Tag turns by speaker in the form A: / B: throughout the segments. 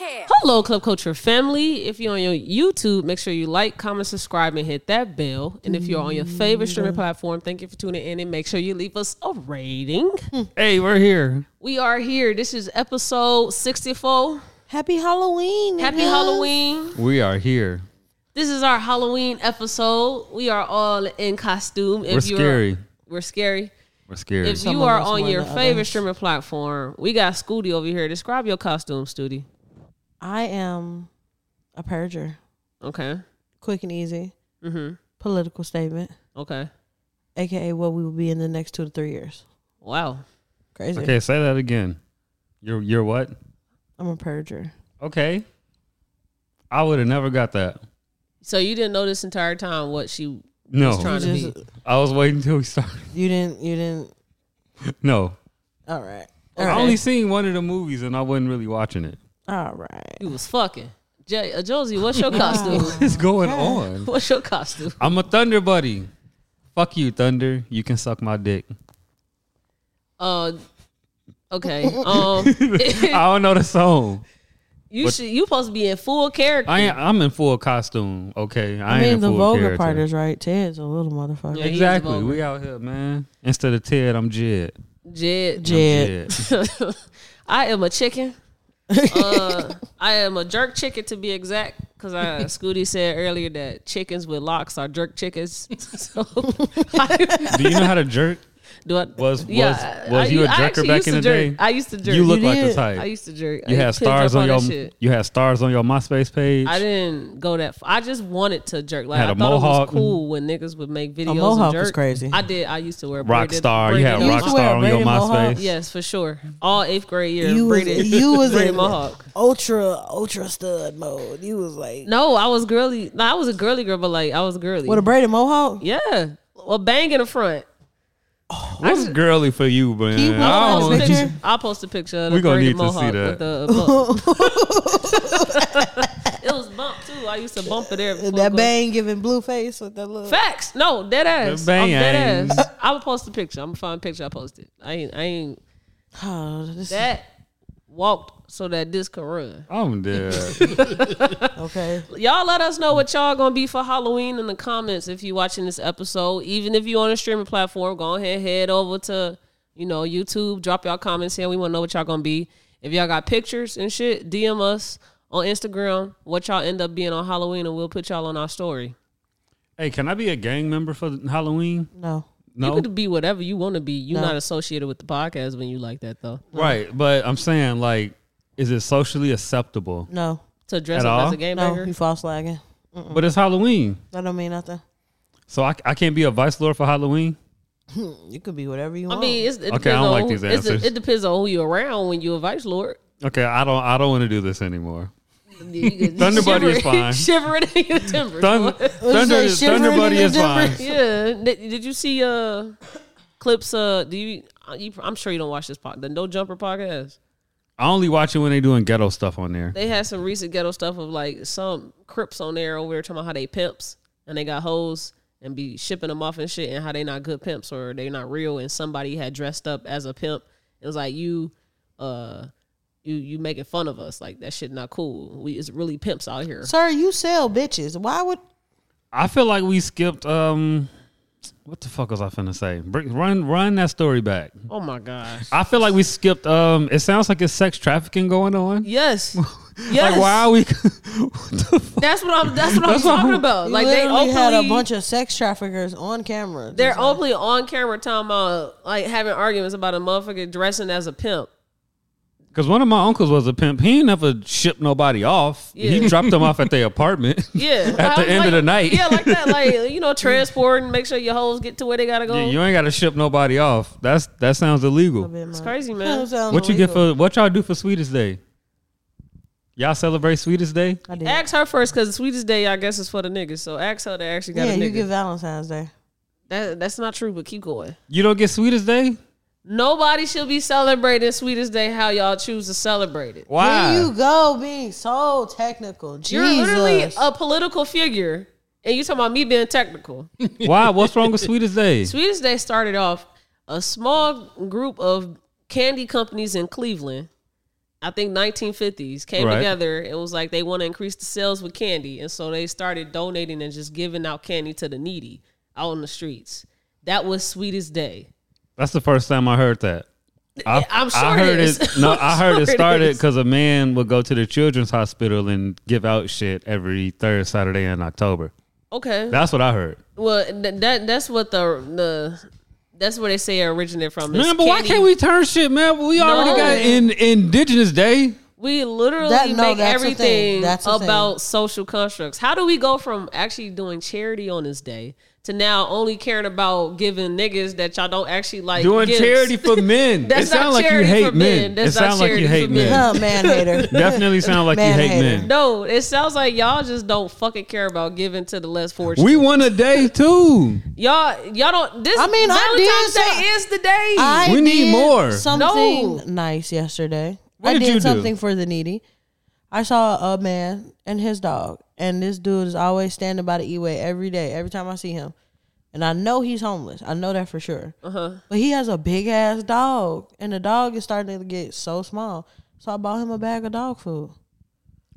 A: Hello, Club Culture family. If you're on your YouTube, make sure you like, comment, subscribe, and hit that bell. And if you're on your favorite streaming platform, thank you for tuning in and make sure you leave us a rating.
B: Hey, we're here.
A: We are here. This is episode 64.
C: Happy Halloween.
A: Happy
C: niggas.
A: Halloween.
B: We are here.
A: This is our Halloween episode. We are all in costume. If
B: We're
A: you're-
B: scary.
A: We're scary.
B: We're scared.
A: If
C: Some
A: you
C: of
A: are
C: us
A: on
C: more
A: your
C: than
A: favorite
C: others.
A: streaming platform, we got Scooty over here. Describe your costume, Scooty.
C: I am a purger.
A: Okay.
C: Quick and easy.
A: Mm-hmm.
C: Political statement.
A: Okay.
C: AKA what we will be in the next two to three years.
A: Wow.
C: Crazy.
B: okay, say that again. You're you're what?
C: I'm a purger.
B: Okay. I would have never got that.
A: So you didn't know this entire time what she was
B: No,
A: trying to
C: You
A: be.
C: just-
B: I was waiting until we started.
C: You didn't you didn't
B: No,
C: all right.
A: Okay.
B: I only seen one of the movies and I wasn't really watching it.
C: All right.
A: You was fucking. J- uh, Josie, what's your costume?
B: What's going on?
A: what's your costume?
B: I'm a Thunder buddy. Fuck you, Thunder. You can suck my dick.
A: Uh, okay. Um,
B: I don't know the song.
A: you
B: What-
A: should. You supposed to be in full character.
B: I am, I'm in full costume. Okay, I,
C: I,
B: ain't
C: mean
B: in
C: the
B: full
C: vulgar
B: character.
C: part is right. Ted's a little motherfucker.
A: Yeah, he is
B: Exactly.
A: vulgar.
B: We out here, man. Instead of Ted, I'm Jed.
A: Jed.
C: Jed.
A: I am a chicken. uh, I am a jerk chicken to be exact. Cause I Scooty said earlier that chickens with locks are jerk chickens. So I,
B: Do you know how to jerk?
A: do I,
B: Was- was- was you a jerker
A: actually
B: back
A: used
B: in
A: to
B: the
A: jerk.
B: day?
A: I used to jerk.
B: You look like the
C: did.
B: type.
A: I used to jerk.
B: you
A: I
B: had
A: picked up
B: stars on your
A: that shit.
B: you had stars on your MySpace page.
A: I didn't go that. Far. I just wanted to jerk. Like
B: Had
A: I
B: a
A: thought
B: mohawk.
A: it was cool when niggas would make videos.
C: mohawk
A: and jerk.
C: was crazy.
A: I did. I used to wear
B: rock
A: braided-
B: star. You had
A: braided
C: You
B: rock
C: used to wear
B: star
C: a
B: on your
C: braided mohawk?
B: MySpace.
A: Yes, for sure. All eighth grade year.
C: You was
A: braided-
C: you was
A: braided
C: in
A: mohawk.
C: ultra ultra stud mode. You was like
A: No, I was girly. No, I was a girly girl, but like I was girly.
C: with a braided mohawk?
A: yeah, a bang in the front.
B: That's girly for you, man.
C: He was
B: I
A: I'll
C: Oh,
B: don't-
A: post a
C: picture?
A: picture. I'll post a picture. Of the
B: We gonna
A: braided
B: need to see
A: mohawk
B: that.
A: With the bump. it was bump too. I used to bump it every.
C: And that bang giving blue face with that little
A: Facts. No, dead ass.
B: The
A: I'm dead
B: bangs.
A: ass. I will post a picture. I'm gonna find a picture I posted. I ain't I ain't
C: oh, this,
A: that walked so that this could run.
B: I'm dead.
C: okay.
A: Y'all let us know what y'all gonna be for Halloween in the comments if you watching this episode. Even if you on a streaming platform, go ahead head over to you know YouTube, drop y'all comments here. We wanna know what y'all gonna be. If y'all got pictures and shit, DM us on Instagram what y'all end up being on Halloween and we'll put y'all on our story.
B: hey, can I be a gang member for Halloween?
C: No.
B: No,
A: You could be whatever you want to be. You're
C: No.
A: not associated with the podcast when you like that though.
B: right? But I'm saying, like, is it socially acceptable?
C: No.
A: to dress
B: At
A: up as
B: all?
A: a game
C: No,
A: maker.
C: you false lagging.
A: Mm.
B: But it's Halloween,
C: That don't mean nothing.
B: so I, I can't be a vice lord for Halloween.
C: You could be whatever you
A: I
C: want.
A: mean, it's, it
B: Okay,
A: depends
B: I don't
A: on
B: like
A: who-
B: these
A: it's-
B: answers.
A: it depends on who you're around when you're a vice lord.
B: Okay, I don't I don't want to do this anymore.
A: Thunder
B: Thunder Buddy is fine.
A: Shivering in your timbers.
B: Thunder,
A: boy.
B: Thunder,
C: shivering
B: Thunder
C: in
B: Buddy
C: the
B: is fine.
C: difference?
A: Yeah. Did, did you see uh clips? Uh, do you, uh, you? I'm sure you don't watch this pod, the No Jumper podcast.
B: I only watch it when they doing ghetto stuff on there.
A: They had some recent ghetto stuff of like some Crips on there over there talking about how they pimps and they got hoes and be shipping them off and shit and how they not good pimps or they not real and somebody had dressed up as a pimp. It was like you, uh, you you making fun of us like that shit not cool. We it's really pimps out here.
C: Sir, you sell bitches. Why would
B: I feel like we skipped. Um, what the fuck was I finna say? Bring, run, run that story back.
A: Oh my gosh.
B: I feel like we skipped. Um, it sounds like it's sex trafficking going on.
A: Yes. Yes.
B: Like why are we? what the fuck?
A: That's what I'm that's what I'm
B: That's what-
A: talking about.
C: you
A: Like they
C: literally
A: openly
C: had a bunch of sex traffickers on camera?
A: They're openly on camera talking about like having arguments about a motherfucker dressing as a pimp.
B: Because one of my uncles was a pimp. He ain't never shipped nobody off.
A: Yeah.
B: He dropped them off at their apartment.
A: Yeah.
B: At the
A: was
B: end of
A: like-
B: the night.
A: Yeah, like that. Like, you know, transporting, make sure your hoes get to where they gotta go.
B: Yeah, you ain't got to ship nobody off. That's that sounds illegal.
C: it's
A: crazy, man.
B: What you get for what y'all do for Sweetest Day? Y'all celebrate Sweetest Day?
C: I did.
A: ask her first because the sweetest day I guess is for the niggas. So ask her to actually got
C: yeah,
A: a nigga.
C: you get Valentine's Day.
A: that, that's not true, but keep going.
B: You don't get Sweetest Day?
A: Nobody should be celebrating sweetest day how y'all choose to celebrate it.
B: Why?
C: Here you go, being so technical. Jesus.
A: You're literally a political figure and you talking about me being technical.
B: Why? What's wrong with Sweetest Day?
A: Sweetest Day started off a small group of candy companies in Cleveland I think 1950s came
B: Right.
A: together. It was like they want to increase the sales with candy, and so they started donating and just giving out candy to the needy out on the streets. That was sweetest day.
B: That's the first time I heard that. I,
A: I'm sure
B: I
A: it
B: heard
A: is.
B: No,
A: I'm
B: I heard
A: sure
B: it
A: it
B: started
A: is.
B: because a man would go to the children's hospital and give out shit every third Saturday in October.
A: Okay,
B: That's what I heard.
A: well th- that that's what the the that's where they say it originated from. is
B: Man, but why
A: candy.
B: can't we turn shit, man? We already
A: No.
B: got in Indigenous Day.
A: We literally
C: That- no,
A: make
C: that's a thing.
A: everything
C: That's a thing.
A: about social constructs. How do we go from actually doing charity on this day to now only caring about giving niggas that y'all don't actually like
B: Doing
A: gifts?
B: charity for men.
A: That's
B: it sounds
A: not
B: like you
A: charity
B: hate
A: for
B: men.
A: men. That's
B: it
A: not
B: sounds like you
A: charity
B: hate
A: for men.
B: men.
C: Huh, man hater.
B: Definitely sounds like you
C: Man
B: hate
C: hater.
B: men.
A: No, it sounds like y'all just don't fucking care about giving to the less fortunate.
B: We won a day too.
A: y'all, y'all don't. This
C: I mean,
A: Valentine's
C: I did
A: Day
C: some-
A: is the day.
C: I
B: We need
C: did
B: more.
C: Something
A: No.
C: nice yesterday.
B: What
C: I
B: did
C: did,
B: you do?
C: something for the needy. I saw a man and his dog, and this dude is always standing by the E-way every day. Every time I see him, and I know he's homeless. I know that for sure. But he has a big ass dog, and the dog is starting to get so small. So I bought him a bag of dog food.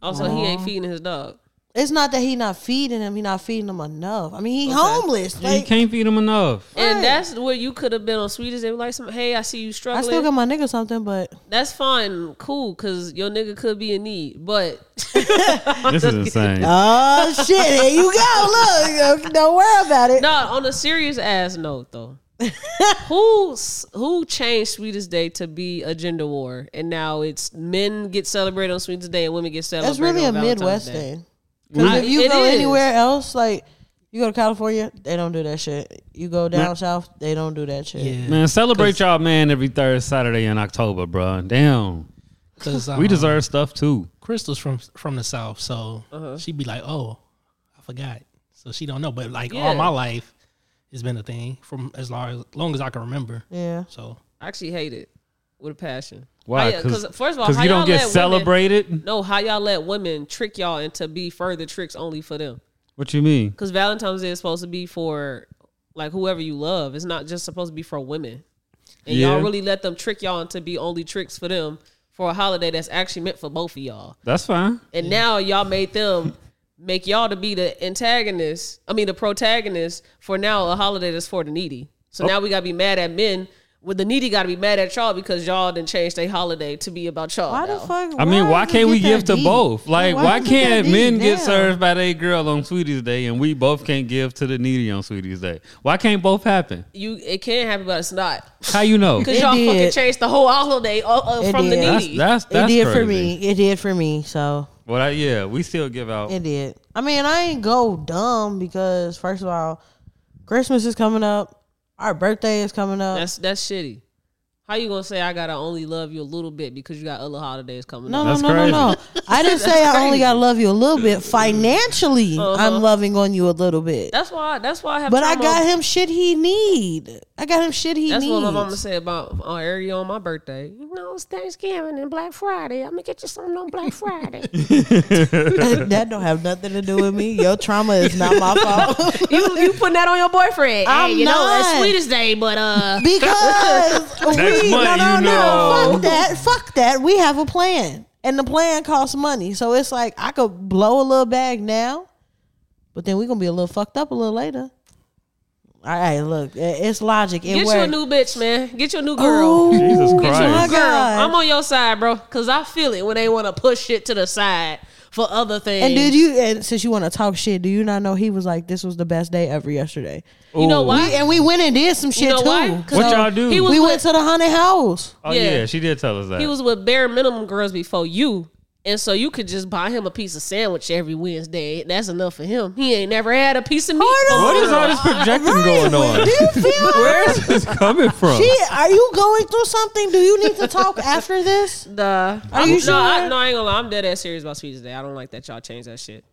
A: also, he ain't feeding his dog.
C: It's not that he not feeding him. He not feeding him enough. I mean, he homeless.
B: you
C: Like,
B: can't feed them enough.
A: And
C: Right.
A: that's where you could have been on Swedish. They were like, "Some hey, I see you
C: I
A: struggling."
C: still got my nigga something, but
A: that's fine, cool, because your nigga could be in need. But
B: This is insane.
C: oh shit, here you go. Look, don't worry about it.
A: No, on a serious ass note though. Who's who changed Sweetest Day to be a gender war, and now it's men get celebrated on Sweetest Day and women get celebrated.
C: It's really a
A: on Valentine's
C: Midwest
A: Day.
C: thing. Because
A: I-
C: if you
A: it
C: go
A: is.
C: anywhere else, like you go to California, they don't do that shit. You go down south, they don't do that shit.
B: Man, celebrate y'all man every third Saturday in October, bro. Damn.
D: because
B: We deserve stuff too.
D: um, Crystal's from from the south, so
A: Uh-huh.
D: she'd be like, "Oh, I forgot," so she don't know. But like
A: Yeah.
D: all my life, it's been a thing from as long as long as I can remember.
C: Yeah.
D: So
A: I actually hate it with a passion.
B: Why?
A: How y- 'cause first of all,
B: because
A: how
B: you
A: y'all
B: don't get
A: let
B: celebrated.
A: Women, no, how y'all let women trick y'all into be further tricks only for them?
B: What you mean?
A: Because Valentine's Day is supposed to be for like whoever you love. It's not just supposed to be for women. And
B: Yeah.
A: y'all really let them trick y'all into be only tricks for them for a holiday that's actually meant for both of y'all.
B: That's fine.
A: And now y'all made them make y'all to be the antagonist. I mean, the protagonist for now a holiday that's for the needy. So
C: Oh.
A: now we gotta be mad at men. With the needy, gotta be mad at y'all because y'all didn't change their holiday to be about y'all.
C: Why
A: now.
C: the fuck?
B: I mean, why
C: does it
B: can't we
C: get
B: give
C: that
B: to
C: deep?
B: both? Like, why,
C: does it
B: can't
C: that
B: men
C: deep?
B: get
C: Damn.
B: served by their girl on Sweetie's Day and we both can't give to the needy on Sweetie's Day? Why can't both happen?
A: You it can happen, but it's not
B: How you know?
A: because
C: It
A: y'all fucking
C: did.
A: changed the whole holiday uh, uh,
C: It
A: from
C: did.
A: the
B: That's
A: needy.
B: that's
C: It
B: that's
C: did
B: crazy.
C: for me. It did for me. So
B: But I, yeah, we still give out.
C: it did. I mean, I ain't go dumb because first of all, Christmas is coming up. Our birthday is coming up.
A: that's that's shitty. How you gonna say I gotta only love you a little bit because you got other holidays coming
C: No,
A: up?
C: no,
B: That's
C: no, no, no. I didn't say I only gotta love you a little bit. Financially, I'm loving on you a little bit.
A: That's why. That's why I have.
C: But I
A: trauma-
C: got him shit he need. I got him shit he
A: That's
C: needs.
A: what my mama said about uh, Ariel on my birthday. You know, it's Thanksgiving and Black Friday. I'm gonna get you something on Black Friday.
C: that don't have nothing to do with me. Your trauma is not my fault.
A: you you putting that on your boyfriend?
C: I'm
A: hey, you know, it's
C: not.
A: Sweetest Day, but uh,
C: because we
B: Next
C: no
B: month,
C: no
B: you
C: no
B: know.
C: fuck that fuck that. We have a plan. And the plan costs money. So it's like I could blow a little bag now, but then we're gonna be a little fucked up a little later. All right, look, it- it's logic. It
A: get you a
C: works.
A: new bitch, man. Get you a new girl.
C: Oh,
B: Jesus
C: get you a
B: Christ.
C: new
B: My
A: Girl,
C: girl.
A: I'm on your side, bro, because I feel it when they want to push shit to the side for other things.
C: And did you? And since you want to talk shit, do you not know he was like, "This was the best day ever yesterday."
A: you know
B: Ooh.
A: why?
C: And we went and did some shit
A: you know
C: too.
A: why? 'Cause
B: What y'all do?
A: He was
C: We
A: with,
C: went to the haunted house.
B: oh yeah.
A: yeah.
B: she did tell us that.
A: he was with bare minimum girls before you. And so you could just buy him a piece of sandwich every Wednesday. That's enough for him. He ain't never had a piece of meat.
C: Hold
B: what is
A: before.
B: all this projecting
C: Right.
B: going on?
C: Do you feel?
B: Where is this coming from?
C: Shit, are you going through something? Do you need to talk after this?
A: Nah.
C: Are you
A: no,
C: sure?
A: I, no, I ain't gonna lie. I'm dead ass serious about Sweetest Day. I don't like that y'all change that shit.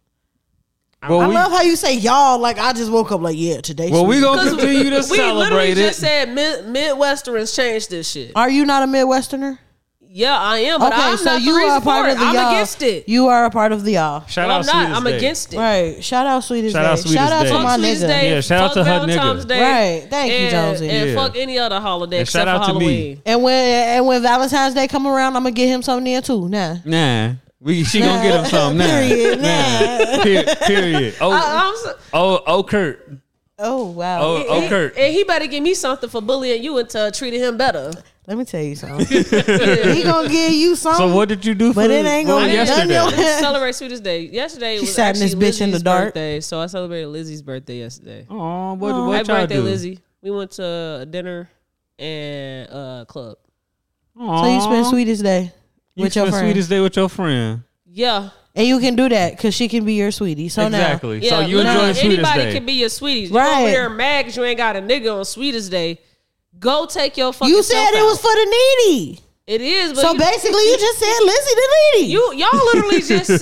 B: well,
C: I
B: we,
C: love how you say y'all. Like I just woke up like yeah, today.
B: well, we gonna
A: 'Cause
B: continue to
A: we literally
B: celebrate
A: just
B: it.
A: said mid- Midwesterns changed this shit.
C: Are you not a Midwesterner?
A: Yeah, I am. But I'm not the reason for it. I'm
C: y'all.
A: against it.
C: You are a part of the y'all.
B: Shout
A: But
B: out
A: I'm not.
B: Sweetest
A: I'm
B: Day.
A: against it.
C: Right. Shout out Sweetest
B: Shout
C: Day.
B: out Sweetest
C: shout out
B: Day.
C: to
B: Fuck
C: my
A: Sweetest
C: nigga.
A: Day.
B: Yeah, shout out
A: fuck
B: to her
A: Valentine's
B: nigga.
A: Day.
C: Right. Thank you,
A: and,
C: Jonesy.
A: And
B: Yeah.
A: fuck any other holiday
B: And
A: except
B: shout out
A: for
B: to me.
A: Halloween.
C: And when and when Valentine's Day come around, I'm gonna get him something in too. Nah.
B: Nah. We, she gonna get him something now.
C: Period. Nah.
B: Period. Period. Oh,
A: I, am so,
B: oh, oh, Kurt.
C: Oh wow.
B: Oh, oh, Kurt.
A: and he better give me something for bullying you into treating him better.
C: Let me tell you something. he gonna give you something.
B: So what did you do for
C: But it ain't
B: for
C: gonna
A: be done
B: yesterday?
A: Let's celebrate Sweetest Day. Yesterday was
C: sat in
A: actually
C: this bitch in the
A: Lizzie's
C: dark.
A: birthday, so I celebrated Lizzie's birthday yesterday.
B: Oh, what,
A: Happy
B: what y'all
A: birthday,
B: do?
A: Lizzie. We went to a dinner and a club.
C: so you spend
B: Aw.
C: Sweetest Day
B: You
C: with your
B: spend
C: friend,
B: Sweetest day with your friend.
A: Yeah.
C: and you can do that because she can be your sweetie. So
B: exactly.
A: Yeah,
B: so you
A: literally
B: enjoy Sweetest
A: anybody
B: day.
A: can be your sweeties.
C: Right.
A: You over there mad 'cause you ain't got a nigga on Sweetest Day. Go take your
C: now
A: fucking
C: you said
A: self
C: it was
A: out.
C: for the needy.
A: It is, but
C: So
A: you-
C: basically, you just said Lizzie the needy.
A: You y'all literally just said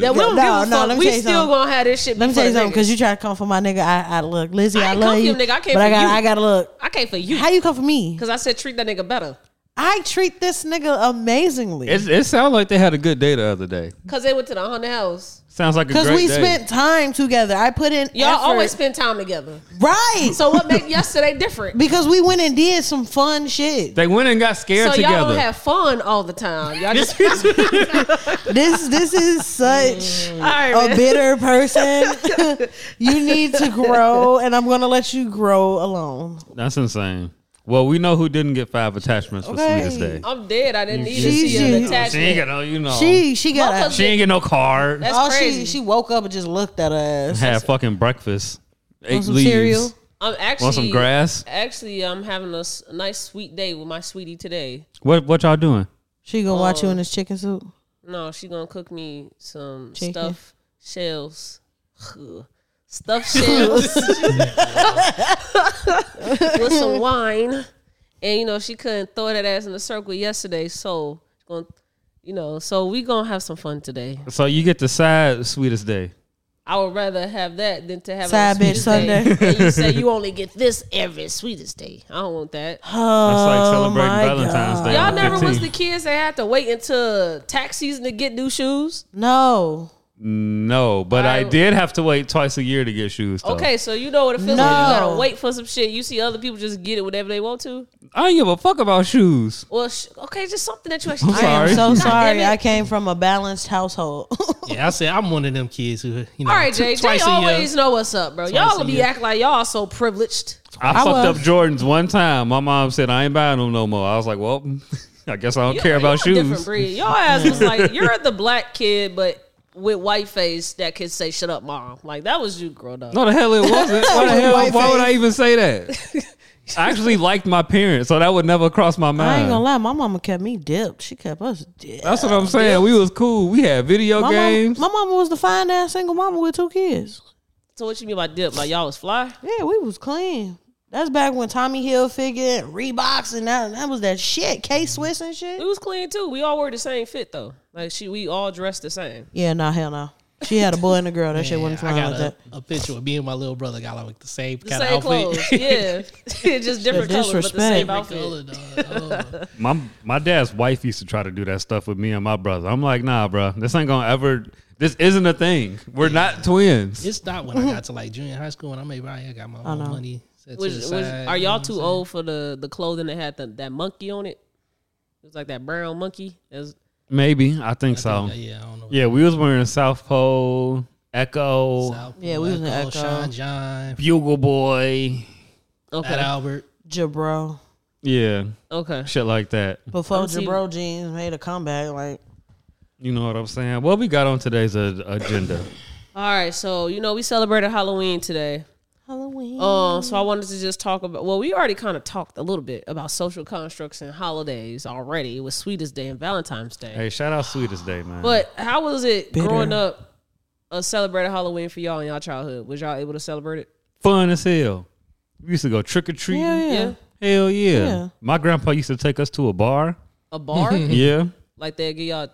A: that we don't
C: No,
A: give a
C: no,
A: fuck.
C: let me
A: we
C: tell you
A: still
C: something.
A: gonna have this shit.
C: Let me tell you something, because
A: you
C: you try to come for my nigga. I, I look, Lizzie,
A: I
C: I,
A: ain't
C: love
A: come for
C: you,
A: your nigga, I came
C: but I
A: for
C: got,
A: you.
C: I gotta look.
A: I can't for you
C: How you come for me?
A: because I said treat that nigga better
C: I treat this nigga amazingly
B: It's, it sounds like they had a good day the other day.
A: because they went to the haunted house.
B: Sounds like a
C: because
B: great
C: we
B: day.
C: spent time together. I put in
A: Y'all
C: effort.
A: always spend time together.
C: right.
A: So what made yesterday different?
C: because we went and did some fun shit.
B: They went and got scared
A: So y'all
B: together.
A: don't have fun all the time. Y'all just
C: this this is such
A: all right,
C: a
A: man.
C: bitter person. you need to grow, and I'm gonna let you grow alone.
B: That's insane. Well, we know who didn't get five attachments for
C: Okay.
B: Sweetest Day.
A: I'm dead. I didn't need to
C: She-
A: see an
C: she-
A: attachment.
B: She ain't get no, you know.
C: She she got
A: Motherfucker,
C: a,
B: she ain't get no card.
A: That's
C: all
A: crazy.
C: she she woke up and just looked at us.
B: Had fucking breakfast. Ate
C: some
B: leaves.
C: cereal?
A: I'm actually
B: Want some grass?
A: Actually, I'm having a s- nice sweet day with my sweetie today.
B: What what y'all doing?
C: She gonna watch
A: Oh.
C: you in this chicken soup.
A: No, she gonna cook me some
C: Chicken.
A: stuffed shells. Ugh. Stuffed shells with some wine. And you know, she couldn't throw that ass in the circle yesterday, so gonna you know, so we gonna have some fun today.
B: So you get the side Sweetest Day.
A: I would rather have that than to have it on
C: Side bitch
A: Sweetest Day.
C: Sunday.
A: And you say you only get this every sweetest day. I don't want that.
C: Oh,
B: That's like celebrating
C: my
B: Valentine's
C: God.
B: Day.
A: Y'all
B: on
A: never was
B: 15.
A: the kids that had to wait until tax season to get new shoes.
C: No,
B: No, but I,
A: I-
B: did have to wait twice a year to get shoes. Though.
A: Okay, so you know what it feels
C: No.
A: like. You gotta wait for some shit. You see other people just get it whenever they want to.
B: I don't give a fuck about shoes.
A: Well, sh- okay, just something that you actually.
B: I'm sorry.
C: I'm so
A: God damn
C: sorry.
A: it.
C: I came from a balanced household.
D: Yeah, I said I'm one of them kids who you know
A: All right,
D: t-
A: Jay. Jay
D: twice a
A: always
D: year.
A: know what's up, bro.
D: Twice
A: Y'all
D: a
A: will be
D: year.
A: acting like y'all so privileged.
B: I,
C: I
B: fucked up
C: was-
B: Jordans one time. My mom said I ain't buying them no more. I was like, well, I guess I don't
A: You-
B: care about
A: y'all a Different
B: shoes.
A: breed. Y'all ass was like you're the black kid, but with white face that could say "shut up, mom." Like that was you growing up.
B: No, the hell it wasn't. Why the hell?
C: White
B: Why would I
C: face.
B: even say that? I actually liked my parents, so that would never cross my
C: I ain't gonna
B: mind.
C: lie, my mama kept me dipped. She kept us dipped.
B: That's what I'm saying. We was cool. We had video
C: my,
B: games.
C: Mama, my mama was the fine ass single mama with two kids.
A: So what you mean by dip? Like y'all was fly?
C: Yeah, we was clean. That's back when Tommy Hill figured Reeboks and that, that was that shit. K Swiss and
A: We
C: shit.
A: was clean too. We all wore the same fit though. Like she, we all dressed the same.
C: Yeah, nah, hell no. She had a boy and a girl. That shit
D: Yeah,
C: wasn't
D: I
C: flying
D: got
C: like that.
D: a, a picture of me and my little brother got like the same
A: The
D: kind
A: same
D: of outfit.
A: clothes. Yeah. just different colors, but the
C: disrespect.
A: same outfit.
D: Color, dog. Oh.
B: My my dad's wife used to try to do that stuff with me and my brother. I'm like, nah, bro, this ain't gonna ever. This isn't a thing. We're not twins.
D: It's not when I got to like junior high school and I made right. I got my own
C: know.
D: money. Set to
A: Which,
D: the
A: which,
D: side,
A: are
D: you
A: y'all
D: know
A: too
D: what I'm
A: old for the the clothing that had the, that monkey on it? It was like that brown monkey. That was-
B: Maybe I think
D: saying?
B: so.
D: yeah, yeah, I don't know.
B: Yeah, we was wearing South Pole, Echo,
D: South
C: Yeah, we was in
D: Echo,
C: Echo.
D: Sean John,
B: Bugle Boy.
D: Fat
A: okay.
D: Albert.
C: Jabro.
B: Yeah,
A: Okay.
B: shit like that.
C: Before
A: I'm seeing-
C: Jabro jeans made a comeback, like
B: You know what I'm saying? What we got on today's uh, agenda?
A: All right. So you know we celebrated Halloween today.
C: Halloween.
A: Um. So I wanted to just talk about. Well, we already kind of talked a little bit about social constructs and holidays already. It was Sweetest Day and Valentine's Day.
B: hey, shout out Sweetest Day, man.
A: But how was it
C: Bitter.
A: growing up? A celebrated Halloween for y'all in y'all childhood. Was y'all able to celebrate it?
B: Fun as hell. We used to go trick or treating.
C: yeah, yeah.
A: Yeah.
B: Hell Mm, yeah.
C: Yeah.
B: My grandpa used to take us to a bar.
A: A bar?
B: Yeah.
A: like they give y'all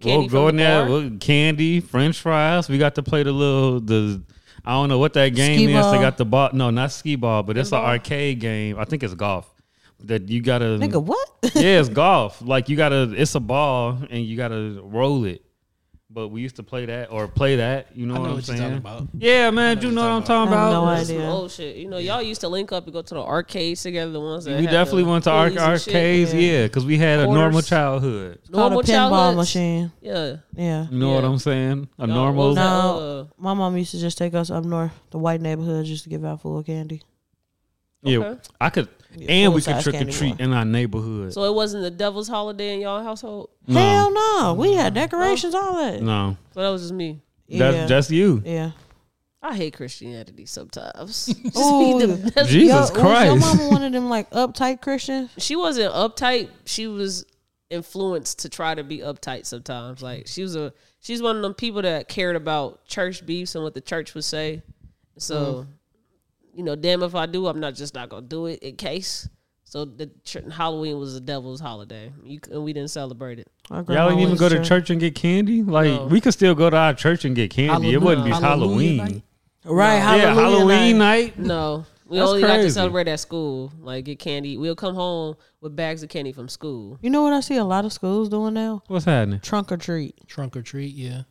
A: candy
B: We'll go
A: from
B: in
A: the
B: there,
A: bar?
B: we'll- candy, French fries. We got to play the little the I don't know what that game
C: Skee
B: is. They
C: ball.
B: got the ball. No, not skee ball, but it's an arcade game. I think it's golf. that you gotta
C: Nigga, what?
B: yeah, it's golf. Like you gotta, it's a ball and you gotta roll it. But we used to play that or play that. You know,
D: I know
B: what I'm
D: what you're
B: saying?
D: talking about.
B: Yeah, man, you know what I'm talking
C: I have no
B: about.
A: That's some
C: idea.
A: old shit. You know, y'all used to link up and go to the arcades together. The ones that
B: we
A: had
B: definitely
A: the
B: went to our
A: pulleys and shit.
B: arcades, yeah, because we had a
A: Quarters.
B: normal childhood.
C: Called a
A: Normal
C: pinball
A: childhoods.
C: machine.
A: Yeah,
C: Yeah.
B: You know what
A: Yeah.
B: I'm saying? A
A: Y'all
B: normal.
A: was,
C: No.
A: uh,
C: My mom used to just take us up north, the white neighborhood, just to give out full candy.
B: Yeah,
A: Okay.
B: I could,
C: Yeah,
B: and we could
C: full-size
B: trick or
C: candy
B: treat
C: bar.
B: in our neighborhood.
A: So it wasn't the devil's holiday in y'all household.
B: No.
C: Hell no, we had decorations, all that.
B: no,
A: So that was just me.
B: that's
C: yeah.
B: that's you.
C: yeah.
A: I hate Christianity sometimes. Just be
C: Ooh.
A: the best.
B: Jesus
C: Yo, Was your
B: Christ.
C: mama one of them like uptight Christians?
A: She wasn't uptight. She was influenced to try to be uptight sometimes. Like she was a she's one of them people that cared about church beefs and what the church would say. So, you know, damn if I do, I'm not just not gonna do it in case. So the ch- Halloween was the devil's holiday, you, c- and we didn't celebrate it.
C: My grandma
B: Y'all didn't even
C: went
B: go to church and get candy. Like
A: No.
B: we could still go to our church and get candy. It wouldn't be
D: Hallelujah
B: Halloween.
D: night?
C: Right,
B: yeah,
C: Halloween.
B: Halloween night.
C: night.
A: No, we
B: That's
A: only got to
B: crazy.
A: celebrate at school. Like get candy. We'll come home with bags of candy from school.
C: You know what I see a lot of schools doing now?
B: What's happening?
C: Trunk or treat.
D: Trunk or treat, yeah.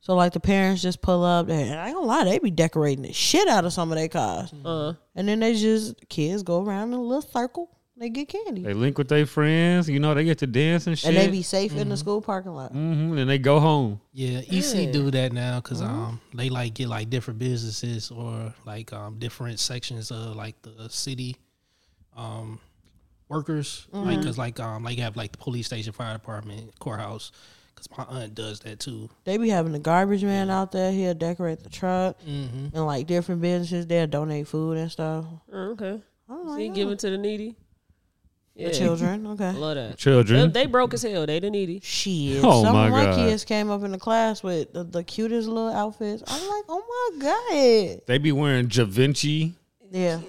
C: So like the parents just pull up there, and I ain't gonna lie, they be decorating the shit out of some of their cars,
B: Uh-huh.
A: Uh,
C: and then they just kids go around in a little circle, they get candy,
B: They link with their friends. You know, they get to dance and shit.
C: and they be safe in the school parking lot.
B: hmm and they go home.
D: Yeah, EC do that now because
A: Mm-hmm.
D: um they like get like different businesses or like um different sections of like the city, um workers like
A: Mm-hmm.
D: because like um like have like the police station, fire department, courthouse because my aunt does that too.
C: They be having the garbage man out there. He'll decorate the truck,
D: Mm-hmm.
C: and like different businesses, they'll donate food and stuff.
A: okay.
C: Oh
A: So
C: my
A: you
C: God.
A: give it to the needy. Yeah,
C: The children, okay.
A: love that. They,
B: Children.
A: they broke as hell. They the needy.
C: Shit.
B: Oh,
C: Some
B: my
C: of my
B: God.
C: kids came up in the class with the, the cutest little outfits. I'm like, oh my God.
B: They be wearing Givenchy,
C: Yeah.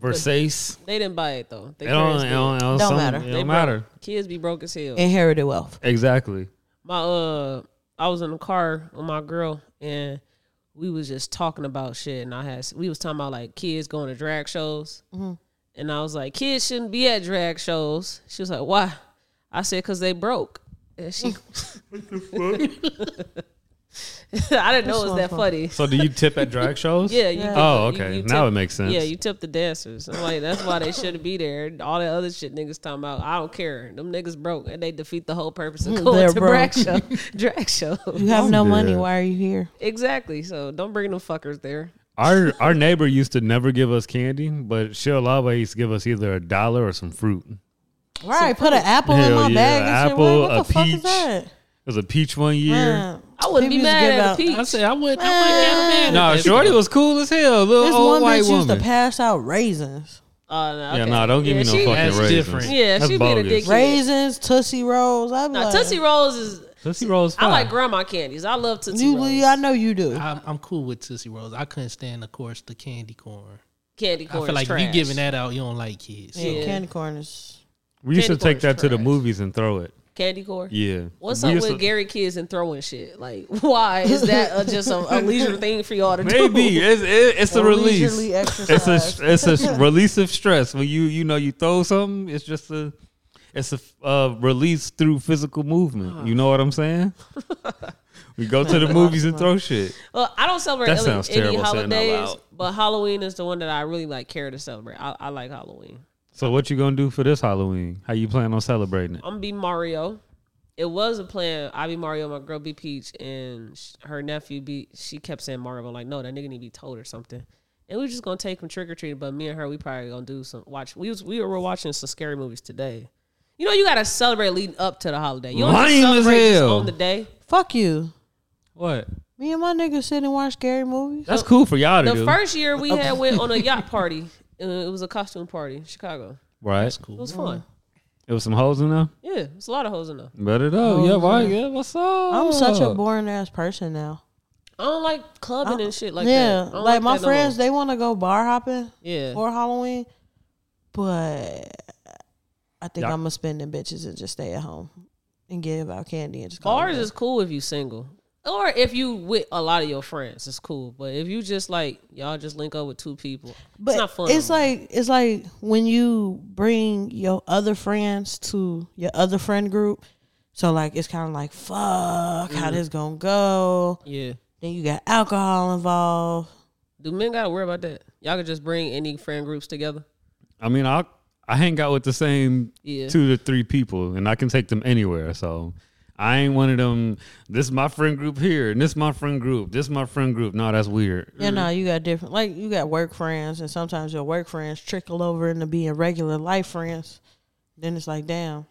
B: Versace.
A: They didn't buy it though. They
B: It don't,
A: parents
B: it
A: did.
B: don't, it don't,
C: Don't
B: some-
C: matter.
B: It
A: They broke.
B: don't matter.
A: Kids be broke as hell.
C: Inherited wealth.
B: Exactly.
A: My uh, I was in the car with my girl and we was just talking about shit, and I had we was talking about like kids going to drag shows, and I was like, kids shouldn't be at drag shows. She was like, why? I said, cause they broke. And she. I didn't know it was that funny.
B: So do you tip at drag shows?
A: Yeah. You,
B: Oh,
A: you-
B: okay.
A: you
B: now
A: tip-
B: it makes sense.
A: Yeah, you tip the dancers. I'm like, that's why they shouldn't be there. All that other shit niggas talking about. I don't care. Them niggas broke and they defeat the whole purpose of going
C: They're
A: to drag
C: broke.
A: show. drag show.
C: You have no money.
B: Yeah.
C: Why are you here?
A: exactly. So don't bring them fuckers there.
B: Our our neighbor used to never give us candy, but she'll always give us either a dollar or some fruit. It
C: Right. Put an apple in
B: Hell
C: my
B: yeah,
C: bag and shit.
B: apple,
C: What,
B: a
C: what the fuck is
B: peach.
C: that? Uh,
B: was a peach one year.
C: Man,
A: I wouldn't be
C: people used to
A: mad
C: give
A: at
C: out-
A: a peach.
D: I said I wouldn't. I wouldn't get mad. at
B: No,
D: that.
B: Shorty was cool as hell. Little
C: This
B: old
C: one
B: white
C: bitch used to
B: woman.
C: pass out raisins,
A: Oh, no,
B: Yeah,
A: okay.
B: no, don't give
A: Yeah,
B: me no
A: she-
B: fucking
D: That's
B: raisins.
D: different.
A: Yeah,
B: That's
A: she being a
B: bogus.
A: dick.
C: raisins, tootsie rolls. I'm
A: Now,
C: like,
A: Tootsie Rolls is.
B: Tootsie Rolls
A: I
B: fine.
A: like grandma candies. I love Tootsie
C: you,
A: Rolls.
C: I know you do.
D: I'm, I'm cool with Tootsie Rolls. I couldn't stand, of course, the candy corn.
A: Candy corn.
D: I feel like
A: trash.
D: you giving that out, you don't like kids.
C: Yeah,
A: Yeah.
C: candy corn is.
B: we used to
A: candy corn
B: take
A: is
B: that to the
A: trash.
B: movies and throw it.
A: candy corn.
B: Yeah.
A: What's
B: We
A: up
B: used
A: with
B: to-
A: Gary kids and throwing shit? Like, why is that a, just a, a leisure thing for y'all to do?
B: Maybe it's it, it's a
C: leisurely
B: release. It's
C: exercise.
B: a it's a release of stress when you you know you throw something. It's just a it's a uh, release through physical movement. You know what I'm saying? we go to the movies and throw shit.
A: Well, I don't celebrate
B: That
A: any,
B: sounds
A: any
B: terrible saying out
A: holidays,
B: loud.
A: but Halloween is the one that I really like care to celebrate. I, I like Halloween.
B: So what you gonna do for this Halloween? How you plan on celebrating it?
A: I'm gonna be Mario. It was a plan. I be Mario, my girl be Peach, and sh- her nephew be. She kept saying Mario. I'm like, no, that nigga need to be told or something. And we were just gonna take him trick or treating. But me and her, we probably gonna do some watch. We was we were watching some scary movies today. You know, you gotta celebrate leading up to the holiday. You don't just
B: Lame as
A: celebrate just
B: hell.
A: on the day.
C: Fuck you.
B: What?
C: Me and my niggas sit and watch scary movies.
B: That's cool for y'all to
A: The
B: do,
A: first year we had went on a yacht party. Uh, It was a costume party in Chicago.
B: right?
A: It was fun.
B: It was some hoes in there.
A: Yeah, it was a lot of hoes in there.
B: Bet it up. yeah, right. Oh, Yeah, what's up?
C: I'm such
B: Oh.
C: a boring ass person now.
A: I don't like clubbing and shit like
C: yeah,
A: that. I
C: like,
A: don't
C: my
A: that no
C: friends,
A: more.
C: they want to go bar hopping
A: yeah.
C: for Halloween, but I think
B: Y'all-
C: I'm gonna spend them bitches and just stay at home and give out candy and just call it
A: Bars
C: a day.
A: is cool if you single. Or if you with a lot of your friends, it's cool. But if you just like y'all just link up with two people,
C: But
A: it's not fun.
C: it's like it's like when you bring your other friends to your other friend group. So like it's kind of like fuck
A: Mm-hmm.
C: how this gonna go.
A: yeah.
C: Then you got alcohol involved.
A: Do men gotta worry about that? Y'all could just bring any friend groups together.
B: I mean, I I hang out with the same
A: Yeah.
B: two to three people, and I can take them anywhere. So I ain't one of them. This is my friend group here, and this is my friend group. This is my friend group. No, that's weird.
C: Yeah, no, you got different. Like you got work friends, and sometimes your work friends trickle over into being regular life friends. Then it's like, damn,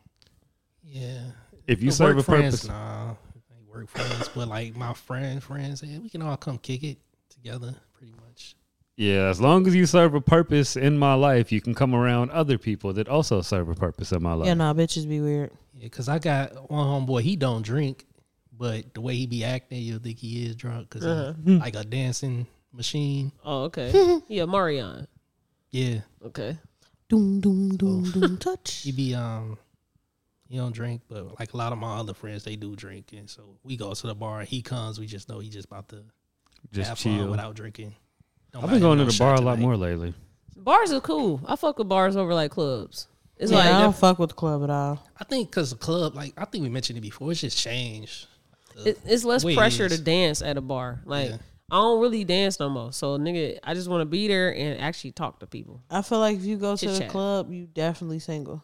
D: Yeah.
B: If you
D: Work
B: serve a
D: friends,
B: purpose,
D: Nah, ain't work friends, but like my friend friends, yeah, we can all come kick it together, pretty much.
B: yeah. As long as you serve a purpose in my life, you can come around other people that also serve a purpose in my life.
C: yeah, no, bitches be weird.
D: Yeah, cause I got one homeboy. He don't drink, but the way he be acting, you'll think he is drunk. because like a dancing machine.
A: Oh, okay. yeah, Marion.
D: Yeah,
A: Okay.
C: Doom, doom, doom, doom, touch.
D: he be um, he don't drink, but like a lot of my other friends, they do drink, and so we go to the bar. and He comes, we just know he just about to
B: Just
D: have
B: chill.
D: fun without drinking. Don't
B: I've
D: buy
B: been
D: him
B: going
D: no
B: to the bar
D: shot
B: a lot
D: tonight.
B: more lately.
A: Bars are cool. I fuck with bars over like clubs. It's
C: yeah,
A: like
C: I don't fuck with the club at all.
D: I think because the club, like I think we mentioned it before, it's just changed.
A: it, it's less
D: way it
A: pressure
D: is.
A: to dance at a bar. Like
D: Yeah.
A: I don't really dance no more. So nigga, I just want to be there and actually talk to people.
C: I feel like if you go to the
A: Chit-chat.
C: club, you definitely single.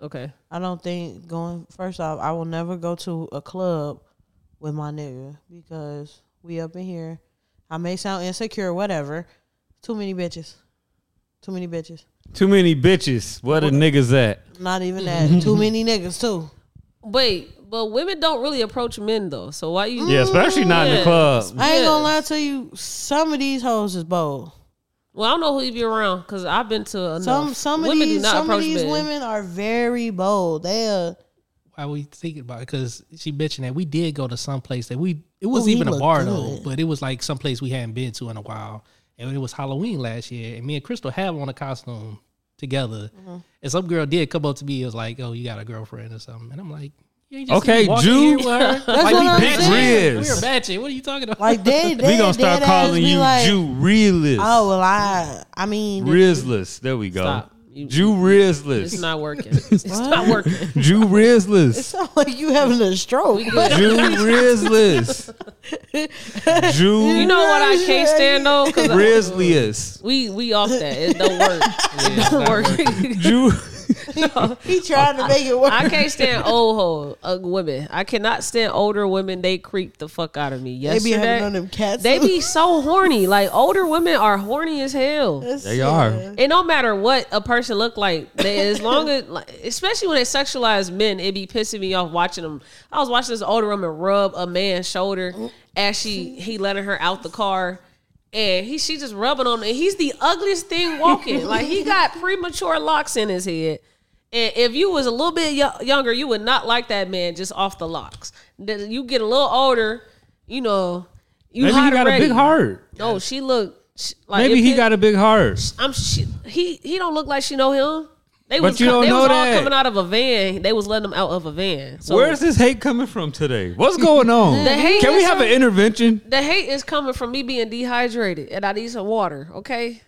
A: Okay.
C: I don't think going first off, I will never go to a club with my nigga because we up in here. I may sound insecure, whatever. Too many bitches. Too many bitches.
B: Too many bitches. Where the niggas at?
C: Not even that. Too many niggas too.
A: Wait, but women don't really approach men though. So why you?
B: Yeah, especially not in the
A: Yeah.
B: club.
C: I ain't gonna
A: Yeah.
C: lie to you, some of these hoes is bold.
A: Well, I don't know who you be around because I've been to enough.
C: Some some of
A: women do
C: these
A: not
C: some of
A: approach
C: these
A: men.
C: women are very bold. They uh
D: Why we thinking about it? Because she mentioned that we did go to some place that we it
C: Oh,
D: was
C: he
D: even a
C: looked
D: bar
C: good.
D: though, but it was like some place we hadn't been to in a while, and it was Halloween last year, and me and Crystal had on a costume together,
C: Mm-hmm.
D: and some girl did come up to me and was like, "Oh, you got a girlfriend or something?" And I'm like. "You ain't just
B: Okay,
D: walking
B: Jew.
D: here with her." like,
C: what
D: we
C: I'm
D: matching.
B: saying.
D: We We're matching. What are you talking about?
C: like they they
B: We gonna start
C: dead ass
B: calling
C: be
B: you
C: like,
B: Jew realist.
C: Oh well I I mean
B: Rizzless. There we go.
A: Stop. You-
B: Jew
A: It's
B: Rizzless.
A: not working. It's not working.
B: Jew
C: it
B: Rizzless.
C: sound like you having a stroke.
B: Jew Rizzless. Jew
A: You know what I can't stand though? Because
B: Rizzliest.
A: we we off that. It don't work. It don't work.
B: Jew.
C: he trying to make it work.
A: I can't stand old ho uh, women. I cannot stand older women. They creep the fuck out of me.
C: They be
A: Yesterday,
C: having on them cats.
A: They be so horny. Like older women are horny as hell.
B: They are.
A: It don't matter what a person look like. They, as long as, like, especially when they sexualize men, it be pissing me off watching them. I was watching this older woman rub a man's shoulder as she he letting her out the car, and he she just rubbing on it. He's the ugliest thing walking. like he got premature locks in his head. And if you was a little bit yo- younger, you would not like that man just off the locks. Then you get a little older, you know. You
B: Maybe he
A: hot
B: got a
A: already.
B: big heart.
A: Oh, she looked sh- like
B: Maybe
A: if
B: he
A: it-
B: got a big heart.
A: I'm she, he he don't look like she know him. They
B: But
A: was
B: you
A: co-
B: don't
A: they
B: know
A: was
B: that.
A: all coming out of a van. They was letting them out of a van. So
B: Where's this hate coming from today? What's going on?
A: The hate
B: Can we
A: is
B: have
A: from-
B: an intervention?
A: the hate is coming from me being dehydrated and I need some water, okay?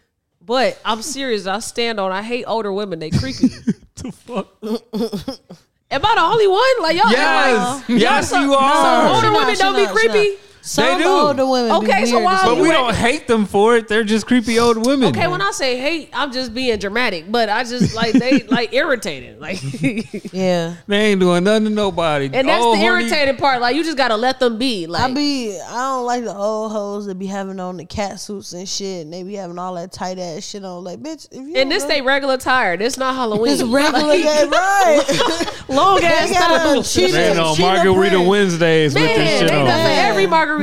A: But I'm serious. I stand on. I hate older women. They creepy.
B: The fuck?
A: Am I the only one? Like y'all?
B: Yes,
A: y'all
B: yes,
A: some-
B: you
A: some
B: are.
A: older
C: Shut
A: women don't
C: up, shut
A: be
C: up, shut
A: creepy.
C: Some
B: They do.
C: older women.
A: Okay,
C: be
A: so
C: weird
A: why
C: as
A: are
B: But
A: you
B: we
A: at-
B: don't hate them for it. They're just creepy old women.
A: Okay, when I say hate, I'm just being dramatic. But I just like they like irritated. Like
C: Yeah,
B: They ain't doing nothing to nobody.
A: and that's
B: All
A: the
B: horny-
A: irritating part. Like you just gotta let them be. Like
C: I be. I don't like the old hoes that be having on the cat suits and shit, and they be having all that tight ass shit on. Like, bitch, if you
A: And this they regular tire. This not Halloween.
C: this regular guy, right?
A: long ass
C: got
A: tire.
C: a cheetah-
B: They on
C: Sheena
B: Margarita
C: Prince.
B: Wednesdays with
A: Man,
B: this
A: they
B: shit
A: got
B: on.
A: every margarita. Oh,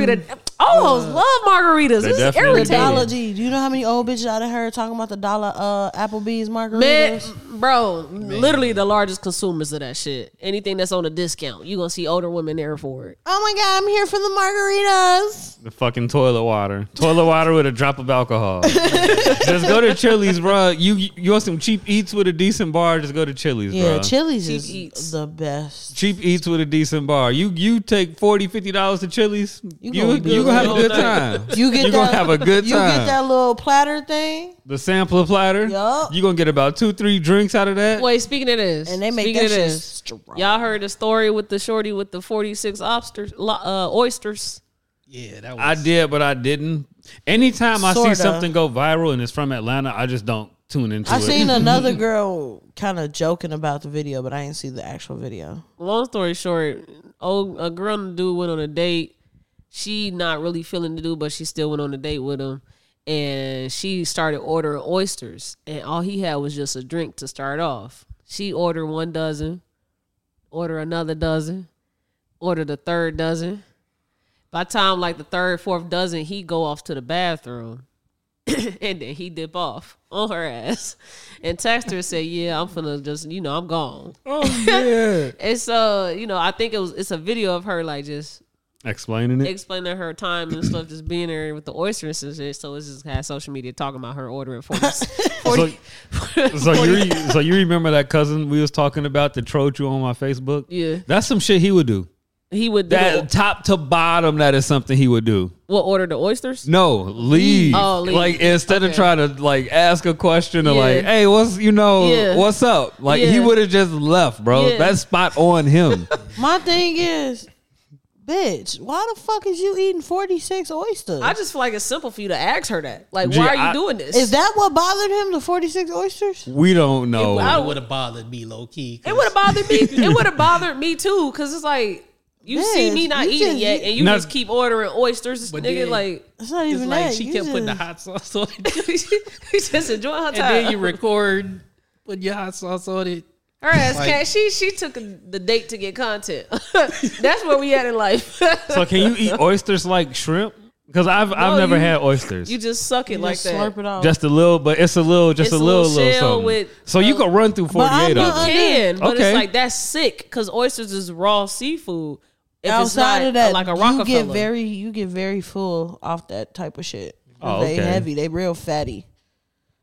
C: Uh,
A: love margaritas.
B: They
A: This is
B: definitely do.
A: irritating.
C: Dollar G. Do you know how many old bitches out of here talking about the dollar uh Applebee's
A: Man,
C: margaritas?
A: bro, literally the largest consumers of that shit. Anything that's on a discount, you gonna see older women there for it.
C: Oh my god, I'm here for the margaritas.
B: The fucking toilet water. Toilet water with a drop of alcohol. just go to Chili's, bro. You you want some cheap eats with a decent bar? Just go to Chili's,
C: Yeah,
B: bro.
C: Chili's
A: Cheap
C: is
A: eats.
C: the best.
B: cheap eats with a decent bar. You you take 40 dollars to Chili's. You you,
C: gonna be
B: gonna have a
A: good.
B: good time.
C: You get
B: You
C: that,
B: gonna have a good
C: You get
B: time.
C: that little platter thing,
B: the sampler platter.
C: Yup.
B: You gonna get about two three drinks out of that.
A: Wait, speaking of this,
C: and they make
A: speaking
C: that
A: of
C: shit
A: this,
C: strong.
A: y'all heard the story with the shorty with the forty six oysters. Uh, oysters.
D: Yeah, that was.
B: I did, but I didn't. Anytime I see
C: Sorta.
B: something go viral and it's from Atlanta, I just don't tune into
C: I
B: it.
C: seen another girl kind of joking about the video, but I ain't see the actual video.
A: Long story short, old a girl and a dude went on a date. She not really feeling the dude, but she still went on a date with him. And she started ordering oysters, and all he had was just a drink to start off. She ordered one dozen, order another dozen, order the third dozen. By the time like the third, fourth dozen, he go off to the bathroom. and then he dip off on her ass and text her and say, Yeah, I'm finna just, you know, I'm gone.
B: oh yeah.
A: And so, you know, I think it was it's a video of her like just
B: Explaining it.
A: explaining her time and stuff, just being there with the oysters and shit. So it's just had social media talking about her ordering for
B: So, so you re- so you remember that cousin we was talking about that trolled you on my Facebook?
A: Yeah.
B: That's some shit he would do.
A: He would
B: That
A: do,
B: top to bottom, that is something he would do.
A: what order the oysters?
B: No, leave.
A: Oh, leave.
B: Like instead of
A: Okay.
B: trying to like ask a question or
A: Yeah.
B: like, hey, what's you know,
A: Yeah.
B: what's up? Like he
A: Yeah.
B: would have just left, bro.
A: Yeah.
B: That's spot on him.
C: My thing is, bitch, why the fuck is you eating 46 oysters?
A: I just feel like it's simple for you to ask her that. Like,
B: Gee,
A: why are you
B: I-
A: doing this?
C: is that what bothered him, the 46 oysters?
B: we don't know.
A: I
D: It would have bothered me low key.
A: it would have bothered me. It would have bothered me too, because it's like you see
C: Yes,
A: me not
C: you
A: eating
C: just-
A: yet, and you
B: Not-
A: just keep ordering oysters,
D: But
A: nigga.
D: then-
A: like
C: It's not
D: It's
C: even
D: like
C: that.
D: she
C: You
D: kept putting the
C: just-
D: hot sauce on it,
A: you just enjoying her
D: and
A: time.
D: then you record, put your hot sauce on it.
A: Her ass
D: Like-
A: cat. She she took a, the date to get content. That's where we at in life.
B: so can you eat oysters like shrimp? Because I've I've
A: No,
B: never
A: you-
B: had oysters.
A: you just suck it
C: you
A: like
C: just
A: that.
C: slurp it off.
B: just a little, but it's a little, just
A: It's
B: a little, little,
A: shell
B: something.
A: with-
B: so you can run through
C: But I'm
B: forty-eight of
C: not-
B: them.
A: Can but
B: Okay.
A: it's like that's sick because oysters is raw seafood. If it's
C: Outside
A: not
C: of that,
A: like a
C: you
A: Rockefeller.
C: get very you get very full off that type of shit.
B: Oh,
C: they
B: okay.
C: heavy, they real fatty.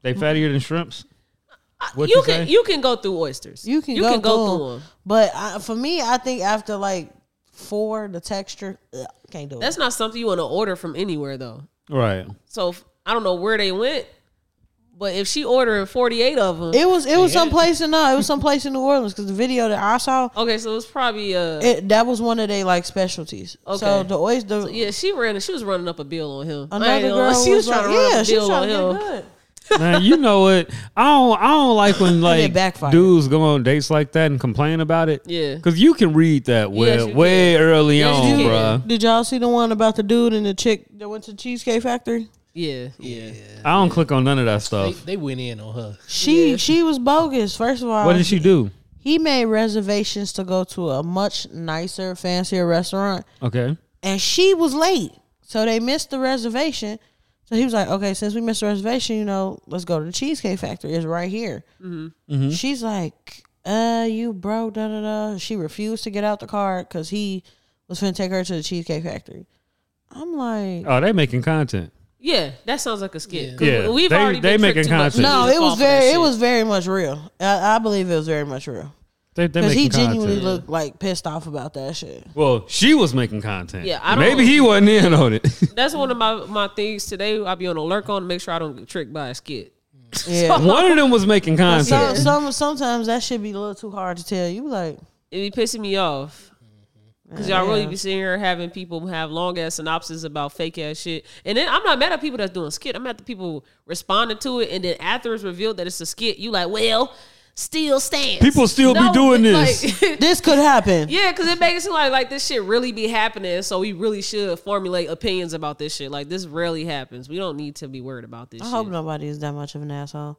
B: They fattier than shrimps. What
A: Uh, you
B: you
A: can
B: say?
A: you can go through oysters.
C: You can
A: you
C: go
A: can go
C: through
A: through them.
C: But I, for me, I think after like four, the texture ugh, can't do it.
A: That's not something you want to order from anywhere though.
B: Right.
A: So if- I don't know where they went, but if she ordering forty eight of them,
C: It was it was someplace in no, it was someplace in New Orleans because the video that I saw,
A: okay, so it's probably uh
C: it that was one of their like specialties. So
A: Okay.
C: the oyster,
A: yeah she ran she was running up a bill on him. I ain't
C: another
A: gonna lie,
C: girl
A: she was,
C: like,
A: trying to run
C: yeah,
A: up a
C: she
A: bill
C: was trying
A: on
C: to get
A: him.
C: good.
B: Man, you know what? I don't. I don't like when like
C: backfired.
B: dudes go on dates like that and complain about it.
A: Yeah.
B: because you can read that well
A: you
B: way early
A: Yes,
B: on,
A: you
B: bruh.
C: Did y'all see the one about the dude and the chick that went to Cheesecake Factory?
A: Yeah, yeah.
B: I don't click on none of that
D: They,
B: stuff.
D: they went in on her.
C: She she was bogus. First of all,
B: What did she do?
C: he made reservations to go to a much nicer, fancier restaurant,
B: Okay.
C: and she was late, so they missed the reservation. So he was like, "Okay, since we missed the reservation, you know, let's go to the Cheesecake Factory. It's right here."
A: Mm-hmm.
C: She's like, "Uh, you bro, da da da." She refused to get out the car because he was finna take her to the Cheesecake Factory. I'm like,
B: Oh, they making content.
A: Yeah, that sounds like a skit. 'Cause
B: Yeah.
A: we've
B: They-
A: already
B: they
A: been
B: making
A: tricked too much
B: content.
A: to
C: no,
A: fall
C: it was
A: for that
C: very, it
A: shit.
C: was very much real. I, I believe it was very much real
B: They, they
C: because
B: making
C: he genuinely
B: content.
C: looked like pissed off about that shit.
B: well, she was making content.
A: Yeah, I
B: maybe
A: don't-
B: he wasn't in on it.
A: That's one of my my things today. I'll be on alert on to make sure I don't get tricked by a skit.
C: Yeah.
B: One of them was making
C: So,
B: content.
C: some sometimes that should be a little too hard to tell. You be like,
A: It be pissing me off. Cause y'all really
C: Mm-hmm. Yeah.
A: be sitting here having people have long ass synopses about fake ass shit, and then I'm not mad at people that's doing skit. I'm at the people responding to it, and then after it's revealed that it's a skit, you like, well, still stands.
B: People still be doing
A: it's
B: this.
A: like-
C: this could happen.
A: Yeah, because it makes it seem like like this shit really be happening, so we really should formulate opinions about this shit. Like this rarely happens. We don't need to be worried about this.
C: I
A: shit.
C: hope nobody is that much of an asshole.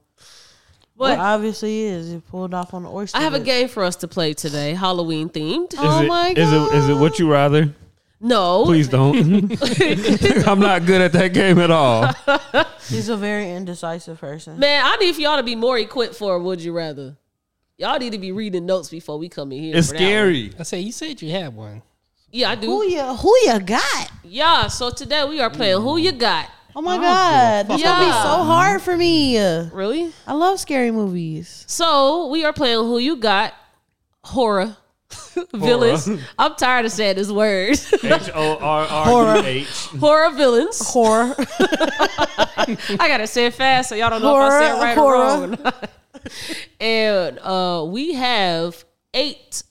A: But
C: Well, obviously he is. He pulled off on the oyster.
A: I have a
C: bit.
A: game for us to play today, Halloween themed.
C: Oh my
B: Is it is it what you rather?
A: No.
B: Uh, Please don't. I'm not good at that game at all.
C: He's a very indecisive person.
A: Man, I need for y'all to be more equipped for a would you rather. Y'all need to be reading notes before we come in here.
B: It's
A: for that one.
B: scary.
D: I say you said you had one.
A: Yeah, I
C: Who
A: do.
C: you who you got?
A: Yeah, so today we are playing Who You Got.
C: Oh my god, this gonna be
A: Yeah.
C: so hard for me. I
A: Really?
C: love scary movies.
A: So we are playing Who You Got Horror. villains. I'm tired of saying this word.
B: H O R R H.
A: horror villains.
C: Horror.
A: I gotta say it fast so y'all don't know if I say it right
C: Horror, horror.
A: or wrong. or not. and uh, we have eight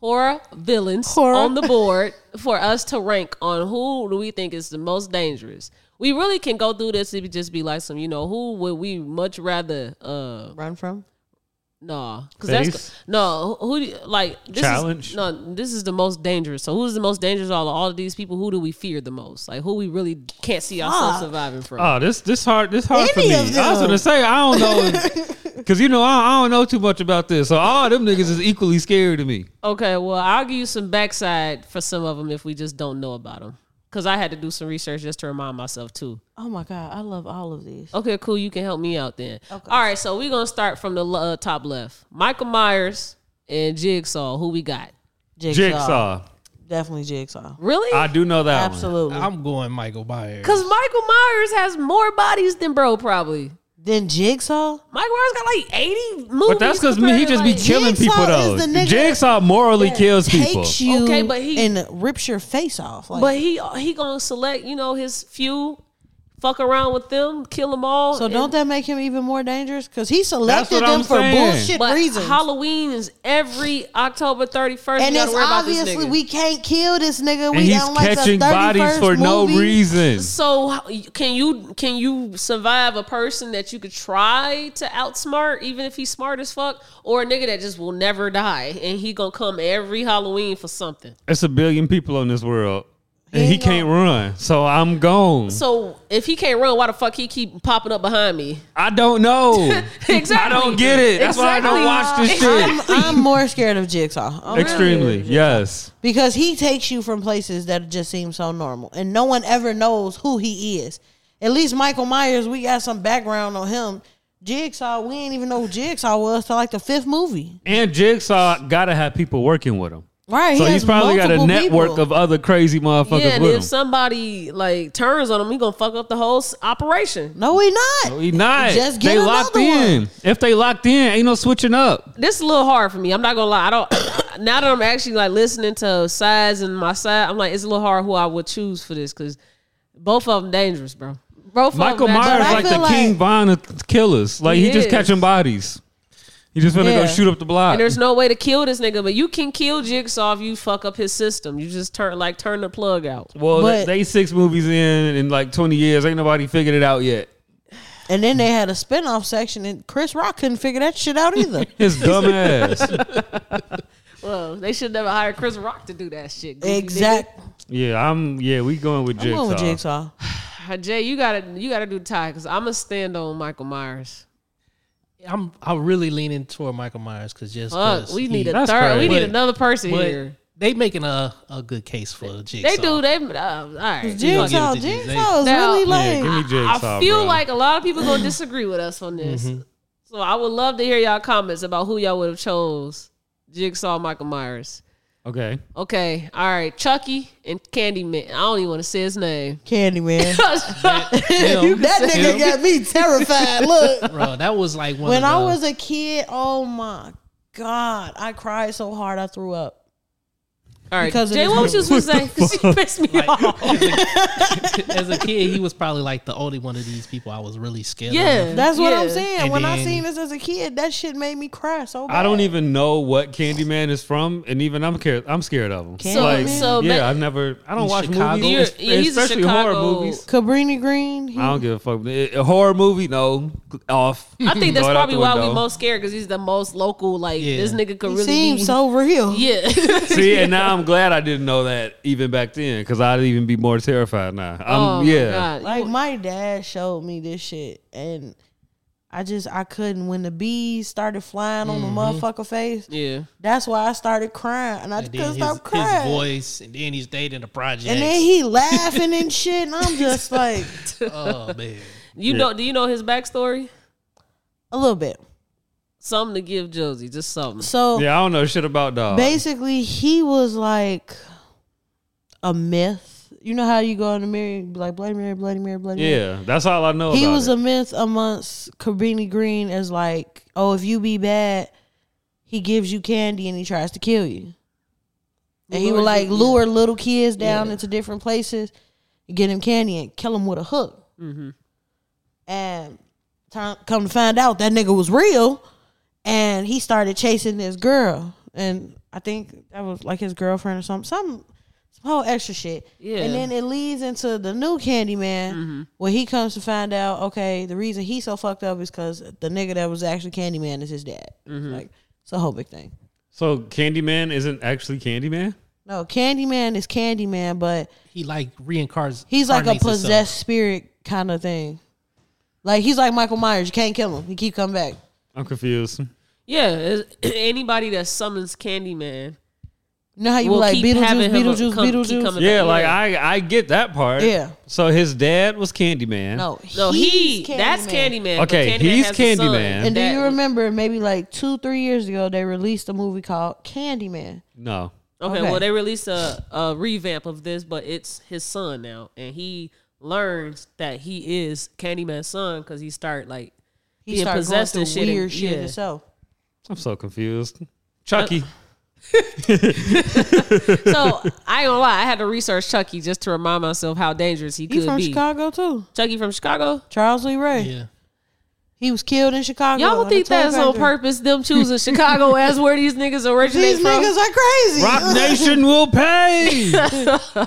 A: horror villains
C: Horror.
A: on the board for us to rank on who do we think is the most dangerous. We really can go through this. It would just be like some, you know, who would we much rather? uh
C: Run from.
A: Nah, because
B: Face?
A: that's no who do you- like this Is,
B: Challenge?
A: no, this is the most dangerous. So who's the most dangerous? All of all of these people, who do we fear the most? Like who we really can't see ourselves
C: Fuck.
A: surviving from?
B: Oh, this this hard this hard for
C: Any
B: me. I
C: of
B: was
C: them.
B: gonna say I don't know because you know I, I don't know too much about this. So all them niggas is equally scary to me.
A: Okay, well, I'll give you some backside for some of them if we just don't know about them. Because I had to do some research just to remind myself, too.
C: Oh my god, I love all of these.
A: Okay, cool. You can help me out then. All right, so we're going to start from the uh, top left Michael Myers and Jigsaw. Who we got?
C: Jigsaw.
B: Jigsaw,
C: Definitely Jigsaw.
A: Really?
B: I do know that
C: Absolutely.
D: I'm going Michael Myers.
A: Because Michael Myers has more bodies than Bro, probably.
C: then Jigsaw?
A: Michael Myers got like 80 movies.
B: one. But that's because me he
A: compared to,
B: just be
A: like-
B: killing
C: Jigsaw
B: people
C: is
B: though.
C: the nigga
B: Jigsaw morally kills people.
C: Takes you
A: Okay, but he-
C: and rips your face off. Like,
A: But he he going to select, you know, his few, fuck around with them, kill them all.
C: so
A: and-
C: don't that make him even more dangerous? Because he selected
B: what
C: them
B: I'm
C: for
B: saying.
C: bullshit
A: But
C: reasons.
A: Halloween is every October 31st.
C: and
A: you gotta
C: it's
A: worry about this
C: obviously
A: nigga.
C: we can't kill this nigga.
B: And
C: we
B: he's
C: don't like
B: catching
C: the 31st
B: bodies for no
C: movie.
B: reason.
A: So h- can you can you survive a person that you could try to outsmart, even if he's smart as fuck, or a nigga that just will never die and he gonna come every Halloween for something?
B: It's a billion people in this world, and
C: He
B: he
C: ain't gonna-
B: can't run. So I'm gone.
A: So if he can't run, why the fuck he keep popping up behind me?
B: I don't know.
A: Exactly.
B: I don't get it. That's why I don't watch this
A: Exactly.
B: shit.
C: I'm, I'm more scared of Jigsaw. I'm
B: Extremely, yes.
C: because he takes you from places that just seem so normal and no one ever knows who he is at least michael myers we got some background on him jigsaw we ain't even know who jigsaw was till like the fifth movie
B: And Jigsaw gotta have people working with him.
C: right
B: So he's probably got a network of other crazy motherfuckers
A: Yeah, and
B: with
A: if
B: him.
A: somebody like turns on him, he gonna fuck up the whole s- operation.
C: no we not
B: he not.
C: Just get
B: they
C: another
B: locked
C: one.
B: in. If they locked in, ain't no switching up.
A: this is a little hard for me. I'm not gonna lie. I don't. now that I'm actually like listening to sides and my side, I'm like it's a little hard who I would choose for this because both of them dangerous, bro. Both
B: Michael
A: of them
B: Myers
C: I
B: like the
C: feel
B: King
C: like-
B: Von of killers. Like
A: He
B: he, just
A: is.
B: catching bodies. He just gonna
C: Yeah.
B: go shoot up the block.
A: And there's no way to kill this nigga, but you can kill Jigsaw if you fuck up his system. You just turn like turn the plug out.
B: well,
C: But-
B: they six movies in in like 20 years. Ain't nobody figured it out yet.
C: and then they had a spin-off section and chris rock couldn't figure that shit out either
B: His dumb ass.
A: Well, they should never hire Chris Rock to do that shit. goofy nigga.
C: exact
B: yeah, I'm. Yeah, we going with
C: i'm
B: Jigsaw.
C: going with jigsaw
A: Uh, Jay, you gotta you gotta do tie because I'm gonna stand on Michael Myers.
D: I'm I'm really leaning toward Michael Myers because just
A: Fuck,
D: 'cause
A: we
D: he-
A: need a
B: that's
A: third. We
B: crazy.
A: need
D: But-
A: another person
D: but
A: here.
D: They making a, a good case for Jigsaw.
A: They do. They uh, all right.
D: gonna
C: jigsaw
D: give it to
C: jigsaw is
A: Now-
C: really
B: Yeah,
C: like
B: give me Jigsaw.
A: I feel
B: bro. Mm-hmm.
A: like a lot of people gonna disagree with us on this. So I would love to hear y'all comments about who y'all would have chose. Jigsaw, Michael Myers.
B: okay.
A: Okay, all right, Chucky and Candyman. I don't even want to say his name.
C: Candyman.
D: Him,
C: that nigga
D: him.
C: got me terrified. Look,
D: Bro, that was like one
C: when
D: of
C: I
D: the,
C: was a kid, oh my god, I cried so hard I threw up.
A: All right,
C: Because of
A: Jay,
C: his
A: what was you supposed to say? Because you pissed me off.
D: as a kid, he was probably like the only one of these people I was really scared
A: Yeah.
D: of.
C: That's what I'm
A: Yeah.
C: saying.
D: And
C: when I
D: then-
C: seen this as a kid, that shit made me cry so bad.
B: I don't even know what Candyman is from, and even I'm scared. I'm scared of him.
C: So-
A: so
B: yeah,
A: ma-
B: I've never. I don't
D: In
B: watch
D: Chicago?
B: movies,
A: You're-
B: es-
A: yeah, he's a
B: especially
A: Chicago-
B: horror movies.
C: Cabrini Green.
B: I don't give a fuck. A a horror movie, no, off.
A: I think that's
B: Throw it out
A: probably
B: the
A: why we
B: window.
A: most scared because he's the most local. Like
D: Yeah.
A: this nigga could
C: he
A: really
C: seems
A: be.
C: so real.
A: yeah,
B: See, and now I'm glad I didn't know that even back then, because I'd even be more terrified now. I'm
A: oh my
B: Um, yeah.
A: God.
C: Like my dad showed me this shit and I just I couldn't when the bees started flying on
D: Mm-hmm.
C: the motherfucker face.
A: Yeah.
C: That's why I started crying and I
D: And then
C: couldn't
D: his,
C: stop
D: his
C: crying.
D: voice, and then he's dating the project.
C: and then he laughing and shit, and I'm just like
D: oh man,
A: You know? Do you know his backstory?
C: a little bit.
A: Something to give Josie, just something.
C: So
B: Yeah, I don't know shit about dog.
C: basically he was like a myth. You know how you go in the mirror, and be like Bloody Mary, Bloody Mary, Bloody Mary.
B: Yeah, that's all I know.
C: He
B: about
C: was
B: it.
C: a myth amongst Cabrini Green as like, oh, if you be bad, he gives you candy and he tries to kill you. And he would
A: Lures
C: like
A: you-
C: lure little kids down into different places, get him candy and kill him with a hook.
B: Mm-hmm.
C: And time, come to find out, that nigga was real, and he started chasing this girl, and I think that was like his girlfriend or something. Some some whole extra shit.
A: Yeah.
C: And then it leads into the new Candyman, where he comes to find out, okay, the reason he's so fucked up is because the nigga that was actually Candyman is his dad. Like, it's a whole big thing.
B: so Candyman isn't actually Candyman.
C: No, Candyman is Candyman, but
D: he like reincarnates.
C: he's like a
D: incarnates
C: possessed
D: himself.
C: spirit kind of thing. Like he's like Michael Myers. You can't kill him. He keep coming back.
B: I'm confused.
A: Yeah. is- Anybody that summons Candyman,
C: You know how you
A: We'll
C: be like
A: keep
C: Beetlejuice,
A: having him
C: Beetlejuice,
A: come- keep
C: Beetlejuice.
A: coming-
B: Yeah, like I I get that part.
C: Yeah.
B: So his dad was Candyman.
C: No,
A: no, he that's
C: Candyman.
A: Candyman. but
B: Okay,
A: Candyman
B: he's
A: has a son.
B: Candyman.
C: And do
A: That-
C: you remember maybe like two, three years ago they released a movie called Candyman?
B: No.
A: Okay,
C: Okay.
A: well, they released a, a revamp of this, but it's his son now, and he learns that he is Candyman's son because he start like
C: He
A: Being
C: started
A: possessed
C: going
A: and
C: through
A: shit and-
C: weird shit
A: yeah.
C: himself.
B: I'm so confused. Chucky.
A: so. I ain't gonna lie, I had to research Chucky just to remind myself how dangerous he,
C: He
A: could
C: from
A: be.
C: Chicago too.
A: Chucky from Chicago.
C: Charles Lee Ray.
D: Yeah,
C: He was killed in Chicago.
A: Y'all
C: in
A: don't
C: a
A: think
C: toy
A: that's on
C: factory.
A: purpose? Them choosing Chicago as where these niggas originate
C: These
A: from.
C: niggas are crazy.
B: Rock Nation will pay.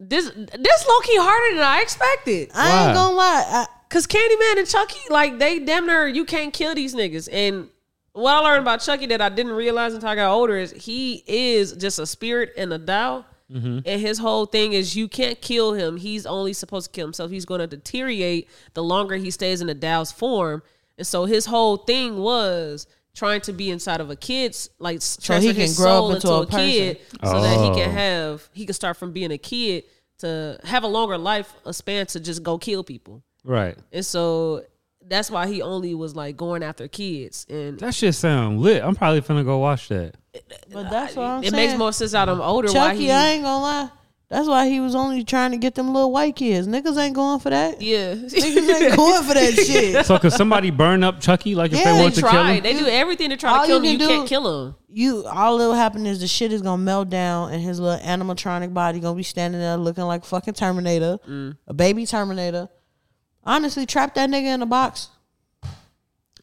A: This this low key harder than I expected.
C: I
B: Why?
C: ain't gonna lie. I,
A: Cause Candyman and Chucky, like they damn near you can't kill these niggas. And what I learned about Chucky that I didn't realize until I got older is he is just a spirit and a doll. And his whole thing is you can't kill him. He's only supposed to kill himself. He's going to deteriorate the longer he stays in a doll's form. And so his whole thing was trying to be inside of a kid's like so
C: he can grow up into a person.
A: kid so that he
B: Oh.
A: can have he can start from being a kid to have a longer life a span to just go kill people.
B: right.
A: And so that's why he only was like going after kids. And
B: That shit sound lit. I'm probably finna go watch that.
C: but that's what I'm
A: Uh, it
C: saying.
A: makes more sense out of older why
C: Chucky,
A: he
C: I ain't gonna lie. That's why he was only trying to get them little white kids. Niggas ain't going for that.
A: Yeah.
C: Niggas ain't going for that shit.
B: So could somebody burn up Chucky like if
C: Yeah,
B: they
A: they
B: want to kill
A: try.
B: him?
A: They do everything to try
C: All
A: to kill him.
C: you
A: You
C: can do-
A: can't kill him.
C: You all that'll happen is the shit is gonna melt down and his little animatronic body gonna be standing there looking like fucking Terminator. A baby Terminator. Honestly, trap that nigga in a box.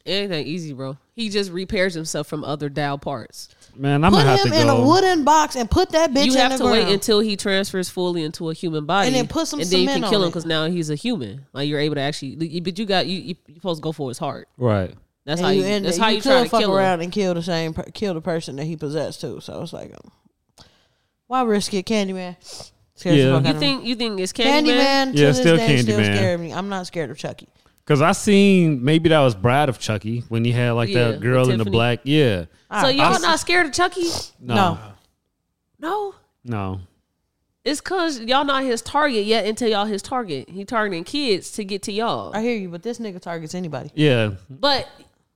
A: It ain't easy, bro. He just repairs himself from other dial parts.
B: Man, I'm
C: Put
B: gonna have to
C: him in a
B: go.
C: wooden box and put that bitch
A: you
C: in
A: have
C: the
A: to wait
C: ground.
A: until he transfers fully into a human body,
C: And then put some
A: and then you can
C: cement
A: kill
C: on
A: him
C: it.
A: because now he's a human. Like you're able to actually, but you got you you you supposed to go for his heart.
B: right.
A: That's
C: And
A: how you.
C: end
A: that's
C: it.
A: how you, try
C: could
A: to
C: fuck
A: kill him.
C: around and kill the same per- kill the person that he possessed too. So it's like, um, why risk it, Candyman? Scares the
B: Yeah.
C: fuck out
B: You
C: of me.
A: You think you think it's Candyman?
C: Candyman to
B: Yeah,
C: this
B: still
C: day still
B: Candyman.
C: scared me. I'm not scared of Chucky.
B: Cause I seen maybe that was Bride of Chucky when he had like
A: Yeah,
B: that girl in the
A: Tiffany.
B: black. Yeah.
A: So y'all
B: I'll-
A: not scared of Chucky?
B: No.
C: No.
A: No.
B: No.
A: It's cause y'all not his target yet until y'all his target. He targeting kids to get to y'all.
C: I hear you, but this nigga targets anybody.
B: Yeah.
A: But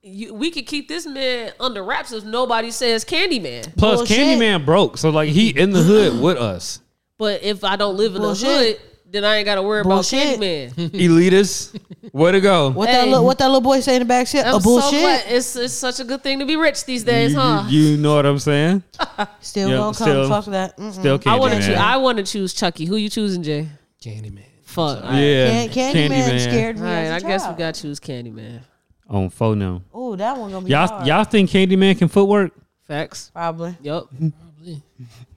A: you, we could keep this man under wraps if nobody says Candyman.
B: Plus
C: Bullshit.
B: Candyman broke. So like he in the hood with us.
A: But if I don't live in the
C: Bullshit.
A: hood, then I ain't got to worry
C: Bullshit.
A: about Candyman.
B: Elitist. Where to go?
C: What
A: Hey.
C: that little, what that little boy say in the back shit?
A: I'm
C: A
A: so glad.
C: bullshit.
A: It's it's such a good thing to be rich these
B: You-
A: days,
B: you,
A: huh?
B: you know what I'm saying?
C: still
B: Yeah,
C: gonna come.
B: still-
C: fuck that. Mm-mm.
B: Still Candyman.
A: I want to choose. I want to choose Chucky. Who you choosing, Jay?
D: Candyman.
A: Fuck. All right,
B: yeah.
C: Can- Candyman, scared
A: All
C: me.
A: right,
C: as a
A: I guess we
C: child.
A: got to choose Candyman.
B: On phone now.
C: Ooh, that one gonna be
B: Y'all,
C: hard.
B: y'all think Candyman can footwork?
A: Facts.
C: Probably.
A: Yup.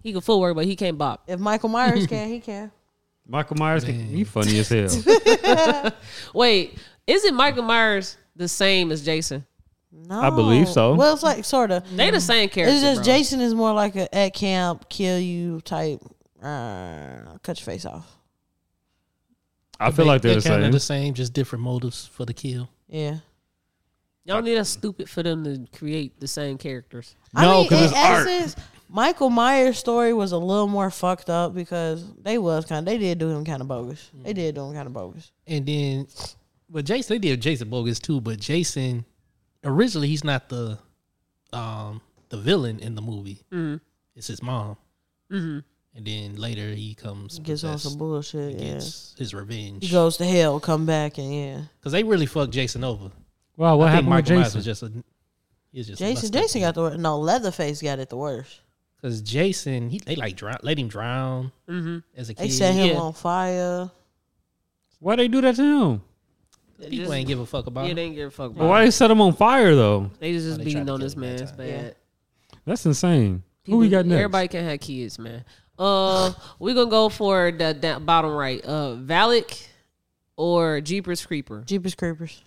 A: He can footwork, but he can't bop.
C: If Michael Myers can, he can.
B: Michael Myers, can, he funny as hell.
A: Wait, isn't Michael Myers the same as Jason?
C: No,
B: I believe so.
C: Well, it's like sort of.
A: They the
B: Mm-hmm.
A: same character.
C: It's just
A: bro.
C: Jason is more like a at camp kill you type. Uh, cut your face off.
B: I feel like they're the
D: kind of
B: same.
D: the same, just different motives for the kill.
C: Yeah.
A: Y'all need us stupid for them to create the same characters.
B: No,
C: I mean,
B: 'cause
C: in
B: it's art.
C: essence, Michael Myers' story was a little more fucked up because they was kind. They did do him kind of bogus.
A: Mm.
C: They did do him kind of bogus.
D: And then, well, Jason, they did Jason bogus too, but Jason, originally, he's not the um the villain in the movie.
B: Mm-hmm.
D: It's his mom. And then later he comes,
C: Gets on
D: possessed
C: some bullshit.
D: and
C: Yeah.
D: gets his revenge.
C: He
D: Because
C: goes to hell, come back, and yeah.
D: they really fucked Jason over.
B: Wow, what
D: I
B: happened
D: think
B: with
D: Michael Myers
B: Jason?
D: was just a. He was just
C: Jason, Jason got the worst. No, Leatherface got it the worst.
D: Because Jason, he, they like drown, let him drown
B: Mm-hmm.
D: as a
C: They
D: kid.
C: set him
A: Yeah.
C: on fire.
B: Why they do that to him?
D: People
A: Just-
D: ain't give a fuck about
A: Yeah,
D: him.
A: they didn't give a fuck
B: But
A: about
B: why
A: it.
B: they set him on fire though?
A: They just,
D: Oh, they tried
A: beating
D: to
A: on
D: kill
A: this
D: him that
A: man's
D: time.
A: bad.
C: Yeah.
B: That's insane. Who we got next?
A: Everybody can have kids, man. Uh, we're gonna go for the, da- bottom right. Uh, Valak or Jeepers Creeper.
C: Jeepers Creepers.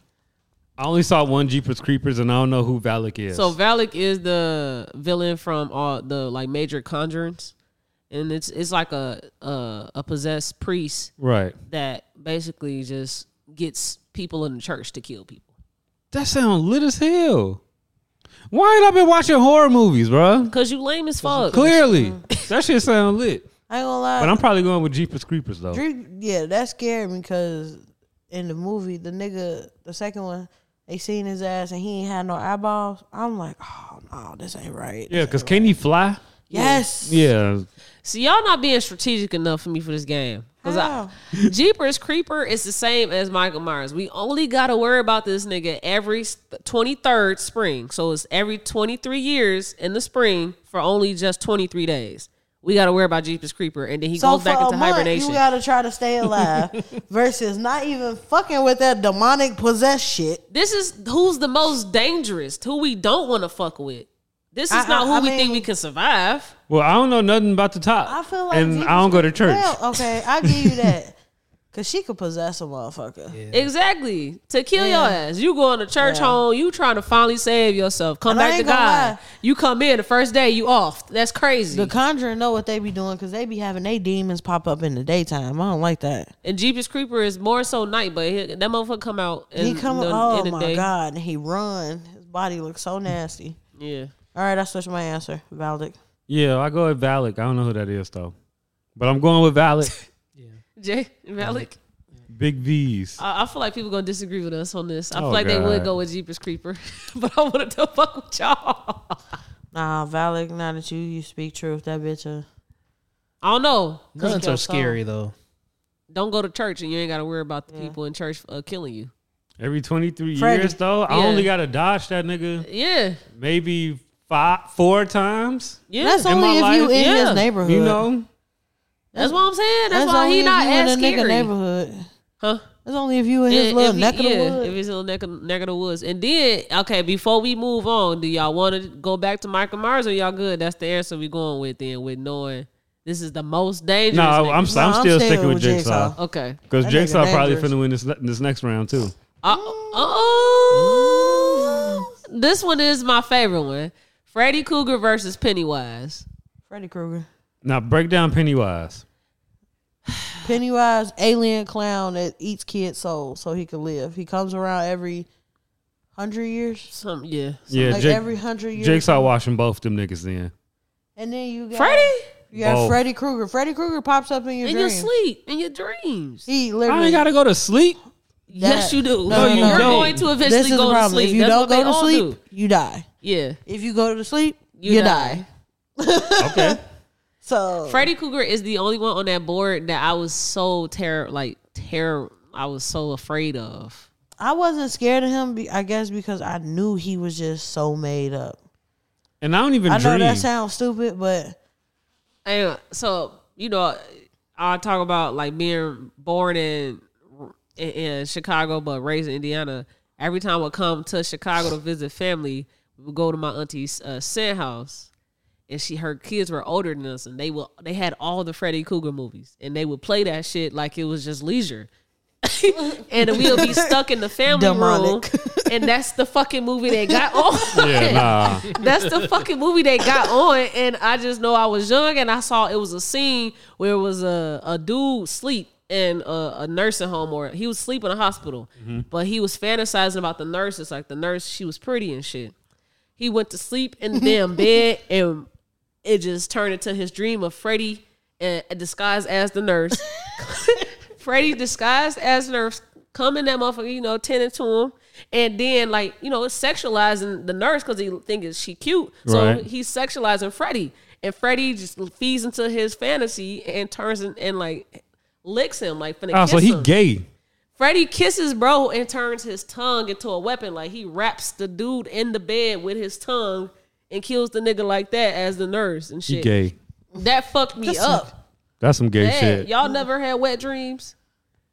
B: I only saw one Jeepers Creepers, and I don't know who Valak is.
A: So Valak is the villain from all the like major conjurings, and it's it's like a a, a possessed priest
B: right,
A: that basically just gets people in the church to kill people.
B: that sound lit as hell. Why ain't I been watching horror movies, bruh?
A: Cause you lame as fuck.
B: Clearly,
D: Mm.
B: that shit sound lit.
C: I ain't gonna lie.
B: But I'm probably going with Jeepers Creepers though.
C: Drew- yeah, that scared me because in the movie, the nigga, the second one, they seen his ass and he ain't had no eyeballs. I'm like, oh no, this ain't right.
B: Yeah, because can he fly?
C: Yes.
B: Yeah,
A: See, y'all not being strategic enough for me for this game. Cause I,
C: How?
A: Jeepers Creeper is the same as Michael Myers. We only gotta worry about this nigga every twenty third spring. So it's every twenty three years in the spring for only just twenty three days. We gotta worry about Jeepers Creeper, and then he
C: So
A: goes
C: for
A: back
C: a
A: into
C: month,
A: hibernation.
C: you gotta try to stay alive versus not even fucking with that demonic possessed shit.
A: this is who's the most dangerous, who we don't want to fuck with. This is
C: I- I-
A: not who
C: I
A: we
C: mean-
A: think we can survive.
B: Well, I don't know nothing about the top.
C: I feel like
B: and
C: Jesus-
B: I don't go to church.
C: Well, uh, okay, I give you that. Cause she could possess a motherfucker.
A: Exactly. To kill your ass. You going to church home, you trying to finally save yourself. Come
C: And I
A: back to
C: ain't gonna
A: God.
C: lie.
A: You come in the first day, you off. That's crazy.
C: The conjuring know what they be doing because they be having they demons pop up in the daytime. I don't like that.
A: and Jeepers Creeper is more so night, but he- that motherfucker come out in,
C: He come
A: the,
C: oh
A: in the
C: my
A: day.
C: god, and he run. His body looks so nasty.
A: Yeah.
C: All right, I switched my answer. Valdic.
B: Yeah, I go with Valak. I don't know who that is though, but I'm going with Valak.
A: Jay Malik,
B: Big V's.
A: I, I feel like people gonna disagree with us on this. I feel
B: Oh,
A: like they would
B: God.
A: go with Jeepers Creeper, but I wanted to fuck with y'all.
C: Nah, Valak. Now that you you speak truth, that bitch. uh, A,
A: I don't know.
D: Guns are scary though.
A: Don't go to church and you ain't got to worry about the people in church uh, killing you.
B: Every 23
C: Freddy.
B: years though, I
A: Yeah.
B: only got to dodge that nigga
A: Yeah,
B: maybe five, four times.
A: yeah.
C: that's
A: That's,
B: In my
C: only if you
B: life,
C: in
A: yeah.
C: his neighborhood.
B: You know,
A: what I'm saying. That's, why
C: only
A: he
C: if
A: not
C: you
A: as
C: in a nigga
A: scary.
C: neighborhood.
A: Huh?
C: That's only if you in his
A: if
C: little
A: he-
C: neck of the
A: yeah,
C: woods.
A: If it's a little neck of, neck of the woods. And then, okay, before we move on, do y'all want to go back to Michael Myers or y'all good? That's the answer we going with then, with knowing this is the most dangerous.
B: no, I'm, I'm
A: nigga.
B: still,
C: I'm still
B: sticking with
C: with Jigsaw.
B: Jigsaw
A: Okay.
B: because
C: That nigga
B: Jigsaw probably
C: dangerous.
B: finna win this ne- this next round too.
A: Uh, oh. This one is my favorite one. Freddy Cougar versus Pennywise.
C: Freddy Krueger,
B: Now break down Pennywise.
C: Pennywise, alien clown that eats kids' souls so he can live. He comes around every hundred years,
A: Some yeah.
B: yeah,
C: like
B: Jig-
C: every hundred years.
B: Jigsaw washing both them niggas in.
C: And then you got
A: Freddy
C: You got
B: Both.
C: Freddy Krueger. Freddy Krueger pops up in your
A: in your
C: dreams.
A: sleep, in your dreams.
C: He
B: I
C: literally
B: ain't gotta go to sleep.
A: yes, you do.
C: No, no,
A: You're
C: no.
A: going to eventually
C: this is
A: go
C: the
A: to
C: problem.
A: sleep.
C: If you
A: That's
C: don't
A: what they
C: go to
A: all
C: sleep,
A: do.
C: you die.
A: Yeah.
C: If you go to sleep,
A: You
C: you,
A: die.
C: die.
B: Okay,
C: So
A: Freddy Cougar is the only one on that board that I was so terror like terror I was so afraid of.
C: I wasn't scared of him. be- I guess because I knew he was just so made up.
B: and I don't even
C: I know
B: dream.
C: that sounds stupid, but
A: And so, you know, I talk about like being born in, in in Chicago but raised in Indiana. Every time I come to Chicago to visit family, we would go to my auntie's uh, Sin house, and she her kids were older than us, and they will they had all the Freddy Cougar movies, and they would play that shit like it was just leisure. and we'll be stuck in the family
C: Demonic.
A: room, and that's the fucking movie they got on.
B: yeah, nah.
A: That's the fucking movie they got on, and I just know I was young, and I saw it was a scene where it was a a dude sleep, in a, a nursing home or he was sleeping in a hospital, but he was fantasizing about the nurses, like the nurse, she was pretty and shit. He went to sleep in the damn bed and it just turned into his dream of Freddie and disguised as the nurse. Freddie disguised as the nurse coming that motherfucker, you know, tending to him. And then like, you know, it's sexualizing the nurse because he thinks she cute. So
B: Right.
A: he's sexualizing Freddie. And Freddie just feeds into his fantasy and turns and, and like licks him, like finna
B: Oh,
A: kiss
B: so he
A: him.
B: gay.
A: Freddie kisses bro and turns his tongue into a weapon. Like he wraps the dude in the bed with his tongue and kills the nigga like that as the nurse and
B: He
A: shit.
B: gay.
A: That fucked me up.
B: That's some gay
A: Bad.
B: shit.
A: Y'all never had wet dreams?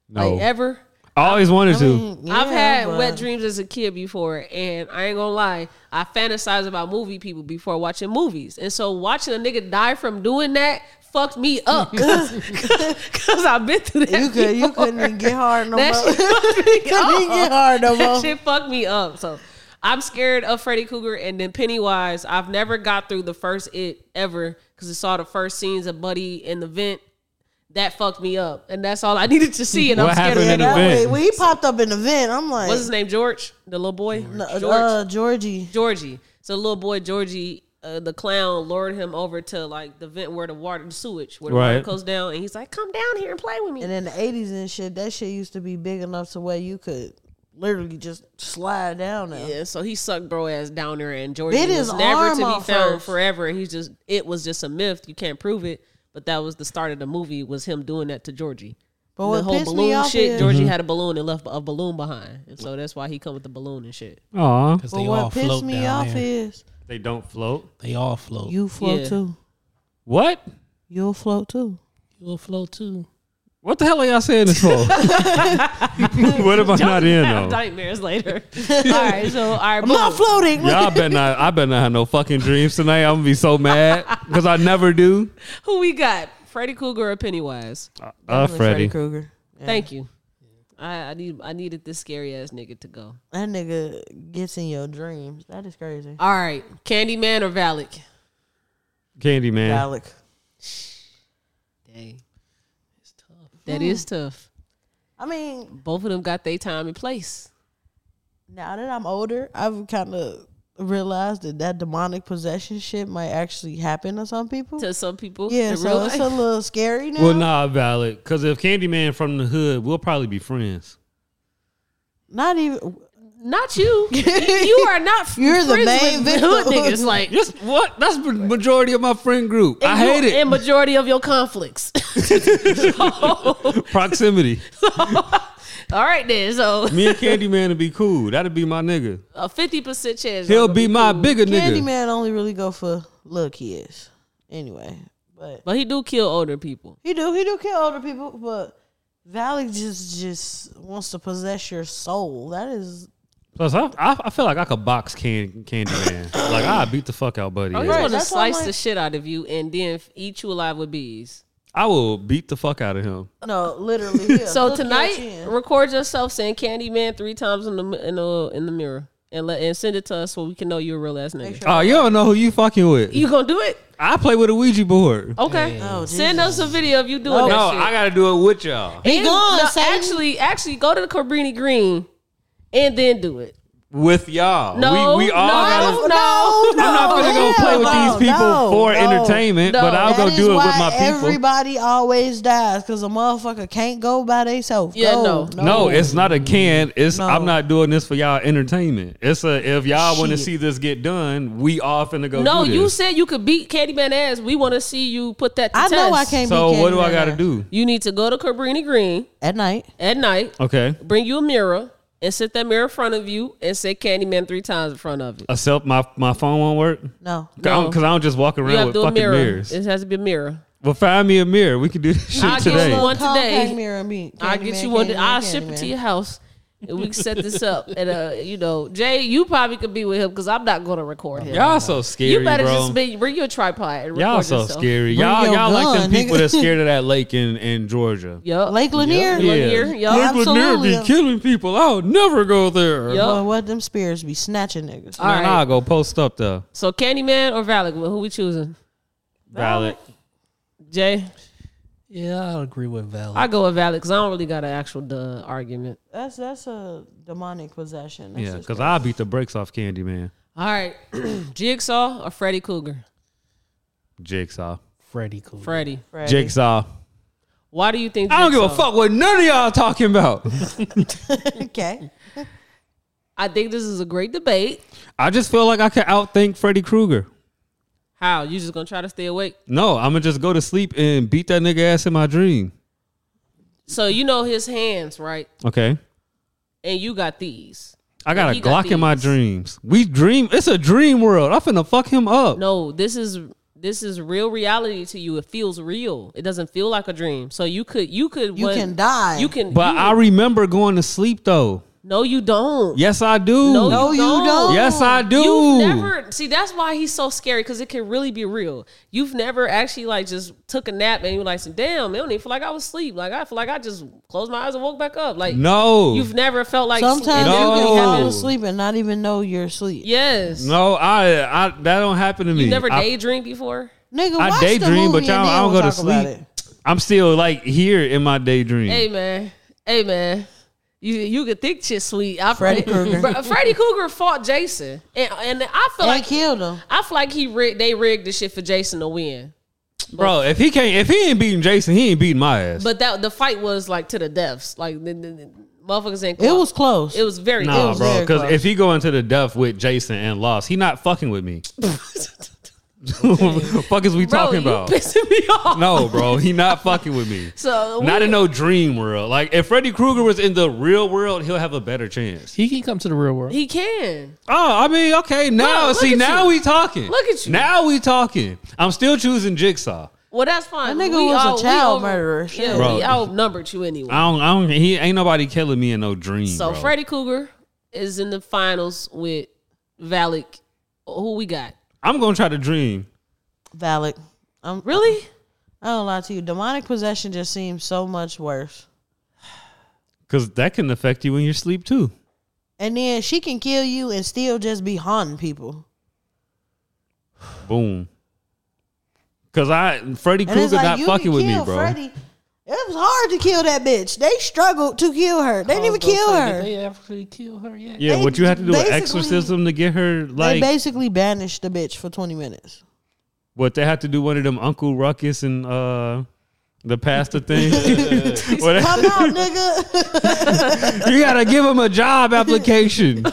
B: no,
A: Like ever?
B: I always wanted to.
A: I've had
C: but-
A: wet dreams as a kid before, and I ain't gonna lie, I fantasize about movie people before watching movies, and so watching a nigga die from doing that fucked me up because I've been through that.
C: You could you
A: before.
C: couldn't even get hard no
A: That
C: more.
A: shit fucked me
C: couldn't
A: up.
C: get hard no
A: That
C: more.
A: shit fucked me up. So I'm scared of Freddy Krueger and then Pennywise. I've never got through the first it ever because I saw the first scenes of Buddy in the vent. That fucked me up, and that's all I needed to see. And I'm
B: What
A: scared
B: happened
A: of
B: in the
A: that.
C: That way,
B: event.
C: when he popped up in the vent, I'm like,
A: What's his name? George, the little boy.
C: uh,
A: George.
C: uh, Georgie.
A: Georgie. So little boy Georgie, uh, the clown, lured him over to like the vent where the water, the sewage, where the water
B: Right.
A: goes down, and he's like, "Come down here and play with me."
C: And in the 80s and shit, that shit used to be big enough to where you could literally just slide down there.
A: yeah, so he sucked bro ass down there, and Georgie
C: Bit
A: was
C: his
A: never to
C: arm
A: be found
C: off first.
A: forever. And he's just, it was just a myth. You can't prove it. But that was the start of the movie. Was him doing that to Georgie?
C: But
A: the
C: what
A: whole
C: Oh, pissed me
A: balloon
C: off
A: shit.
C: is-
A: Georgie had a balloon and left a balloon behind, and so that's why he come with the balloon and shit.
B: Aw.
D: because
C: But
D: they all
C: what pissed
D: float
C: me
D: down
C: off
D: there.
C: is
B: They don't float.
D: They all float. You
C: you float
A: Yeah.
C: too.
B: What?
C: You'll float too.
D: will float too.
B: What the hell are y'all saying this for? what am I not in
A: Have
B: though?
A: nightmares later. all right, so all right,
C: I'm not
A: boom.
C: floating.
B: Y'all better not. I better not have no fucking dreams tonight. I'm gonna be so mad because I never do.
A: who we got? Freddy Krueger or Pennywise?
B: Uh,
C: Freddy
B: Freddie.
C: Krueger. Yeah.
A: Thank you. I, I need I needed this scary ass nigga to go.
C: That nigga gets in your dreams. That is crazy.
A: All right, Candyman or Valak?
B: Candy man.
C: Alec.
A: Dang, it's tough. That is tough.
C: I mean,
A: Both of them got their time and place.
C: now that I'm older, I've kind of realized that that demonic possession shit might actually happen to some people.
A: To some people,
C: yeah,
A: in
C: so
A: real
C: it's a
A: life.
C: little scary now.
B: Well, nah, valid. Because if Candyman from the hood, we'll probably be friends.
C: Not even.
A: not you. you are not.
C: You're the
A: friends with
C: main victim.
A: hood niggas. Like
B: Yes, what? That's the majority of my friend group. I
A: and
B: hate
A: you-
B: it.
A: And majority of your conflicts. So-
B: Proximity.
A: all right then. So
B: Me and Candyman would be cool. That'd be my nigga.
A: a fifty percent chance.
B: He'll
A: I'm gonna
B: be my
A: cool.
B: bigger nigga.
C: Candyman only really go for little kids. Anyway, but
A: But he do kill older people.
C: he do he do kill older people, but Valley just just wants to possess your soul. That is
B: Plus, I, I I feel like I could box can, Candyman. like I beat the fuck out, buddy.
A: Oh, he's
B: Yeah.
A: gonna
C: that's why I'm
A: slice the
C: like-
A: shit out of you and then f- eat you alive with bees.
B: I will beat the fuck out of him.
C: no literally. he'll
A: So
C: hook your
A: tonight,
C: chin.
A: record yourself saying "Candyman" three times in the in the in the mirror, and let and send it to us so we can know you're a real ass nigga.
C: sure-
B: Oh, you don't know who you fucking with.
A: You gonna do it?
B: I play with a Ouija board.
A: Okay.
C: Oh,
A: send us a video of you doing
B: no,
A: that shit.
B: I gotta do it with y'all.
A: And-
C: gone, Satan.
A: actually, actually, go to the Cabrini Green, and then do it.
B: With y'all.
A: No,
B: we, we all
A: no,
B: gotta.
A: no, no.
B: I'm not gonna go
C: hell
B: play with
C: no,
B: these people
C: no,
B: for
C: no.
B: entertainment,
A: no.
B: but I'll
C: That
B: go
C: is
B: do it with
C: why
B: my people.
C: Everybody always dies because a motherfucker can't go by themselves.
A: Yeah,
C: go.
A: no.
B: No, it's not a can. It's
C: No.
B: I'm not doing this for y'all entertainment. It's a if y'all want to
C: Shit.
B: see this get done, we all finna go.
A: No,
B: Oh, do
A: you
B: this.
A: said you could beat Candyman ass. We want to see you put that. To
C: I know I
A: test.
C: can't.
B: So
C: be
B: what do
C: Candyman
B: I gotta
C: now.
B: do?
A: You need to go to Cabrini Green
C: at night?
A: at night,
B: Okay,
A: bring you a mirror, and sit that mirror in front of you, and say "Candyman" three times in front of it.
B: a self. My my phone won't work
C: No,
A: No.
B: because I don't just walk
A: You
B: around
A: have
B: with
A: to do a
B: fucking
A: mirror.
B: mirrors.
A: It has to be a mirror.
B: Well, find me a mirror. We can do this shit
A: I'll give
B: today.
A: you one.
C: Compact
A: today,
C: mirror and be
A: I'll get
C: Candyman,
A: you one.
C: Candyman,
A: I'll ship it to
C: Candyman.
A: your house. And we can set this up. And uh, you know, Jay, you probably could be with him because I'm not going to record him.
B: Y'all so scary,
A: you better
B: bro.
A: just be, bring your tripod and record
B: Y'all so
A: yourself.
B: scary. Y'all
C: your
B: y'all like them
C: gun,
B: people
C: nigga.
B: that's scared of that lake in in Georgia.
A: Yup.
C: Lake Lanier.
A: Yeah. Lanier, y'all
B: Lake Lanier
C: absolutely.
B: be killing people. I would never go there.
A: Yup.
C: Boy, what them spirits be snatching niggas?
A: All
B: Man,
A: right.
B: I'll go post up though.
A: So Candyman or Valak? Well, who we choosing?
B: Valid.
A: Jay.
D: Yeah, I agree with Val.
A: I go with valid because I don't really got an actual duh argument.
C: That's that's a demonic possession. That's
B: Yeah,
C: just
B: because
C: crazy.
B: I beat the brakes off Candyman.
A: All right, Jigsaw or Freddy Cougar?
B: Jigsaw.
D: Freddy cool.
A: Freddy.
C: Freddy.
B: Jigsaw.
A: Why do you think?
B: I don't give a
A: Jigsaw-
B: fuck what none of y'all talking about.
C: Okay.
A: I think this is a great debate.
B: I just feel like I can outthink Freddy Krueger.
A: How you just gonna try to stay awake?
B: No, I'm gonna just go to sleep and beat that nigga ass in my dream.
A: So you know his hands, right?
B: Okay.
A: And you got these.
B: I got
A: He
B: a
A: got
B: Glock in my
A: these.
B: dreams. We dream. It's a dream world. I'm finna fuck him up.
A: No, this is this is real reality to you. It feels real. It doesn't feel like a dream. So you could you could
C: You
A: what-
C: can die.
A: You can.
B: But
A: you-
B: I remember going to sleep though.
A: no, you don't.
B: Yes, I do.
A: No,
C: No, you
A: don't.
C: don't.
B: Yes, I do.
A: You've never see that's why he's so scary because it can really be real. You've never actually like just took a nap and you're like, damn, I don't even feel like I was asleep. Like I feel like I just closed my eyes and woke back up. Like
B: no.
A: you've never felt like
C: Sometimes
A: sleep.
C: you
B: No.
C: can fall asleep and not even know you're asleep.
A: yes.
B: no, I, I that don't happen to me.
A: You never
B: I-
A: daydreamed before.
C: Nigga,
B: I
C: watch the
B: daydream,
C: movie
B: but
C: and
B: y'all,
C: then
B: I don't
C: we'll
B: go to
C: talk about
B: sleep.
C: it.
B: I'm still like here in my daydream.
A: Hey man, hey man, you you could think shit sweet. I
C: Freddy Krueger.
A: Bro, Freddy Krueger fought Jason, and and I feel
C: And
A: like
C: killed him.
A: I feel like he rigged, they rigged the shit for Jason to win.
B: Bro, if he can't, if he ain't beating Jason, he ain't beating my ass.
A: But that the fight was like to the deaths. Like the, the, the motherfuckers ain't.
C: It
A: close.
C: was close.
A: It was very.
B: nah,
A: close.
B: bro,
C: very
B: because
C: close.
B: if he go into the death with Jason and lost, he not fucking with me. fuck is we
A: Bro,
B: talking
A: you
B: about?
A: pissing me off.
B: No, bro, he not fucking with me.
A: So we-
B: not in no dream world. Like if Freddy Krueger was in the real world, he'll have a better chance.
D: He can come to the real world.
A: he can.
B: Oh, I mean, okay, now
A: look
B: see,
A: at
B: now
A: you.
B: we talking.
A: Look at you.
B: Now we talking. I'm still choosing Jigsaw.
A: Well, that's fine.
C: That nigga
A: We
C: was a
A: out- we
C: child
A: over-
C: murderer.
A: Yeah,
C: Shit.
B: Bro.
A: we outnumbered you anyway.
B: I don't. I don't. He ain't nobody killing me in no dream.
A: So
B: bro.
A: Freddy Cougar is in the finals with Valak. Who we got?
B: I'm gonna try to dream.
C: valid. I'm Um, really. I don't lie to you. Demonic possession just seems so much worse.
B: Cause that can affect you in your sleep too.
C: And then she can kill you and still just be haunting people.
B: Boom. Cause I Freddy
C: And it's
B: Krueger
C: like
B: not
C: you
B: fucking
C: can
B: with me,
C: kill
B: bro.
C: Freddy. It was hard to kill that bitch. They struggled to kill her. They didn't even kill her.
D: They actually kill her yet?
B: Yeah,
C: They
B: what you have to do an
C: basically-
B: exorcism to get her
C: They
B: like
C: basically banished the bitch for twenty minutes.
B: what they have to do one of them Uncle Ruckus and uh the pastor thing. Whatever.
C: Come out, nigga.
B: you gotta give him a job application.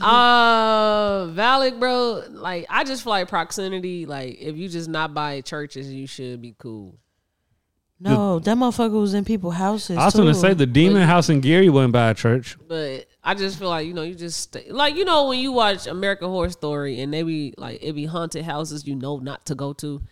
A: Uh, Valak, bro. Like I just feel like proximity. Like if you just not by churches, you should be cool.
C: No, that motherfucker was in people's houses.
B: I was gonna
C: too.
B: say the demon house in Gary wasn't by a church.
A: But I just feel like you know you just stay, like you know when you watch American Horror Story and they be like it be haunted houses you know not to go to.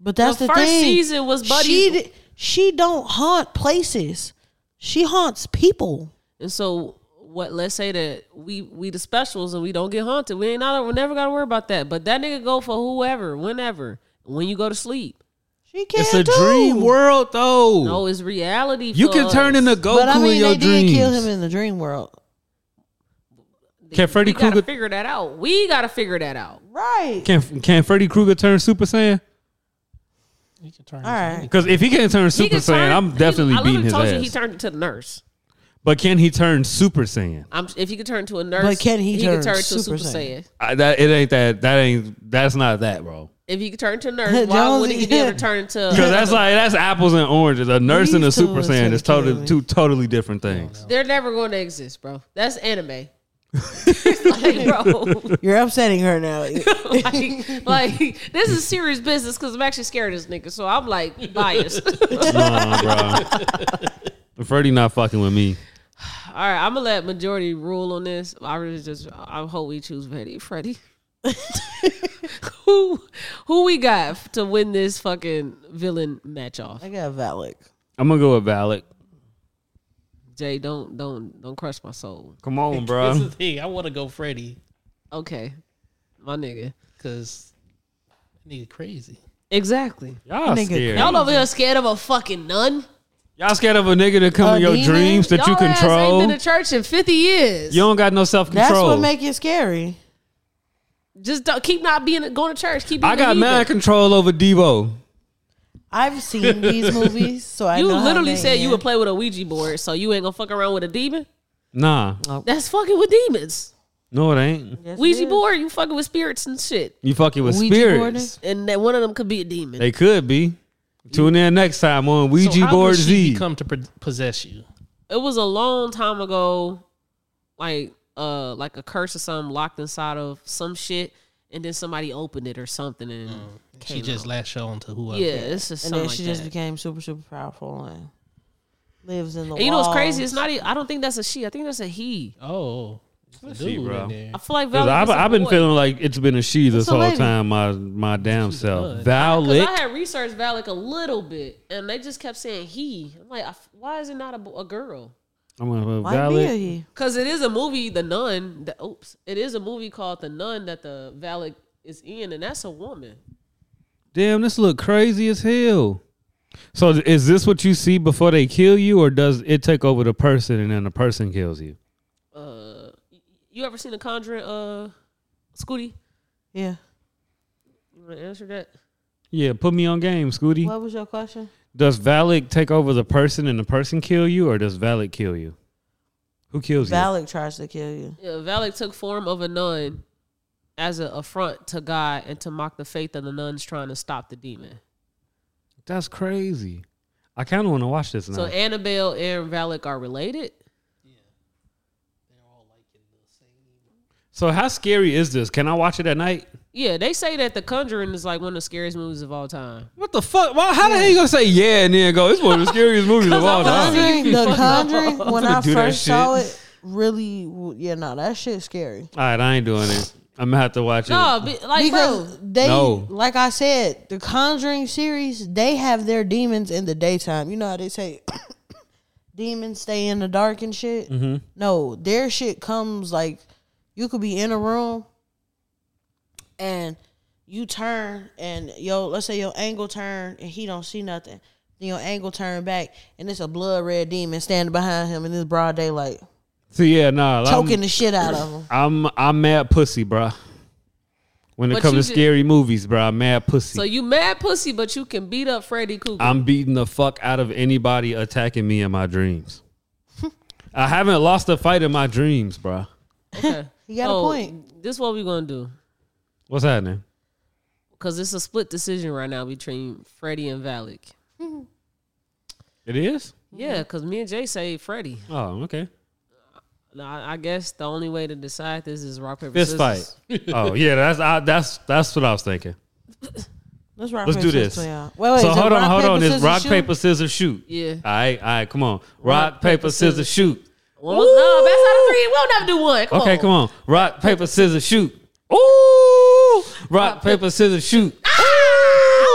C: But that's
A: The
C: the,
A: first
C: thing.
A: season was Buddy-
C: She di- she don't haunt places. She haunts people.
A: And so what? Let's say that we we the specials and we don't get haunted. We ain't not we never gotta worry about that. But that nigga go for whoever, whenever, when you go to sleep.
C: She can't.
B: It's a
C: too.
B: dream world though.
A: No, it's reality.
B: you
A: for
B: can
A: us.
B: turn into Goku
C: But I
B: in
C: mean,
B: your
C: they
B: dreams.
C: did kill him in the dream world,
B: Can Freddy
A: we gotta
B: Krueger
A: figure that out. We gotta figure that out.
C: right?
B: Can can Freddy Krueger turn Super Saiyan?
D: He can turn.
C: All right.
B: Because if he can't turn
A: He
B: Super
A: can
B: Saiyan,
A: turn-
B: I'm
A: he-
B: definitely
A: I literally
B: beating his
A: told
B: ass.
A: you he turned into the nurse.
B: but can he turn Super Saiyan?
A: I'm, if he could turn into a nurse,
C: But can he
A: could
C: turn
A: turn to a
C: Super
A: super saiyan?
C: Saiyan?
B: I, that it ain't that. That ain't. That's not that, bro.
A: If he could turn to a nurse, why would he be able to turn into?
B: Because that's like that's apples and oranges. A nurse and a
C: These
B: Super
C: two
B: Saiyan
C: are
B: is
C: killing
B: totally
C: me.
B: two totally different things.
A: They're never going to exist, bro. That's anime. like, bro,
C: You're upsetting her now.
A: like, like, this is serious business because I'm actually scared of this nigga, so I'm like biased.
B: nah, bro. Freddy not fucking with me.
A: All right, I'm gonna let majority rule on this. I really just, I hope we choose Freddy. Freddy, who, who we got to win this fucking villain match off?
C: I got Valak.
B: I'm gonna go with Valak.
A: Jay, don't, don't, don't crush my soul.
B: Come on,
D: That's the
B: bro.
D: thing. I want to go Freddy
A: Okay, my nigga.
D: because nigga crazy.
A: Exactly.
B: Y'all
C: Nigga,
B: scared.
A: Y'all over here scared of a fucking nun.
B: Y'all scared of a nigga to come
C: A
B: in your
C: demon?
B: dreams that
A: Y'all
B: you
A: Ass ain't
B: control.
A: been to church in 50 years.
B: you don't got no self
C: That's
B: control.
C: what make it scary.
A: Just don't, keep not being going to church. Keep. Being
B: I got
A: a heathen.
B: mad control over Devo.
C: I've seen these movies, so I
A: You
C: know how
A: literally
C: they
A: said you
C: end.
A: would play with a Ouija board, so you ain't gonna fuck around with a demon.
B: Nah,
A: That's fucking with demons.
B: no, it ain't.
C: Yes, it
A: Ouija
C: is.
A: board, you fucking with spirits and shit,
B: You fucking with
C: Ouija
B: spirits.
A: and that one of them could be a demon.
B: They could be. Tune in next time on Ouija
D: so how
B: Board
D: would she
B: Z.
D: become to pr- possess you?
A: it was a long time ago, like uh like a curse or something locked inside of some shit, and then somebody opened it or something, and
D: She just latched on to
B: Oh,
D: whoever.
A: yeah, it's just
C: And
A: something
C: then
A: like
C: she just
A: that.
C: became super, super powerful and lives in the.
A: and you know what's crazy? It's
C: walls.
A: not. e- I don't think that's a she. I think that's a he.
D: Oh,
B: Let's
D: dude
B: see, bro.
D: in there.
A: I feel like Val.
B: I've, I've been feeling like it's been a she this
C: It's a
B: whole
C: lady.
B: time, my my damn self.
D: bud.
A: Because
B: Violet.
A: I had researched Valak a little bit, and they just kept saying he. I'm like, I f- why is it not a, bo- a girl?
B: I'm gonna put
C: Might be a
B: Violet.
C: he.
A: Because it is a movie, The Nun. The, oops, it is a movie called The Nun that the Valak is in, and that's a woman.
B: Damn, this look crazy as hell. So th- is this what you see before they kill you, or does it take over the person and then the person kills you?
A: Uh, y- you ever seen The Conjuring? Uh, Scooty,
C: Yeah.
A: you want to answer that?
B: Yeah, put me on game, Scooty.
C: What was your question?
B: Does Valak take over the person and the person kill you, or does Valak kill you? Who kills
C: Valak tries to kill you.
A: Yeah, Valak took form of a nun as an affront to God and to mock the faith of the nuns trying to stop the demon.
B: you? That's crazy. I kind of want to watch this now.
A: So Annabelle and Valak are related.
B: so how scary is this? Can I watch it at night?
A: Yeah, they say that The Conjuring is like one of the scariest movies of all time.
B: What the fuck? Why, how the hell you gonna say yeah and then go? It's one of the scariest movies of all time.
C: Conjuring, the Conjuring. When I
B: do that
C: first saw
B: shit.
C: it, really, w- yeah, no, that shit's scary.
B: All right, I ain't doing it. I'm gonna have to watch it.
A: No, be, like bro,
C: Because they,
B: No.
C: like I said, the Conjuring series, they have their demons in the daytime. You know how they say demons stay in the dark and shit.
B: Mm-hmm.
C: No, their shit comes like you could be in a room and you turn and yo, let's say your angle turn and he don't see nothing. Then your angle turn back and it's a blood red demon standing behind him in this broad daylight,
B: So yeah, nah. I'm-
C: choking the shit out of him.
B: I'm I'm mad pussy, bruh. When it
A: But
B: comes
A: you
B: to
A: did-
B: scary movies, bruh, I'm mad pussy.
A: so you mad pussy, but you can beat up Freddy Krueger.
B: I'm beating the fuck out of anybody attacking me in my dreams. I haven't lost a fight in my dreams, bruh.
A: Okay.
C: You got a
A: So,
C: point.
A: This what we gonna do
B: What's happening?
A: because it's a split decision right now between Freddy and Valak.
B: It is?
A: Yeah, because me and Jay say Freddy.
B: Oh, okay.
A: Now, I I guess the only way to decide this is rock paper
B: Fist
A: scissors.
B: fight. oh yeah, that's I, that's that's what I was thinking.
C: Let's rock.
B: Let's do
C: paper,
B: this.
C: scissors, y'all. Wait, wait.
B: so
C: is it
B: hold on,
C: rock,
B: hold
C: paper,
B: on. It's
C: scissors,
B: Oh, rock,
C: shoot?
B: paper, scissors, shoot.
A: Yeah.
B: All right, all right. Come on. Rock, paper, scissors, shoot.
A: Well, no, best out of three. We'll never do one. Come
B: Okay,
A: on.
B: come on. Rock, paper, scissors, shoot. Ooh! Rock, paper, scissors, shoot.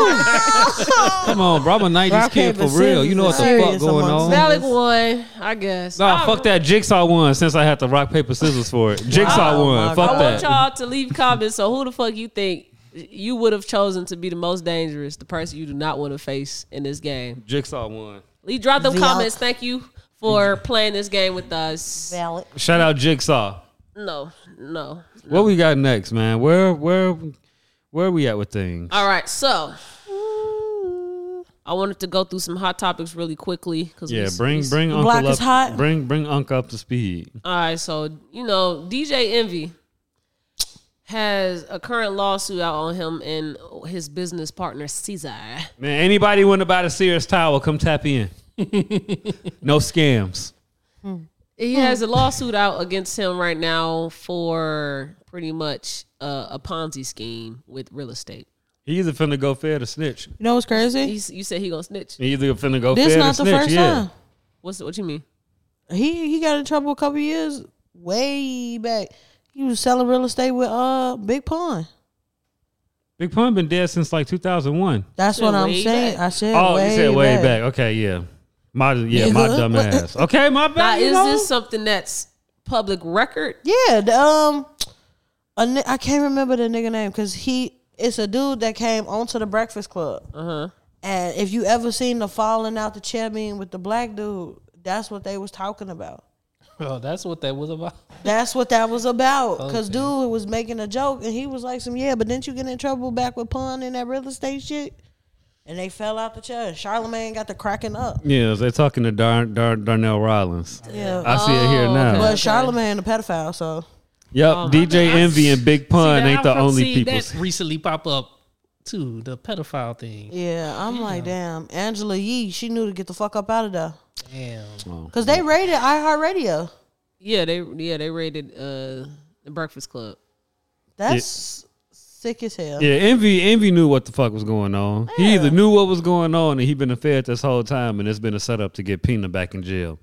B: come on, bro. I'm a 90s
C: Rock,
B: kid
C: paper,
B: for real. You know what
C: scissors
B: the
C: is
B: fuck
C: serious
B: going
C: amongst
B: on.
C: them.
A: Valak won, I guess.
B: Nah,
A: I-
B: fuck that jigsaw one since I had to rock, paper, scissors for it. Jigsaw
C: Wow.
B: one.
C: Oh, My
B: Fuck
A: I want
B: that.
A: y'all to leave comments. So who the fuck you think you would have chosen to be the most dangerous, the person you do not want to face in this game?
B: Jigsaw one.
A: Lee, drop them
C: Valak.
A: comments. Thank you for playing this game with us.
C: Valid.
B: Shout out Jigsaw.
A: No, no.
B: What we got next, man? Where where where are we at with things?
A: All right, so I wanted to go through some hot topics really quickly because
B: Yeah, bring bring Uncle
C: block
B: up.
C: is hot.
B: Bring bring Uncle up to speed.
A: All right, so you know DJ Envy has a current lawsuit out on him and his business partner Caesar.
B: Man, anybody want to buy the Sears Tower? Come tap in. no scams.
A: He has a lawsuit out against him right now for pretty much uh, a Ponzi scheme with real estate.
B: He either finna go fair to snitch.
C: You know what's crazy?
A: He's, you said he gonna snitch.
B: He either finna go
C: this
B: fair
C: not
B: to
C: the
B: snitch.
C: first
B: yeah.
C: time.
A: What's what you mean?
C: He he got in trouble a couple years way back. He was selling real estate with uh Big Pun.
B: Big Pun been dead since like 2001.
C: That's
A: Said
C: what I'm
A: way
C: saying.
A: back.
C: I said
B: Oh,
C: way
B: you said
C: back.
B: way back. Okay, yeah. My yeah, my
C: Nigga.
B: dumb ass. Okay, my
A: Now,
B: bad. you
A: is
B: know?
A: this something that's public record?
C: Yeah, the, um, a ni- I can't remember the nigga name because he it's a dude that came onto the Breakfast Club.
A: Uh huh.
C: And if you ever seen the falling out the chair meme with the black dude, that's what they was talking about.
D: Oh, that's what that was about.
C: That's what that was about. Cause
D: Okay.
C: dude was making a joke and he was like some yeah, but didn't you get in trouble back with pun and that real estate shit? and they fell out the chair. And Charlemagne got the cracking up.
B: Yeah, they're talking to Dar- Dar- Darnell Rollins.
C: Yeah,
B: I see it here
A: Oh,
B: now.
A: okay.
C: but Charlemagne a pedophile, so
B: Yep,
A: Oh, my
B: DJ
A: God.
B: Envy and Big Pun ain't the only
D: see,
B: people.
D: that recently pop up too. The pedophile thing.
C: yeah, I'm like, damn, Angela Yee, she knew to get the fuck up out of there
D: Damn.
B: Oh,
C: because they rated iHeartRadio.
A: Yeah, they yeah they rated uh the Breakfast Club.
C: That's sick as hell.
B: Yeah, Envy Envy knew what the fuck was going on. He either knew what was going on and he been a fed this whole time, and it's been a setup to get Pina back in jail.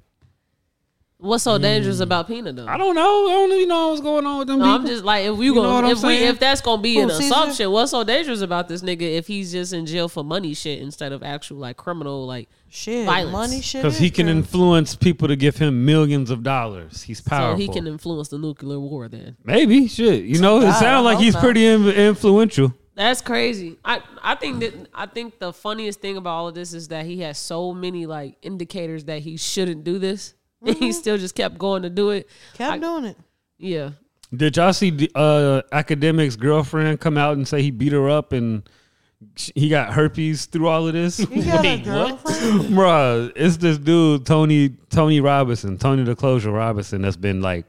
A: What's so dangerous about Pina though?
B: Mm. I don't know. I don't even know what's going on with them
A: No,
B: people.
A: I'm just like if we
B: know what
A: gonna
B: I'm
A: if we
B: saying?
A: if that's gonna be an
C: Who, Caesar?
A: assumption, what's so dangerous about this nigga if he's just in jail for money shit instead of actual like criminal like
C: Shit,
A: Violence.
C: money, shit.
B: because
C: Because
B: he can influence people to give him millions of dollars. He's powerful.
A: so he can influence the nuclear war then.
B: Maybe shit. You know, it
C: God, I
B: sounds like
C: hope
B: he's
C: not.
B: pretty in- influential.
A: That's crazy. I I think that I think the funniest thing about all of this is that he has so many like indicators that he shouldn't do this. And
B: Mm-hmm.
A: he still just kept going to do it.
C: kept
A: I-
C: doing it.
A: Yeah.
B: Did y'all see the, uh, academic's girlfriend come out and say he beat her up and sh- he got herpes through all of this?
C: You got a
D: Wait, what?
C: girlfriend?
B: Bruh, it's this dude Tony Tony Robinson, Tony the Closure Robinson, that's been like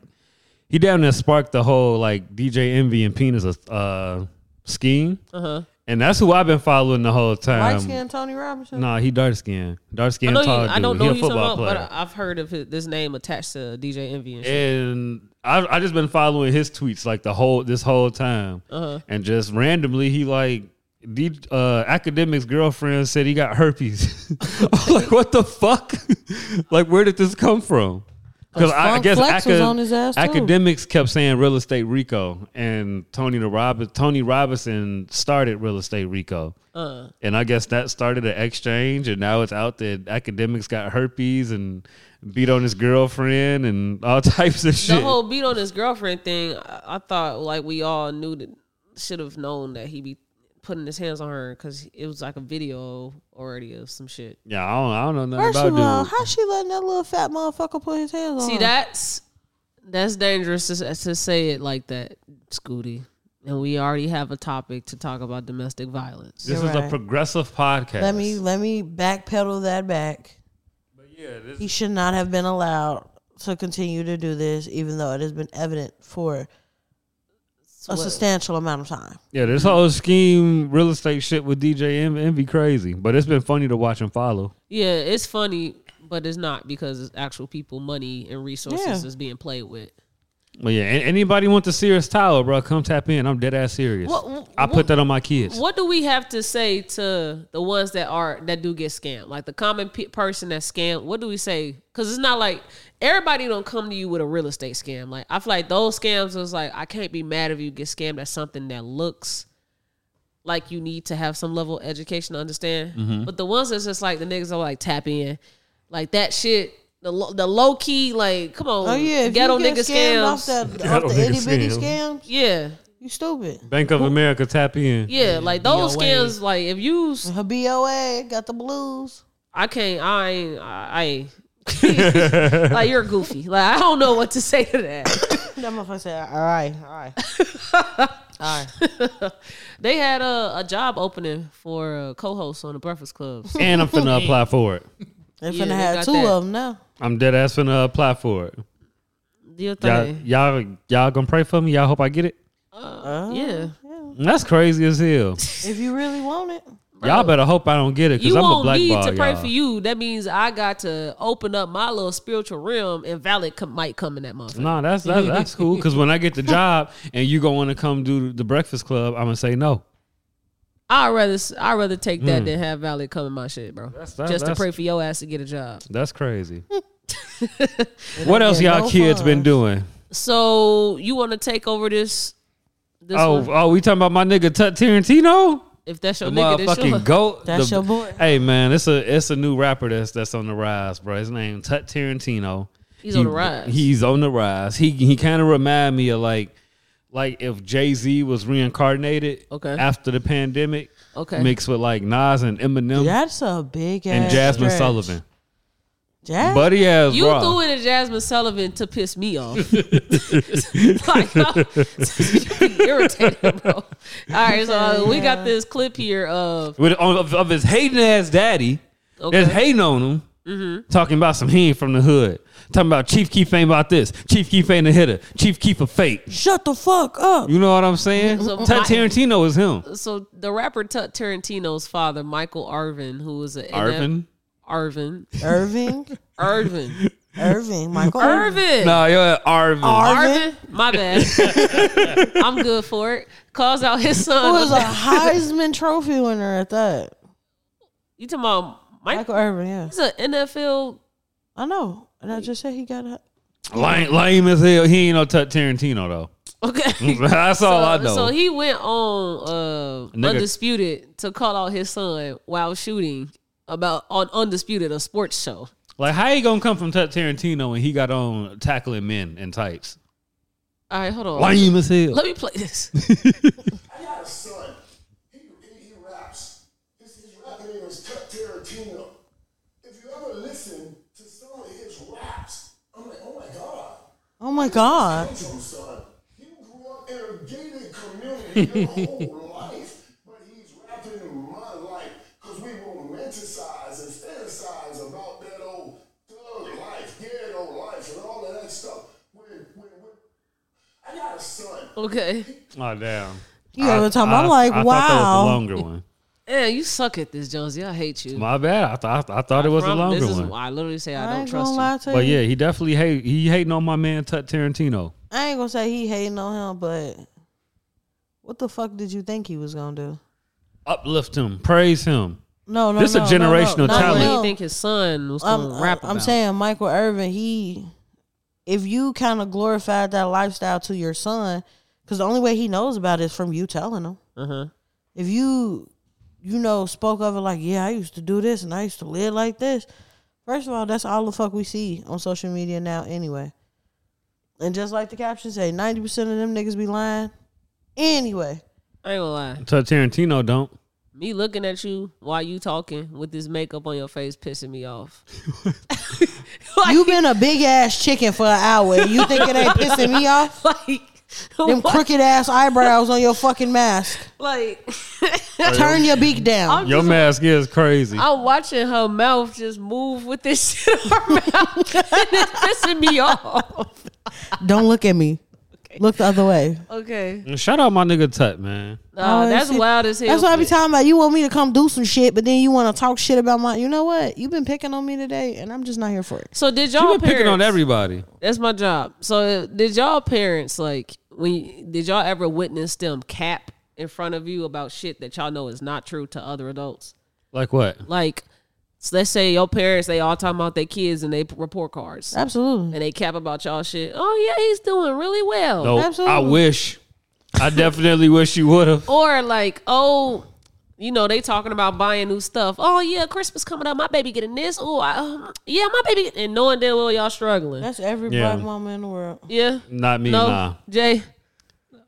B: he damn near sparked the whole like DJ Envy and Penis uh, scheme,
A: Uh huh.
B: and that's who I've been following the whole
C: Light
B: time.
C: skinned Tony Robinson.
B: Um, Nah, he dark skinned dark
A: I
B: skinned
A: know
B: tall
A: you,
B: dude.
A: I don't
B: he
A: know
B: a
A: who you talking
B: football
A: about,
B: player.
A: but I- I've heard of his, this name attached to DJ Envy and shit.
B: and I I just been following his tweets like the whole this whole time,
A: Uh-huh.
B: and just randomly he like. The uh, academic's girlfriend said he got herpes. I'm like, what the fuck? like, where did this come from? Because I, I
C: Funk
B: guess
C: Flex was
B: aca-
C: on his ass, too.
B: academics kept saying real estate Rico, and Tony the Rob- Tony Robinson started real estate Rico,
A: Uh.
B: and I guess that started an exchange, and now it's out that academics got herpes and beat on his girlfriend and all types
A: the
B: of shit.
A: whole beat on his girlfriend thing, I, I thought like we all knew that should have known that he be putting his hands on her because it was like a video already of some shit.
B: yeah, I don't, I don't know nothing
C: First of all,
B: about dude.
C: uh, how she letting that little fat motherfucker put his hands on
A: See,
C: her?
A: that's that's dangerous to, to say it like that, Scooty. And we already have a topic to talk about domestic violence.
B: This
C: You're
B: is a
C: right.
B: progressive podcast.
C: Let me let me backpedal that back.
B: yeah, this,
C: He should not have been allowed to continue to do this, even though it has been evident for a
A: What-
C: substantial amount of time.
B: yeah, this whole scheme, real estate shit with DJ M, Envy crazy, but it's been funny to watch and follow.
A: Yeah, it's funny, but it's not because it's actual people, money, and resources
C: Yeah.
A: is being played with.
B: Well, yeah. an- Anybody want the Sears Tower, bro? Come tap in. I'm dead ass serious.
A: What- what-
B: I put that on my kids.
A: What do we have to say to the ones that are that do get scammed? Like the common pe- person that's scammed. What do we say? Because it's not like everybody don't come to you with a real estate scam. Like I feel like those scams was like I can't be mad if you get scammed at something that looks like you need to have some level of education to understand. But the ones that's just like the niggas are like tap in, like that shit. The, lo- the low key like come on
C: Oh yeah, if
A: ghetto
C: you get
A: nigga
C: scammed
A: scams
C: off, that,
B: Ghetto
C: off the
B: nigga
C: itty bitty
B: scams.
C: scams,
A: yeah
C: you stupid.
B: Bank of America, tap in.
A: yeah like those
D: DOA.
A: scams like if you s-
C: Her BOA got the blues.
A: I can't. I ain't. I ain't. like you're goofy. Like I don't know what to say to that.
C: That motherfucker said, "All right, all right, all right."
A: They had a, a job opening for a co-host on the Breakfast Club.
B: And I'm finna apply for it.
C: They
A: Yeah,
C: finna
A: they
C: have
A: got
C: two
A: that.
C: of them now.
B: I'm dead ass finna apply for it.
A: Do your
B: Y'all,
A: thing.
B: y'all, y'all gonna pray for me. Y'all hope I get it.
C: Uh,
A: Yeah.
B: That's crazy as hell.
C: If you really want it,
B: Y'all better hope I don't get it because
A: You
B: I'm a
A: won't
B: black
A: need
B: ball.
A: to pray
B: y'all.
A: for you. That means I got to open up my little spiritual realm, and valid com- might come in that motherfucker.
B: No, that's that's, that's cool. Because when I get the job and you gonna want to come do the Breakfast Club, I'm gonna say no.
A: I'd rather s- I'd rather take that than have valid come in my shit, bro.
B: Hmm. That's- that-
A: Just to
B: that's-
A: pray for your ass to get a job.
B: That's crazy. what else y'all
C: no
B: kids been
C: funds.
B: doing?
A: So you want to take over this? This
B: Oh,
A: one?
B: oh, we talking about my nigga Tut Tarantino?
A: if that's your
B: The
A: nigga, that's
B: motherfucking
A: your
B: goat.
C: That's
B: the-
C: your boy.
B: Hey man, it's a it's a new rapper that's that's on the rise, bro. His name Tut Tarantino.
A: He's on the rise.
B: He's on the rise. He he kind of remind me of like like if Jay Z was reincarnated
A: Okay.
B: after the pandemic,
A: Okay.
B: mixed with like Nas and Eminem
C: that's a big
B: and
C: ass
B: Jasmine
C: stretch.
B: Sullivan.
C: Jazz?
B: Buddy has
A: You
B: raw.
A: threw in a Jasmine Sullivan to piss me off. like, y'all- you be irritated, bro. All right, so uh, we got this clip here of
B: with on, of, of his hating ass daddy
A: Okay. Mm-hmm.
B: that's hating on him, talking about some he ain't from the hood, talking about Chief Keef ain't about this, Chief Keef ain't a hitter, Chief Keef a fake.
C: Shut the fuck up.
B: You know what I'm saying?
A: So
B: Tar-
A: my-
B: Tarantino is him.
A: so the rapper Tut Tarantino's father, Michael Arvin, who was an
B: Arvin.
A: Arvin,
C: Irving.
A: Arvin,
C: Irving. Michael.
A: Arvin.
B: Nah, yo, Arvin.
A: Arvin, my bad. I'm good for it. Calls out his
C: Who
A: son.
C: was a Heisman Trophy winner at that?
A: you talking about Mike?
C: Michael Irvin, yeah.
A: He's an NFL.
C: I know. And I just said he got a.
B: lame, lame as hell. He ain't no Tar- Tarantino though.
A: Okay.
B: That's all I know.
A: So he went on uh,
B: Nigga.
A: undisputed to call out his son while shooting about on undisputed a sports show.
B: like, how you gonna come from Tar- Tarantino when he got on tackling men in tights?
A: All right, hold on.
B: Lame as hell.
A: Let me play this.
E: I got a son. He, he, he raps. His, his rap name is Cut Tarantino. If you ever listen to some of his raps, I'm like, oh my God.
C: Oh my God.
E: Comes from son. He grew up in a gated community his whole life, but he's rapping in my life because we romanticize and fantasize about that old thug life, ghetto life, and all of that stuff. When, when, when, I got a son.
A: Okay.
B: Oh damn.
C: You ever talking about? I'm
B: I-
C: like,
B: I thought that was the
C: wow.
B: longer one.
A: Man, you suck at this, Jonesy. I hate you.
B: My bad. I thought I, thought it was a
A: Promise-
B: longer
A: this is
B: one.
A: why I literally say I
C: I
A: don't
C: ain't gonna
A: trust
C: lie
A: you.
C: to
B: But
C: you.
B: yeah, he definitely hate he hating on my man Tut Tarantino.
C: I ain't gonna say he hating on him, but what the fuck did you think he was gonna do?
B: Uplift him, praise him.
C: No, no,
B: This a
C: no, no,
B: generational
C: no, no,
A: What
B: talent.
A: do
C: no.
A: you think his son was
C: I'm,
A: going to rap
C: I'm
A: about?
C: saying Michael Irvin, he, if you kind of glorified that lifestyle to your son, because the only way he knows about it is from you telling him.
A: Uh-huh.
C: If you, you know, spoke of it like, yeah, I used to do this and I used to live like this. First of all, that's all the fuck we see on social media now, anyway. And just like the caption say, ninety percent of them niggas be lying. Anyway,
A: I ain't gonna lie.
B: Tut Tarantino don't.
A: Me looking at you while you talking with this makeup on your face pissing me off. like,
C: you been a big ass chicken for an hour. and You think it ain't pissing me off?
A: like,
C: Them
A: what?
C: crooked ass eyebrows on your fucking mask.
A: like
C: Turn your beak down.
A: I'm
B: Your
A: just-
B: mask is crazy.
A: I'm watching her mouth just move with this shit in her mouth, and it's pissing me off.
C: Don't look at me. Look the other way.
A: Okay,
B: Shout out my nigga Tut, man.
A: Nah,
C: Oh,
A: that's
C: see,
A: wild as hell.
C: That's what I be
A: but-
C: talking about. You want me to come do some shit, but then you want to talk shit about my. You know what? You've been picking on me today, and I'm just not here for it.
A: So did
B: You
A: y'all
B: been picking on
A: parents-
B: everybody.
A: That's my job. So uh, did y'all parents like when y- did y'all ever witness them cap in front of you about shit that y'all know is not true to other adults?
B: Like what?
A: Like, so let's say your parents they all talking about their kids and they p- report cards
C: Absolutely.
A: and they cap about y'all shit. Oh yeah, he's doing really well.
B: No,
C: Absolutely.
B: I wish. I definitely wish you would have.
A: Or like, oh, you know, they talking about buying new stuff. Oh yeah, Christmas coming up, my baby getting this. Oh, I, um, yeah, my baby, and knowing damn well y'all struggling.
C: That's every
B: Yeah.
C: black woman in the world.
A: yeah,
B: Not me,
A: no,
B: nah.
A: Jay,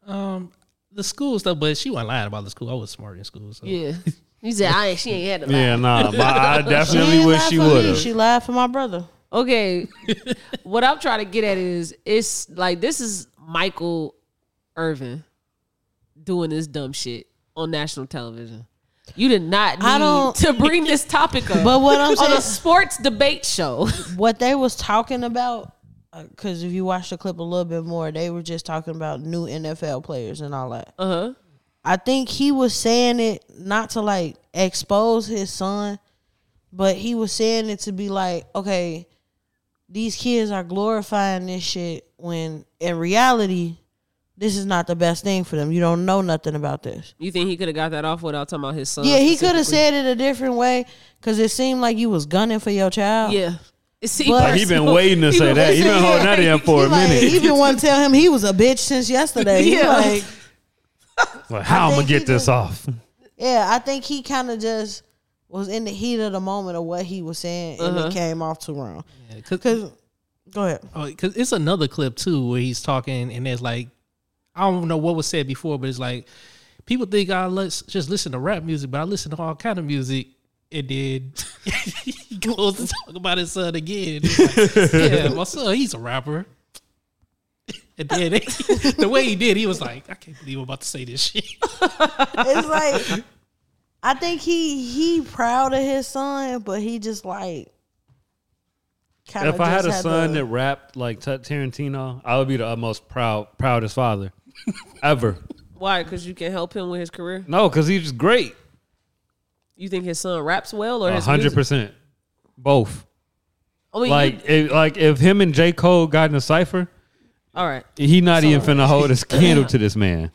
D: Um, the school stuff, but she wasn't lying about the school. I was smart in school. So.
A: yeah. You said I ain't. She ain't had to lie.
B: Yeah, nah. but I definitely
C: ain't
B: wish
C: laugh
B: she
C: for me.
B: would have.
C: She laughed for my brother.
A: Okay. what I'm trying to get at is it's like this is Michael Irvin doing this dumb shit on national television. You did not need
C: I don't-
A: to bring this topic up.
C: But what I'm
A: on a
C: saying,
A: sports debate show.
C: what they was talking about, because if you watch the clip a little bit more, they were just talking about new NFL players and all that.
A: Uh-huh.
C: I think he was saying it not to like expose his son, but he was saying it to be like, okay, these kids are glorifying this shit when in reality, this is not the best thing for them. You don't know nothing about this.
A: You think he could have got that off without talking about his son?
C: Yeah, he could have
A: Uh, specifically?
C: said it a different way because it seemed like you was gunning for your child.
A: Yeah. It seemed
C: But-
B: He been
A: personal.
B: waiting to say that. He been holding that in for
C: He
B: a
C: like,
B: minute.
C: even want to tell him he was a bitch since yesterday. He
A: Yeah.
C: like,
B: Like, how I'm gonna
C: think he
B: get this
C: just-
B: off?
C: Yeah, I think he kind of just was in the heat of the moment of what he was saying, and
A: Uh-huh.
C: it came off too wrong.
D: Yeah, 'cause-
C: Cause, go ahead.
D: Oh, cause it's another clip too where he's talking and there's like, I don't know what was said before, but it's like people think I let's just listen to rap music, but I listen to all kind of music. and then he goes to talk about his son again. And it's like, yeah, my son, he's a rapper. And then they- the way he did, he was like, I can't believe I'm about to say this shit.
C: It's like I think he he proud of his son, but he just like kind
B: if I had a son that rapped like Ta- Tarantino, I would be the utmost proud, proudest father ever.
A: Why? Because you can help him with his career.
B: No, because he's just great.
A: You think his son raps well or his
B: hundred
A: music?
B: percent, both.
A: I mean,
B: Like,
A: you-
B: if, like if him and J Cole got in a cipher,
A: all right,
B: he not even finna hold his candle to this man.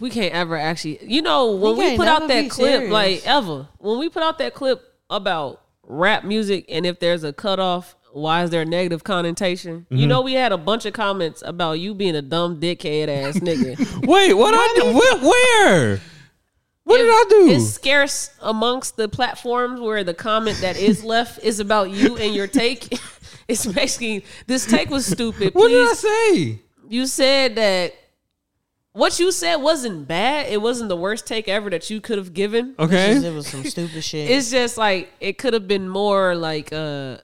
A: we can't ever actually. You know, when
C: We
A: we,
C: can't
A: put out
C: never
A: that
C: be
A: clip,
C: serious.
A: like ever, when we put out that clip about rap music and if there's a cutoff, why is there a negative connotation? You
B: Mm-hmm.
A: know, we had a bunch of comments about you being a dumb dickhead ass nigga.
B: Wait, what I do? What, where? What did I
A: It-
B: do?
A: It's scarce amongst the platforms where the comment that is left is about you and your take. It's basically this take was stupid.
B: What
A: Please,
B: did I say?
A: you said that what you said wasn't bad. It wasn't the worst take ever that you could have given.
B: Okay,
C: it was some stupid shit.
A: It's just like it could have been more like uh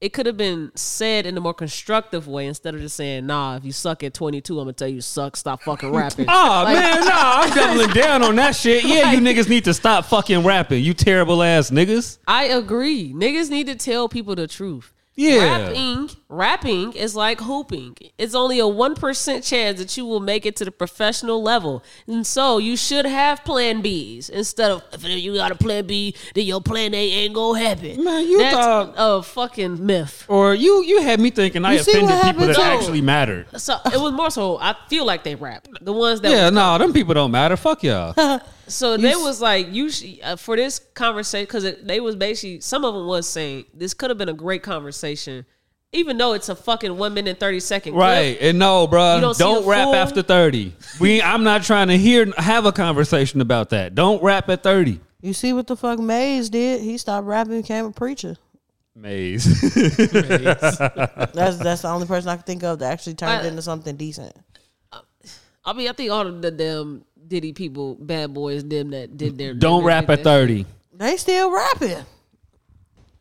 A: it could have been said in a more constructive way instead of just saying, "Nah, if you suck at 22, I'm gonna tell you suck. Stop fucking rapping."
B: Oh
A: Like-
B: man, nah, I'm doubling down on that shit. Yeah, you niggas need to stop fucking rapping. You terrible ass niggas.
A: I agree. Niggas need to tell people the truth.
B: Yeah.
A: Rapping, rapping is like hooping. It's only a 1% chance that you will make it to the professional level. And so you should have plan Bs instead of if you got a plan B, then your plan A ain't gonna happen.
B: Man, you
A: That's
B: thought-
A: a fucking myth.
B: Or you you had me thinking I
C: You see
B: offended
C: what
B: people that
C: happened?
A: No.
B: actually mattered.
A: So it was more so I feel like they rap. The ones that
B: Yeah, nah, them people don't matter. Fuck y'all.
A: So they was like, you sh- uh, for this conversation because they was basically some of them was saying this could have been a great conversation, even though it's a fucking one minute thirty second.
B: Right. And no, bro,
A: You don't
B: don't,
A: see the
B: rap
A: full-
B: after 30. We I'm not trying to hear have a conversation about that. Don't rap at 30.
C: you see what the fuck Maze did? He stopped rapping, became a preacher.
B: Maze.
C: That's that's the only person I can think of that actually turned
A: I-
C: into something decent.
A: I mean, I think all of the damn Diddy people, bad boys, them that did their
B: don't
A: did
B: rap
A: their
B: at
A: thing.
B: 30.
C: They still rapping.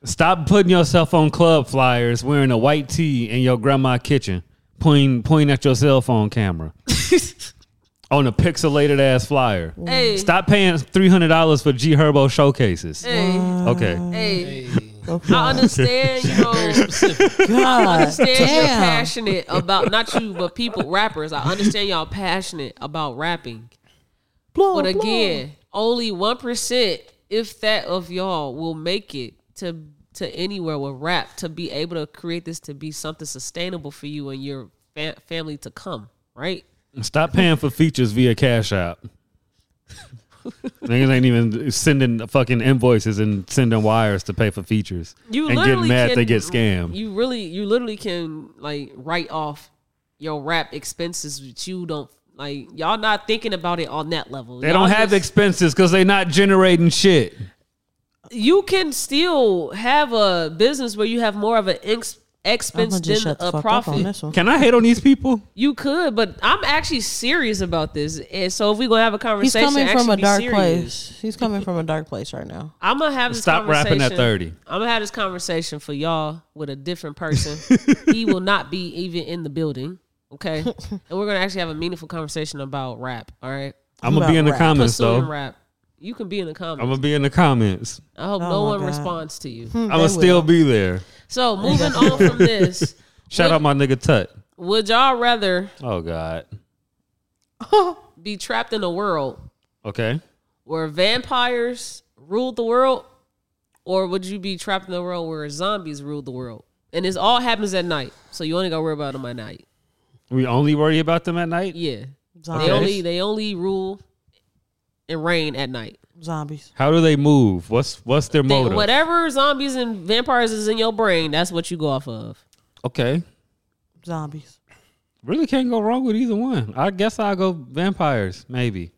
B: Stop putting yourself on club flyers wearing a white tee in your grandma kitchen, pointing point at your cell phone camera. on a pixelated ass flyer.
A: Hey,
B: Stop paying $300 for G Herbo showcases.
A: Hey,
B: Okay.
A: hey,
C: Go
A: I understand. You know. I
C: God
A: understand you're
C: damn.
A: passionate about not you, but people, rappers. I understand y'all passionate about rapping.
C: Blah,
A: But
C: blah.
A: again, only one percent, if that, of y'all will make it to to anywhere with rap to be able to create this to be something sustainable for you and your fa- family to come. Right?
B: Stop paying for features via Cash App. Niggas ain't even sending fucking invoices and sending wires to pay for features.
A: You
B: and
A: literally
B: getting mad
A: can,
B: they get scammed.
A: You really, you literally can like write off your rap expenses, but you don't like. Y'all not thinking about it on that level.
B: they don't have expenses because they not generating shit.
A: you can still have a business where you have more of an ex-
C: I'm
A: expense
C: gonna just
A: than
C: shut the
A: a
C: fuck up on
A: profit.
C: this one.
B: Can I hate on these people?
A: You could, but I'm actually serious about this. And so if we're gonna have a
C: He's
A: conversation,
C: coming
A: actually
C: from a
A: be
C: dark
A: serious.
C: place. He's coming from a dark place right now.
A: I'm gonna have this
B: Stop rapping
A: conversation.
B: at 30.
A: I'm gonna have this conversation for y'all with a different person. he will not be even in the building. Okay, and we're gonna actually have a meaningful conversation about rap. All right,
B: I'm gonna
C: about
B: be in the
C: rap?
B: comments
A: pursuing
B: though.
A: rap. You can be in the comments.
B: I'm gonna be in the comments.
A: I hope no
C: Oh my
A: one
C: God. Hmm.
A: responds to you.
C: Mm,
B: I'm gonna still be there.
A: So moving on from this,
B: Shout out my nigga Tut.
A: would y'all rather
B: Oh God.
A: be trapped in a world
B: Okay.
A: where vampires ruled the world, or would you be trapped in a world where zombies ruled the world? And this all happens at night, so you only gotta worry about them at night.
B: We only worry about them at night.
A: Yeah,
C: Zombies.
A: they only they only rule and reign at night.
C: Zombies.
B: How do they move? What's what's their
A: They-
B: motive?
A: whatever zombies and vampires is in your brain, that's what you go off of.
B: Okay.
C: Zombies.
B: Really can't go wrong with either one. I guess I'll go vampires, maybe.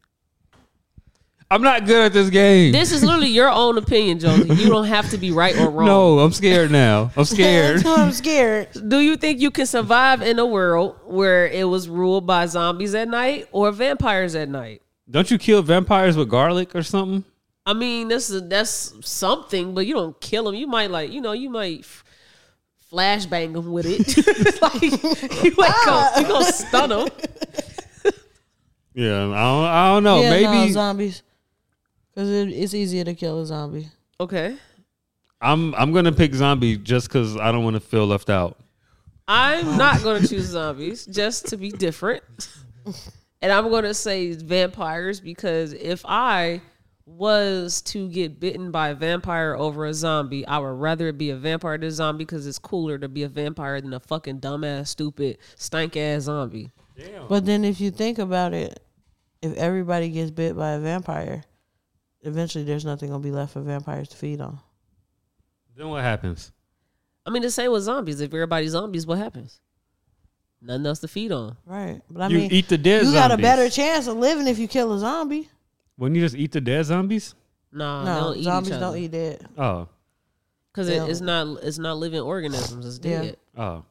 B: I'm not good at this game.
A: This is literally your own opinion, Josie. You don't have to be right or wrong.
B: no, I'm scared now. I'm scared.
C: I'm scared.
A: Do you think you can survive in a world where it was ruled by zombies at night or vampires at night?
B: Don't you kill vampires with garlic or something?
A: I mean, this is that's something, but you don't kill him. You might like, you know, you might f- flashbang him with it. It's like you ain't gonna, you gonna stun him.
B: Yeah, I don't, I don't know.
C: yeah, no,
B: Maybe
C: zombies, because it, it's easier to kill a zombie.
A: Okay,
B: I'm I'm gonna pick zombie just because I don't want to feel left out.
A: I'm not gonna choose zombies just to be different, and I'm gonna say vampires because if I was to get bitten by a vampire over a zombie, I would rather it be a vampire than a zombie because it's cooler to be a vampire than a fucking dumbass, stupid, stank ass zombie.
C: But then if you think about it, if everybody gets bit by a vampire, eventually there's nothing gonna be left for vampires to feed on.
B: Then what happens?
A: I mean, the same with zombies. If everybody's zombies, what happens? Nothing else to feed on.
C: Right. But I
B: you
C: mean,
B: eat the dead.
C: you
B: zombies.
C: got a better chance of living if you kill a zombie.
B: Wouldn't you just eat the dead zombies?
A: Nah,
C: no,
A: don't eat
C: zombies
A: each other.
C: don't eat that.
B: Oh,
A: because
C: Yeah.
A: it, it's not it's not living organisms. It's
C: Yeah.
A: dead.
B: oh,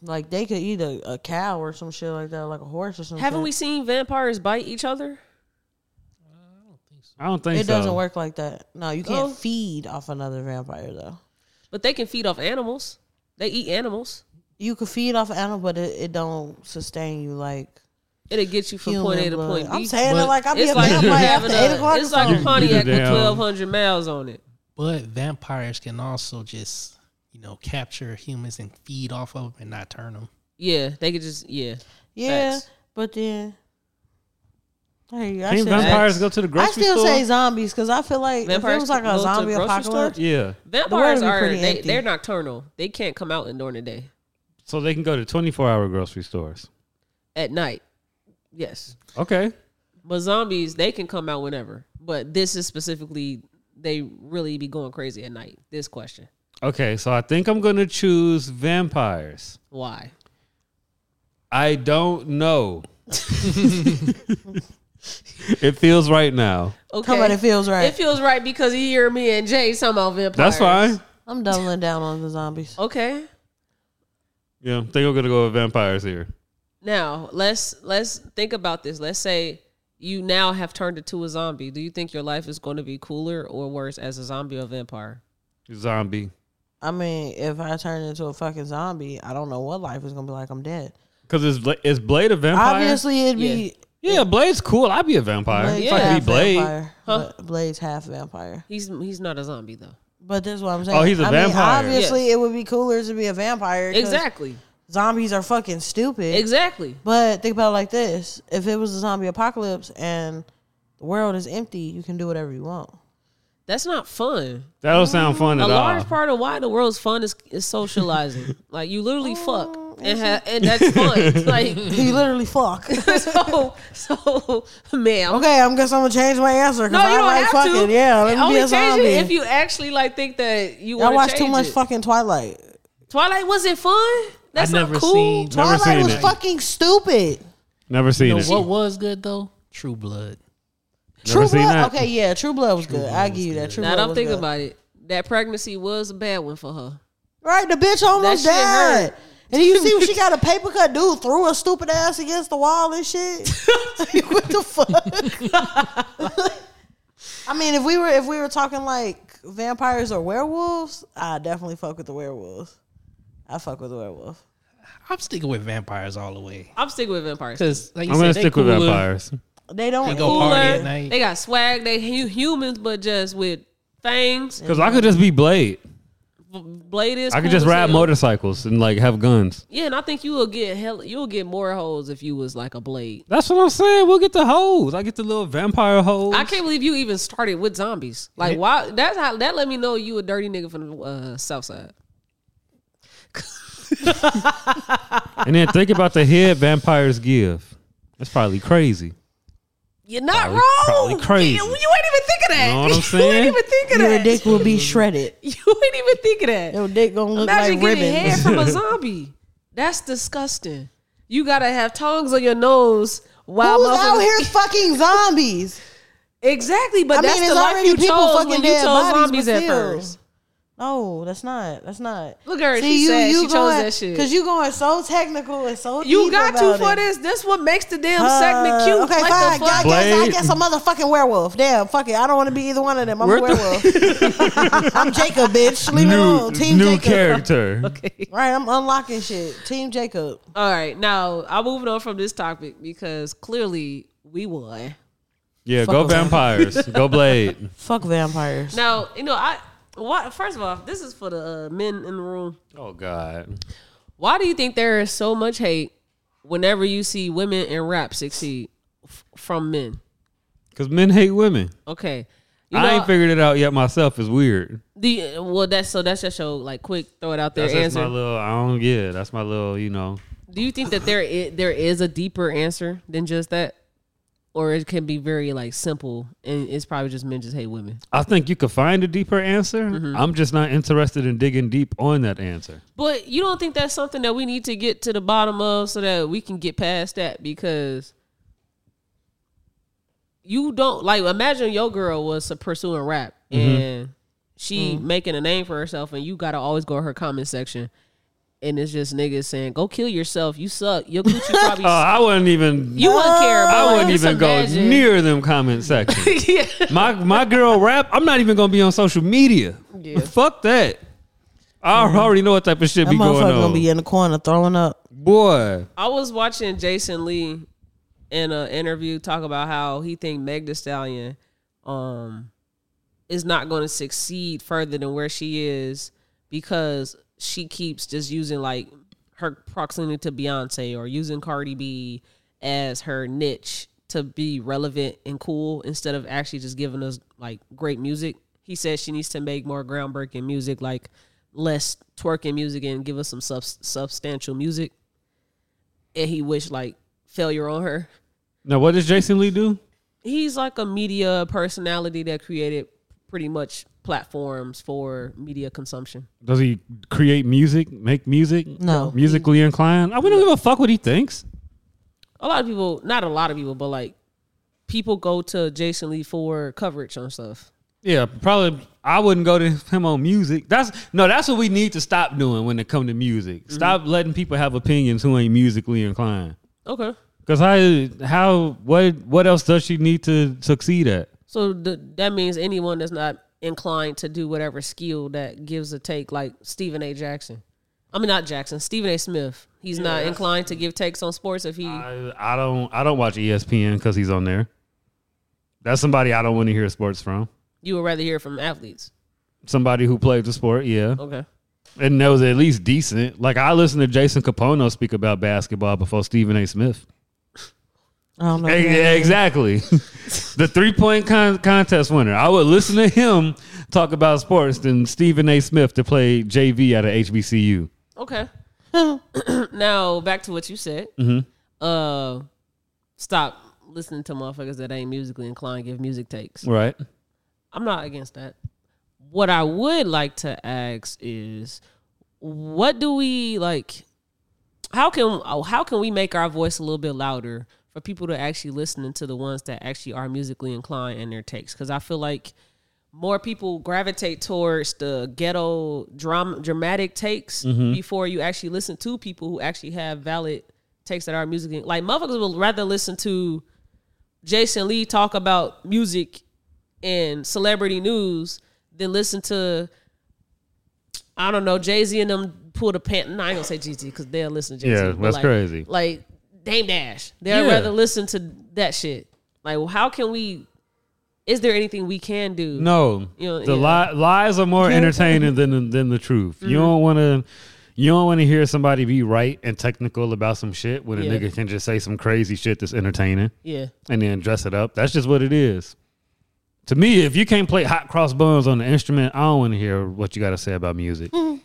C: Like they could eat a, a cow or some shit like that, like a horse or something.
A: Haven't we seen vampires bite each other?
B: I don't think
C: It
B: so.
C: doesn't work like that. No, you
A: Oh.
C: can't feed off another vampire though.
A: But they can feed off animals. They eat animals.
C: You could feed off animal, but it, it don't sustain you like.
A: It'll get you from
C: Human
A: point A to
C: blood.
A: point B.
C: I'm saying it
D: but
C: like I be
A: it's
C: a
A: like
C: vampire
A: having
C: after eight
A: a,
C: o'clock. or
A: it's like
C: something.
A: a Pontiac
B: You do
A: with
B: down.
A: twelve hundred miles on it.
D: But vampires can also just, you know, capture humans and feed off of them and not turn them.
A: Yeah, they could just yeah.
C: yeah,
A: Facts.
C: but then. Hey, I
B: Can
C: said-
B: vampires go to the
C: I
B: grocery
C: still
B: store?
C: say zombies because I feel like
A: Vampires
C: if it was like
A: go to
C: a
A: the
C: zombie
A: grocery
C: apocalypse,
B: yeah,
A: Vampires
C: would be
A: are
C: pretty
A: they,
C: empty.
A: they're nocturnal. They can't come out in during the day.
B: so they can go to twenty-four hour grocery stores.
A: At night, yes.
B: Okay,
A: But zombies, they can come out whenever. But this is specifically they really be going crazy at night. This question.
B: okay. So I think I'm gonna choose vampires.
A: Why?
B: I don't know. it feels right now.
A: Okay.
C: come on, it feels right.
A: It feels right because you hear me and Jay talking about vampires.
B: That's fine.
C: I'm doubling down on the zombies.
A: Okay.
B: Yeah, I think I'm gonna go with vampires here.
A: Now let's let's think about this. Let's say you now have turned into a zombie. Do you think your life is going to be cooler or worse as a zombie or vampire?
B: Zombie.
C: I mean, if I turn into a fucking zombie, I don't know what life is gonna be like. I'm dead.
B: Because it's Bla- it's Blade a vampire.
C: Obviously, it'd be
B: yeah, Blade's cool. I'd be a vampire.
C: Blade's
B: Fuck,
C: half
B: be Blade.
C: vampire.
A: Huh?
C: but Blade's half vampire.
A: He's he's not a zombie though.
C: But this is what I'm saying.
B: Oh, he's a
C: I
B: vampire.
C: Mean, obviously,
A: Yes.
C: it would be cooler to be a vampire. 'cause
A: Exactly.
C: Zombies are fucking stupid.
A: Exactly.
C: But think about it like this: if it was a zombie apocalypse and the world is empty, you can do whatever you want.
A: That's not fun.
B: That don't sound fun
A: a
B: at all.
A: large part of why the world's fun is is socializing. like you literally fuck and ha- and that's fun. like
C: You literally fuck.
A: so so ma'am.
C: okay, I'm guess I'm gonna change my answer
A: No,
C: because
A: you
C: I
A: don't
C: like
A: have
C: fucking.
A: to.
C: Yeah,
A: It
C: let me
A: only
C: be a
A: change
C: zombie.
A: it if you actually like think that you
C: I
A: want
C: watch
A: to
C: too much
A: it.
C: fucking Twilight.
A: Twilight wasn't fun. That's
D: I
A: not
D: never
A: cool.
D: seen.
B: Never
C: Twilight
B: seen
C: was
B: it.
C: fucking stupid.
B: Never
D: You
B: seen
D: know
B: it.
D: what was good though? True Blood.
B: Never
C: True
B: seen
C: Blood.
B: that.
C: Okay, yeah, True Blood was good. I give you that. True
A: Now
C: Blood
A: that I'm
C: was
A: thinking
C: good.
A: about it, that pregnancy was a bad one for her.
C: Right, the bitch almost
A: That shit
C: died.
A: hurt.
C: And you see when she got a paper cut dude threw her stupid ass against the wall and shit. Like, what the fuck? I mean, if we were if we were talking like vampires or werewolves, I definitely fuck with the werewolves. I fuck with the werewolf.
D: I'm sticking with vampires all the way.
A: I'm sticking with vampires.
D: Cause like you
B: I'm gonna
D: said, they
B: stick with
D: cooler.
B: vampires.
C: They don't
D: They
C: eat.
D: go
A: Cooler.
D: party at night.
A: They got swag. They hu- humans, but just with fangs.
B: Because I could just be Blade.
A: Blade is.
B: I could
A: cool
B: just
A: as
B: ride
A: hell.
B: motorcycles and like have guns.
A: Yeah, and I think you will get hell. You'll get more hoes if you was like a blade.
B: That's what I'm saying. We'll get the hoes. I get the little vampire hoes.
A: I can't believe you even started with zombies. Like, why? That's how that let me know you a dirty nigga from the uh, south side.
B: And then think about the head vampires give. That's probably crazy.
A: You're not
B: Probably-
A: wrong.
B: probably crazy.
A: You, you ain't even think of that.
B: You know what I'm
A: you ain't
B: saying?
A: even think of
C: Your
A: that.
C: dick will be shredded.
A: You ain't even think of that.
C: Your dick gonna look
A: Imagine
C: like
A: getting hair
C: ribbons.
A: from a zombie. That's disgusting. You gotta have tongs on your nose while
C: Who's
A: motherfuckers-
C: out here fucking zombies?
A: Exactly, but
C: I mean,
A: that's
C: it's
A: the life
C: already
A: you
C: people
A: chose
C: fucking
A: when you
C: dead
A: chose
C: bodies,
A: zombies
C: but
A: at
C: still.
A: first.
C: No, that's not. That's not.
A: Look at her. she said she chose
C: going,
A: that shit.
C: Cause you going so technical and so
A: You
C: deep
A: got
C: about
A: to for
C: it.
A: this. That's what makes the damn
C: Uh,
A: segment cute.
C: Okay,
A: What
C: fine.
A: the
C: I
A: fuck?
C: guess, I
B: Blade.
C: guess I'm motherfucking werewolf. Damn, fuck it. I don't want to be either one of them. I'm
B: We're
C: a
B: the-
C: werewolf. I'm Jacob, bitch. Leave me
B: new
C: alone. Team
B: new
C: Jacob.
B: character.
A: Oh, Okay.
C: Right, I'm unlocking shit. Team Jacob.
A: All right. Now I'm moving on from this topic because clearly we won.
B: Yeah,
C: Fuck
B: go
C: around.
B: vampires. go Blade.
C: Fuck vampires.
A: Now you know I. Why, first of all, this is for the uh, men in the room.
B: Oh God.
A: Why do you think there is so much hate whenever you see women in rap succeed f- from men?
B: Cause men hate women.
A: Okay. You
B: I
A: know,
B: ain't figured it out yet myself. It's weird.
A: the, well, that's so that's just your like quick throw it out there
B: That's, that's
A: answer.
B: my little. I don't. Yeah, that's my little. You know.
A: Do you think that there is, there is a deeper answer than just that, or it can be very like simple and it's probably just men just hate women?
B: I think you could find a deeper answer.
C: Mm-hmm.
B: I'm just not interested in digging deep on that answer.
A: But you don't think that's something that we need to get to the bottom of so that we can get past that because you don't like imagine your girl was pursuing rap
B: Mm-hmm.
A: and she making a name for herself and you gotta always go to her comment section and it's just niggas saying go kill yourself you suck your Gucci probably
B: Oh, I wouldn't even.
A: you wouldn't care but
B: I
A: like,
B: wouldn't
A: just
B: even go
A: imagine-
B: near them comment section.
A: yeah.
B: my my girl rap. I'm not even gonna be on social media.
A: Yeah.
B: Fuck that. I already know what type of shit
C: Mm-hmm. That
B: be going
C: motherfucker
B: on.
C: gonna be in the corner throwing up.
B: Boy,
A: I was watching Jason Lee in an interview talk about how he think Meg Thee Stallion um, is not going to succeed further than where she is because she keeps just using like her proximity to Beyonce or using Cardi B as her niche to be relevant and cool instead of actually just giving us like great music. He says she needs to make more groundbreaking music, like less twerking music, and give us some subs- substantial music and he wished like failure on her.
B: now what does Jason Lee do?
A: He's like a media personality that created pretty much platforms for media consumption.
B: Does he create music? Make music?
C: No.
B: Musically inclined? I wouldn't give a fuck what he thinks.
A: A lot of people, not a lot of people, but like people go to Jason Lee for coverage on stuff.
B: Yeah, probably. I wouldn't go to him on music. That's no. That's what we need to stop doing when it come to music. Stop letting people have opinions who ain't musically inclined.
A: Okay.
B: Because how how what what else does she need to succeed at?
A: So th- that means anyone that's not inclined to do whatever skill that gives a take, like Stephen A. Jackson. I mean, not Jackson, Stephen A. Smith. He's not inclined to give takes on sports if he.
B: I, I don't I don't watch E ESPN because he's on there. That's somebody I don't want to hear sports from.
A: you would rather hear from athletes.
B: Somebody who played the sport, yeah,
A: Okay.
B: and that was at least decent. Like I listened to Jason Capono speak about basketball before Stephen A. Smith.
C: I don't know.
B: Ex- Exactly. the three point con- contest winner. I would listen to him talk about sports than Stephen A. Smith to play JV at of HBCU.
A: Okay. now back to what you said. Uh, stop listening to motherfuckers that ain't musically inclined give music takes.
B: Right.
A: I'm not against that. What I would like to ask is, what do we like? How can oh, how can we make our voice a little bit louder for people to actually listening to the ones that actually are musically inclined in their takes? Because I feel like more people gravitate towards the ghetto dram- dramatic takes
B: Mm-hmm.
A: before you actually listen to people who actually have valid takes that are musically like motherfuckers will rather listen to Jason Lee talk about music and celebrity news than listen to I don't know Jay Z and them pull the pant. No, I ain't gonna say Jay Z because they'll listen to Jay Z.
B: Yeah, that's
A: like,
B: crazy.
A: Like Dame Dash, they'll
B: Yeah.
A: rather listen to that shit. Like, well, how can we? Is there anything we can do?
B: No.
A: You know,
B: the
A: yeah.
B: li- lies are more entertaining than than the truth.
A: Mm-hmm.
B: You don't want to you don't want to hear somebody be right and technical about some shit when a
A: Yeah.
B: nigga can just say some crazy shit that's entertaining
A: Yeah.
B: and then dress it up. That's just what it is. To me, if you can't play hot cross buns on the instrument, I don't want to hear what you got to say about music.
A: You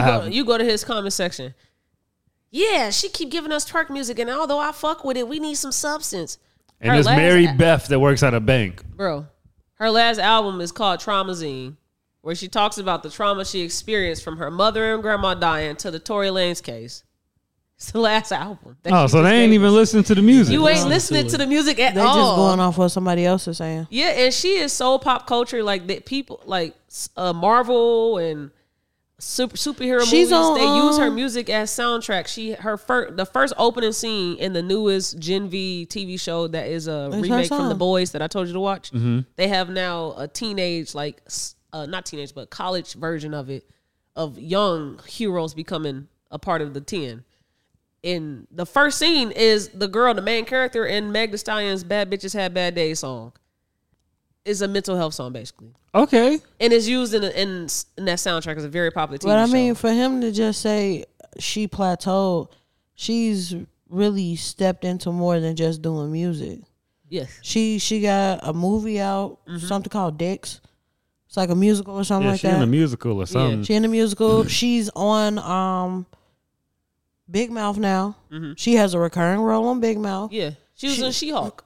A: go,
B: have-
A: you go to his comment section. Yeah, she keep giving us twerk music, and although I fuck with it, we need some substance.
B: And
A: Her
B: it's
A: last
B: Mary
A: a-
B: Beth that works at a bank.
A: Bro, her last album is called Traumazine, where she talks about the trauma she experienced from her mother and grandma dying to the Tory Lanez case. It's the last album. that
B: Oh,
A: she
B: so
A: just
B: they ain't
A: gave
B: even
A: us.
B: listening to the music.
A: You ain't
D: to
A: listening
D: it.
A: to the music at
C: They
A: all.
C: just going off what somebody else is saying.
A: Yeah, and she is so pop culture, like that people like s- uh, Marvel and super superhero movies.
C: She's on,
A: they use her
C: um,
A: music as soundtrack. She her first the first opening scene in the newest Gen V TV show that is a
C: her
A: remake from The
C: song. Mm-hmm.
A: Boys that I told you to watch. They have now a teenage like s- uh, not teenage but college version of it of young heroes becoming a part of the ten in the first scene is the girl, the main character in Meg Thee Stallion's "Bad Bitches Had Bad Days" song. It's a mental health song basically,
B: Okay.
A: and it's used in in, in that soundtrack. It's a very popular TV
C: But I mean,
A: show.
C: for him to just say she plateaued, she's really stepped into more than just doing music.
A: Yes,
C: She she got a movie out, something called Dicks. It's like a musical or
B: Mm-hmm.
C: something
B: Yeah,
C: like
B: she
C: that.
B: in a musical or something.
C: She in the musical. She's on um Big Mouth now.
B: Mm-hmm.
C: She has a recurring role on Big Mouth. Yeah,
A: yeah, she was in She-Hulk.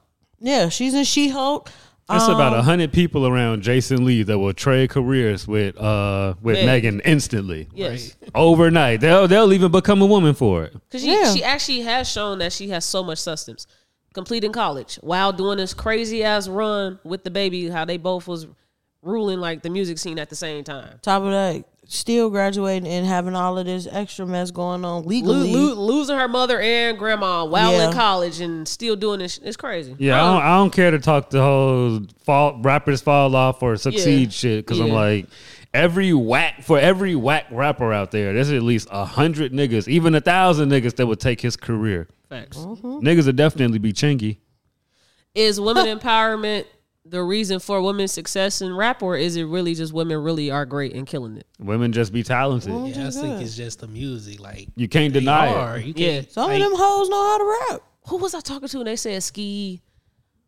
C: she's in She Hulk.
B: That's about a
A: um,
B: hundred people around Jason Lee that will trade careers with uh with
A: Meg.
B: Megan instantly.
A: Yes,
B: Overnight. They'll they'll even become a woman for it.
A: because she,
C: Yeah.
A: she actually has shown that she has so much substance. Completing college while doing this crazy ass run with the baby, how they both was ruling like the music scene at the same time.
C: Top of that, still graduating and having all of this extra mess going on
A: Lo-
C: legally.
A: lo- losing her mother and grandma while in
C: Yeah.
A: college and still doing this. sh- It's crazy.
B: Yeah, I, don't, I don't care to talk the whole fall rappers fall off or succeed shit because I'm
A: Yeah.
B: like every whack for every whack rapper out there, there's at least a hundred niggas, even a thousand niggas that would take his career.
A: Facts.
B: Niggas would definitely be chingy.
A: Is women empowerment the reason for women's success in rap, or is it really just women really are great and killing it?
B: Women just be talented.
D: Yeah, I think it's just the music. Like
B: You can't deny it.
D: You
A: Yeah.
D: can't,
C: Some of them hoes know how to rap.
A: Who was I talking to? And they said ski.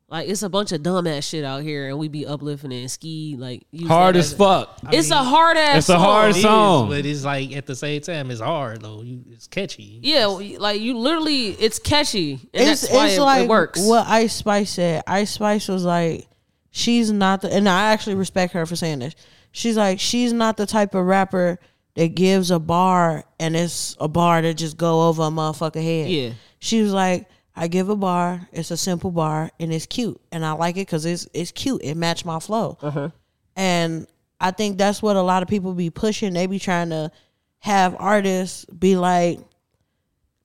A: Like it's a bunch of dumbass shit out here, and we be uplifting it and ski like use
B: Hard
A: that
B: as fuck.
A: It's a hard ass.
B: It's a
A: song.
B: hard
D: It is,
B: song.
D: but it's like at the same time, it's hard though. You, it's catchy.
A: Yeah, like you literally, it's catchy, and
C: It's
A: that's why
C: it's
A: it,
C: like
A: it works.
C: what Ice Spice said. Ice Spice was like, she's not the, and I actually respect her for saying this. She's like, she's not the type of rapper that gives a bar and it's a bar that just go over a motherfucker head.
A: Yeah.
C: She was like, I give a bar. It's a simple bar and it's cute, and I like it because it's it's cute. It matched my flow. And I think that's what a lot of people be pushing. They be trying to have artists be like,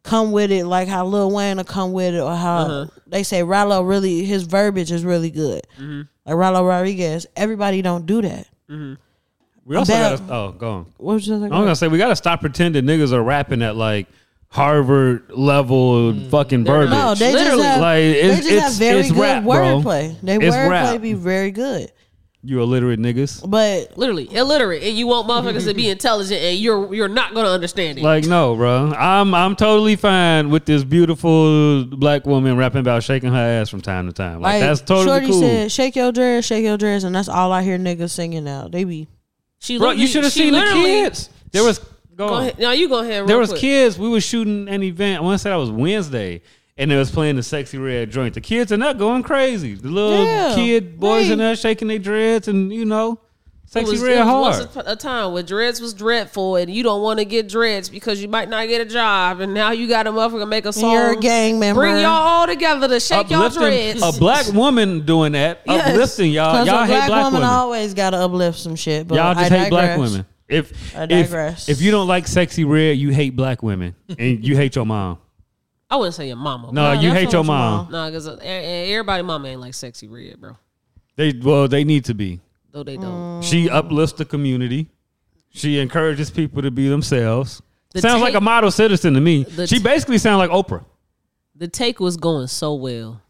C: come with it, like how Lil Wayne will come with it, or how they say Rallo really, his verbiage is really good. Like Rallo Rodriguez, everybody don't do that.
B: We also
C: About-
B: got oh, go on.
C: What was you
B: I'm gonna say we gotta stop pretending niggas are rapping at like Harvard level fucking verbiage.
C: No, Mm. they
A: Literally.
C: just have,
B: Like, it's-
C: they just
B: it's-
C: have very
B: it's
C: good
B: rap, bro.
C: wordplay. They
B: It's
C: wordplay
B: rap.
C: be very good,
B: you illiterate niggas.
C: but
A: literally illiterate, and you want motherfuckers to be intelligent, and you're you're not gonna understand it.
B: Like no, bro. I'm I'm totally fine with this beautiful black woman rapping about shaking her ass from time to time. Like,
C: like
B: that's totally
C: Shorty
B: cool.
C: said, "Shake your dress, shake your dress," and that's all I hear niggas singing now. They be
A: she
B: bro,
A: literally-
B: you should have
A: she
B: seen the
A: literally-
B: kids. There was go,
A: Go
B: on.
A: ahead. No, you go ahead. Real
B: There was
A: quick.
B: kids. We were shooting an event. I want to say that was Wednesday, and they was playing the sexy red joint. The kids are not going crazy. The little
C: Yeah,
B: kid boys
C: right.
B: in there shaking their dreads and you know,
A: It
B: sexy
A: was-
B: red
A: it was
B: hard.
A: Once a time where dreads was dreadful, and you don't want to get dreads because you might not get a job, and now you got a motherfucker make a song.
C: you're a gang member.
A: Bring y'all all together to shake y'all dreads.
B: a black woman doing that,
A: Yes.
B: uplifting y'all.
C: Cause
B: Y'all
C: a
B: hate
C: black,
B: black
C: woman
B: women.
C: always gotta uplift some shit. But
B: y'all just
C: I
B: hate black
C: digress.
B: women. If
C: I
B: if,
C: digress.
B: if you don't like sexy red, you hate black women and you hate your mom.
A: I wouldn't say your mama.
B: No, you
C: that's
B: hate
C: not
B: your
C: what your
B: mom.
A: no, because uh, e, everybody mama ain't like sexy red, bro.
B: They well, they need to be.
A: Though they don't.
C: Mm.
B: She uplifts the community. She encourages people to be themselves.
A: The
B: sounds
A: take-
B: like a model citizen to me.
A: The
B: She
A: t-
B: basically sounds like Oprah.
A: The take was going so well.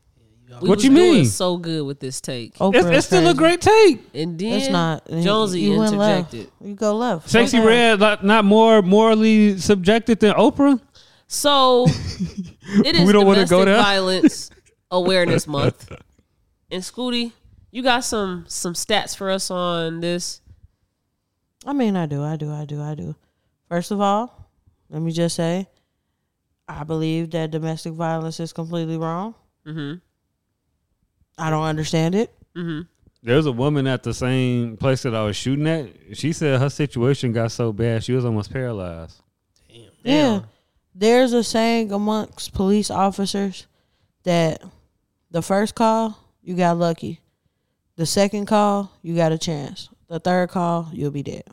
A: We
B: What
A: was
B: you mean?
A: Doing so good with this take,
C: Oprah
B: It's,
C: is
B: it's still a
C: crazy.
B: great take.
A: and then
C: It's Oh, not.
A: Jonesy
C: you went left.
A: interjected.
C: You go left.
B: Sexy
C: Okay.
B: Red, like, not more morally subjected than Oprah.
A: So it is
B: We don't wanna
A: domestic
B: go there.
A: violence awareness month. And Scooty, you got some some stats for us on this.
C: I mean, I do, I do, I do, I do. First of all, let me just say, I believe that domestic violence is completely wrong. Mm-hmm. I don't understand it.
B: There's a woman at the same place that I was shooting at. She said her situation got so bad she was almost paralyzed.
C: Yeah. there's a saying amongst police officers that the first call you got lucky, the second call you got a chance, the third call you'll be dead.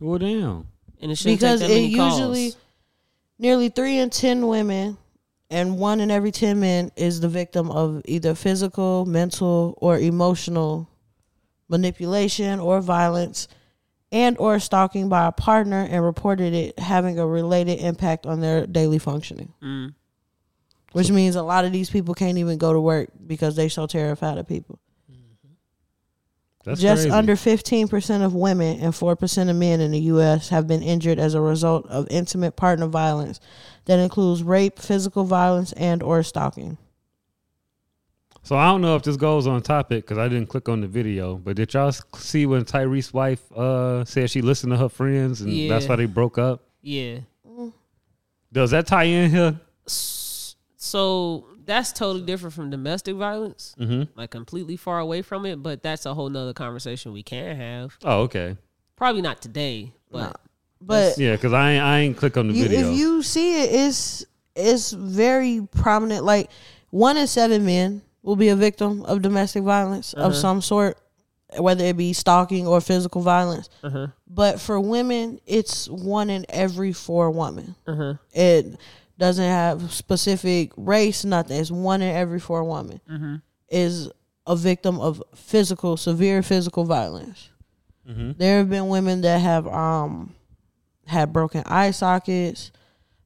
B: Well, damn.
A: And it shouldn't
C: Because
A: take
C: it
A: that many calls.
C: usually nearly three in ten women and one in every ten men is the victim of either physical, mental, or emotional manipulation or violence and or stalking by a partner and reported it having a related impact on their daily functioning.
A: Mm.
C: Which means a lot of these people can't even go to work because they so terrified of people.
B: That's
C: Just
B: crazy.
C: under 15% of women and 4% of men in the U.S. have been injured as a result of intimate partner violence that includes rape, physical violence, and or stalking.
B: So I don't know if this goes on topic because I didn't click on the video, but did y'all s- see when Tyrese's wife uh, said she listened to her friends and that's
A: Yeah.
B: why they broke up?
A: yeah.
B: Does that tie in here?
A: So that's totally different from domestic violence. Mm-hmm. Like completely far away from it, but that's a whole nother conversation we can have.
B: Oh, okay.
A: Probably not today, but
C: But
B: Yeah, because I ain't, I ain't click on the
C: you,
B: video.
C: if you see it, it's it's very prominent. Like one in seven men will be a victim of domestic violence
B: Uh-huh.
C: of some sort, whether it be stalking or physical violence.
B: Uh-huh.
C: But for women, it's one in every four women.
B: Uh-huh.
C: It doesn't have specific race, nothing. It's one in every four women
B: Mm-hmm.
C: is a victim of physical, severe physical violence.
B: Mm-hmm.
C: There have been women that have um had broken eye sockets,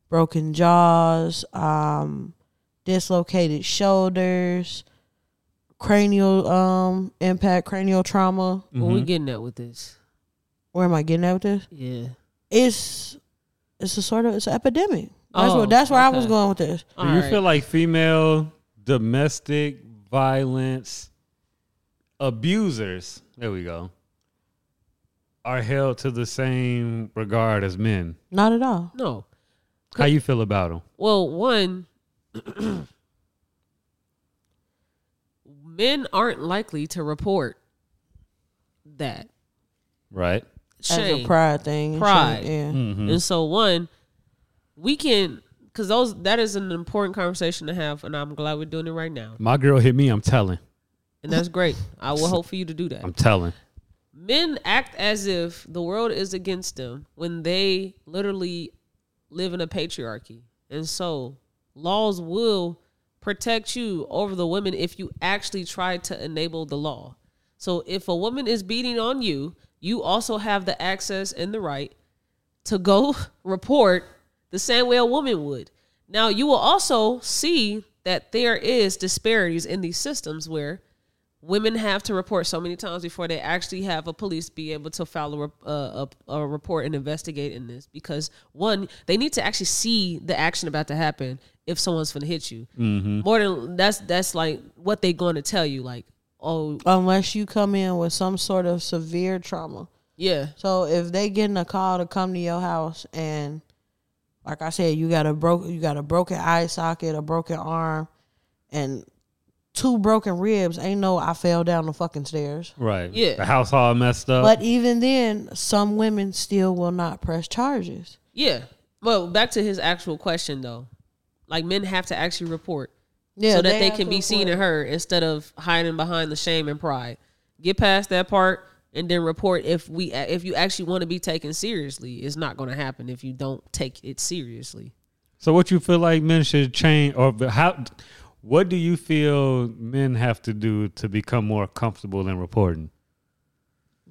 C: broken jaws, um, dislocated shoulders, cranial um impact, cranial trauma.
A: what we
B: Mm-hmm.
A: getting at with this?
C: Where am I getting at with this?
A: Yeah.
C: It's it's a sort of it's an epidemic. That's
A: Oh,
C: what that's where I was
A: okay.
C: going with this.
B: Do you feel like female domestic violence abusers, there we go, are held to the same regard as men?
C: Not at all.
A: no.
B: How you feel about them?
A: Well, one, men aren't likely to report that.
B: Right.
C: As a
A: Shame.
C: pride thing. and
A: Pride.
C: shit, Yeah.
A: And so one, we can because those that is an important conversation to have, and I'm glad we're doing it right now.
B: My girl hit me. I'm telling.
A: And that's great. I will hope for you to do that.
B: I'm telling.
A: Men act as if the world is against them when they literally live in a patriarchy. And so laws will protect you over the women if you actually try to enable the law. So if a woman is beating on you, you also have the access and the right to go report the same way a woman would. Now, you will also see that there is disparities in these systems where women have to report so many times before they actually have a police be able to file a, rep- uh, a, a report and investigate in this because one they need to actually see the action about to happen if someone's going to hit you more than that's that's like what they going to tell you like oh
C: Unless you come in with some sort of severe trauma.
A: yeah
C: So if they getting a call to come to your house and like I said, you got a broke you got a broken eye socket, a broken arm, and two broken ribs, ain't no I fell down the fucking stairs.
B: Right.
A: Yeah.
B: The house all messed up.
C: But even then, some women still will not press charges.
A: yeah well back to his actual question though like men have to actually report
C: Yeah,
A: so that they,
C: have
A: can
C: to
A: be seen
C: report.
A: and heard instead of hiding behind the shame and pride. Get past that part and then report if we if you actually want to be taken seriously. It's not going to happen if you don't take it seriously.
B: so what you feel like men should change, or but how? What do you feel men have to do to become more comfortable in reporting?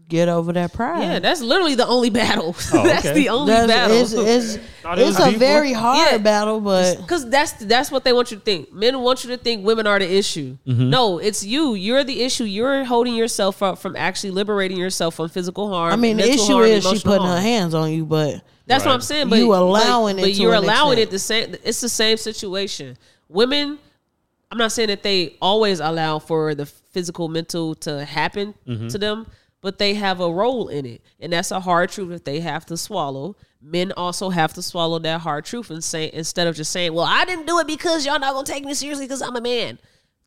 C: Get over that pride.
A: Yeah, that's literally the only battle.
B: Oh,
A: that's
B: okay.
A: the only
C: That's-
A: battle.
C: It's, it's,
B: Thought it
C: it's
B: was
C: a
B: people.
C: very hard
A: Yeah.
C: battle, but
A: Cause that's that's what they want you to think. Men want you to think women are the issue.
B: Mm-hmm.
A: No, it's you. You're the issue. You're holding yourself up from actually liberating yourself from physical harm.
C: I mean, the
A: mental
C: issue
A: harm,
C: is she
A: emotional
C: putting
A: harm.
C: her hands on you, but
A: That's what
B: Right.
A: I'm saying. But
C: You allowing
A: but,
C: it
A: but
C: to
A: you're
C: an
A: allowing
C: extent.
A: it the same. It's the same situation. Women, I'm not saying that they always allow for the physical, mental to happen
C: Mm-hmm.
A: to them, but they have a role in it, and that's a hard truth that they have to swallow. Men also have to swallow that hard truth and say instead of just saying, "Well, I didn't do it because y'all not gonna take me seriously because I'm a man."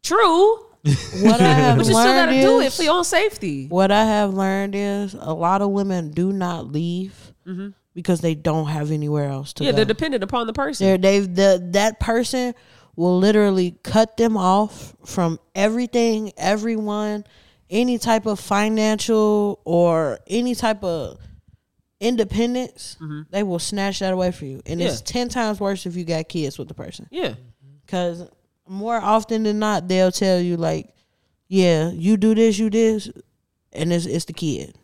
A: True,
C: what I have
A: but you still
C: learned
A: gotta do it
C: is-
A: for your own safety.
C: What I have learned is a lot of women do not leave because they don't have anywhere else to
A: Mm-hmm. Yeah,
C: go.
A: they're dependent upon the person.
C: They're, they've the that person will literally cut them off from everything, everyone, any type of financial or any type of independence. They will snatch that away from you, and it's
A: Mm-hmm. Yeah.
C: ten times worse if you got kids with the person.
A: yeah.
C: Because more often than not, they'll tell you like, "Yeah, you do this, you this," and it's it's the kid.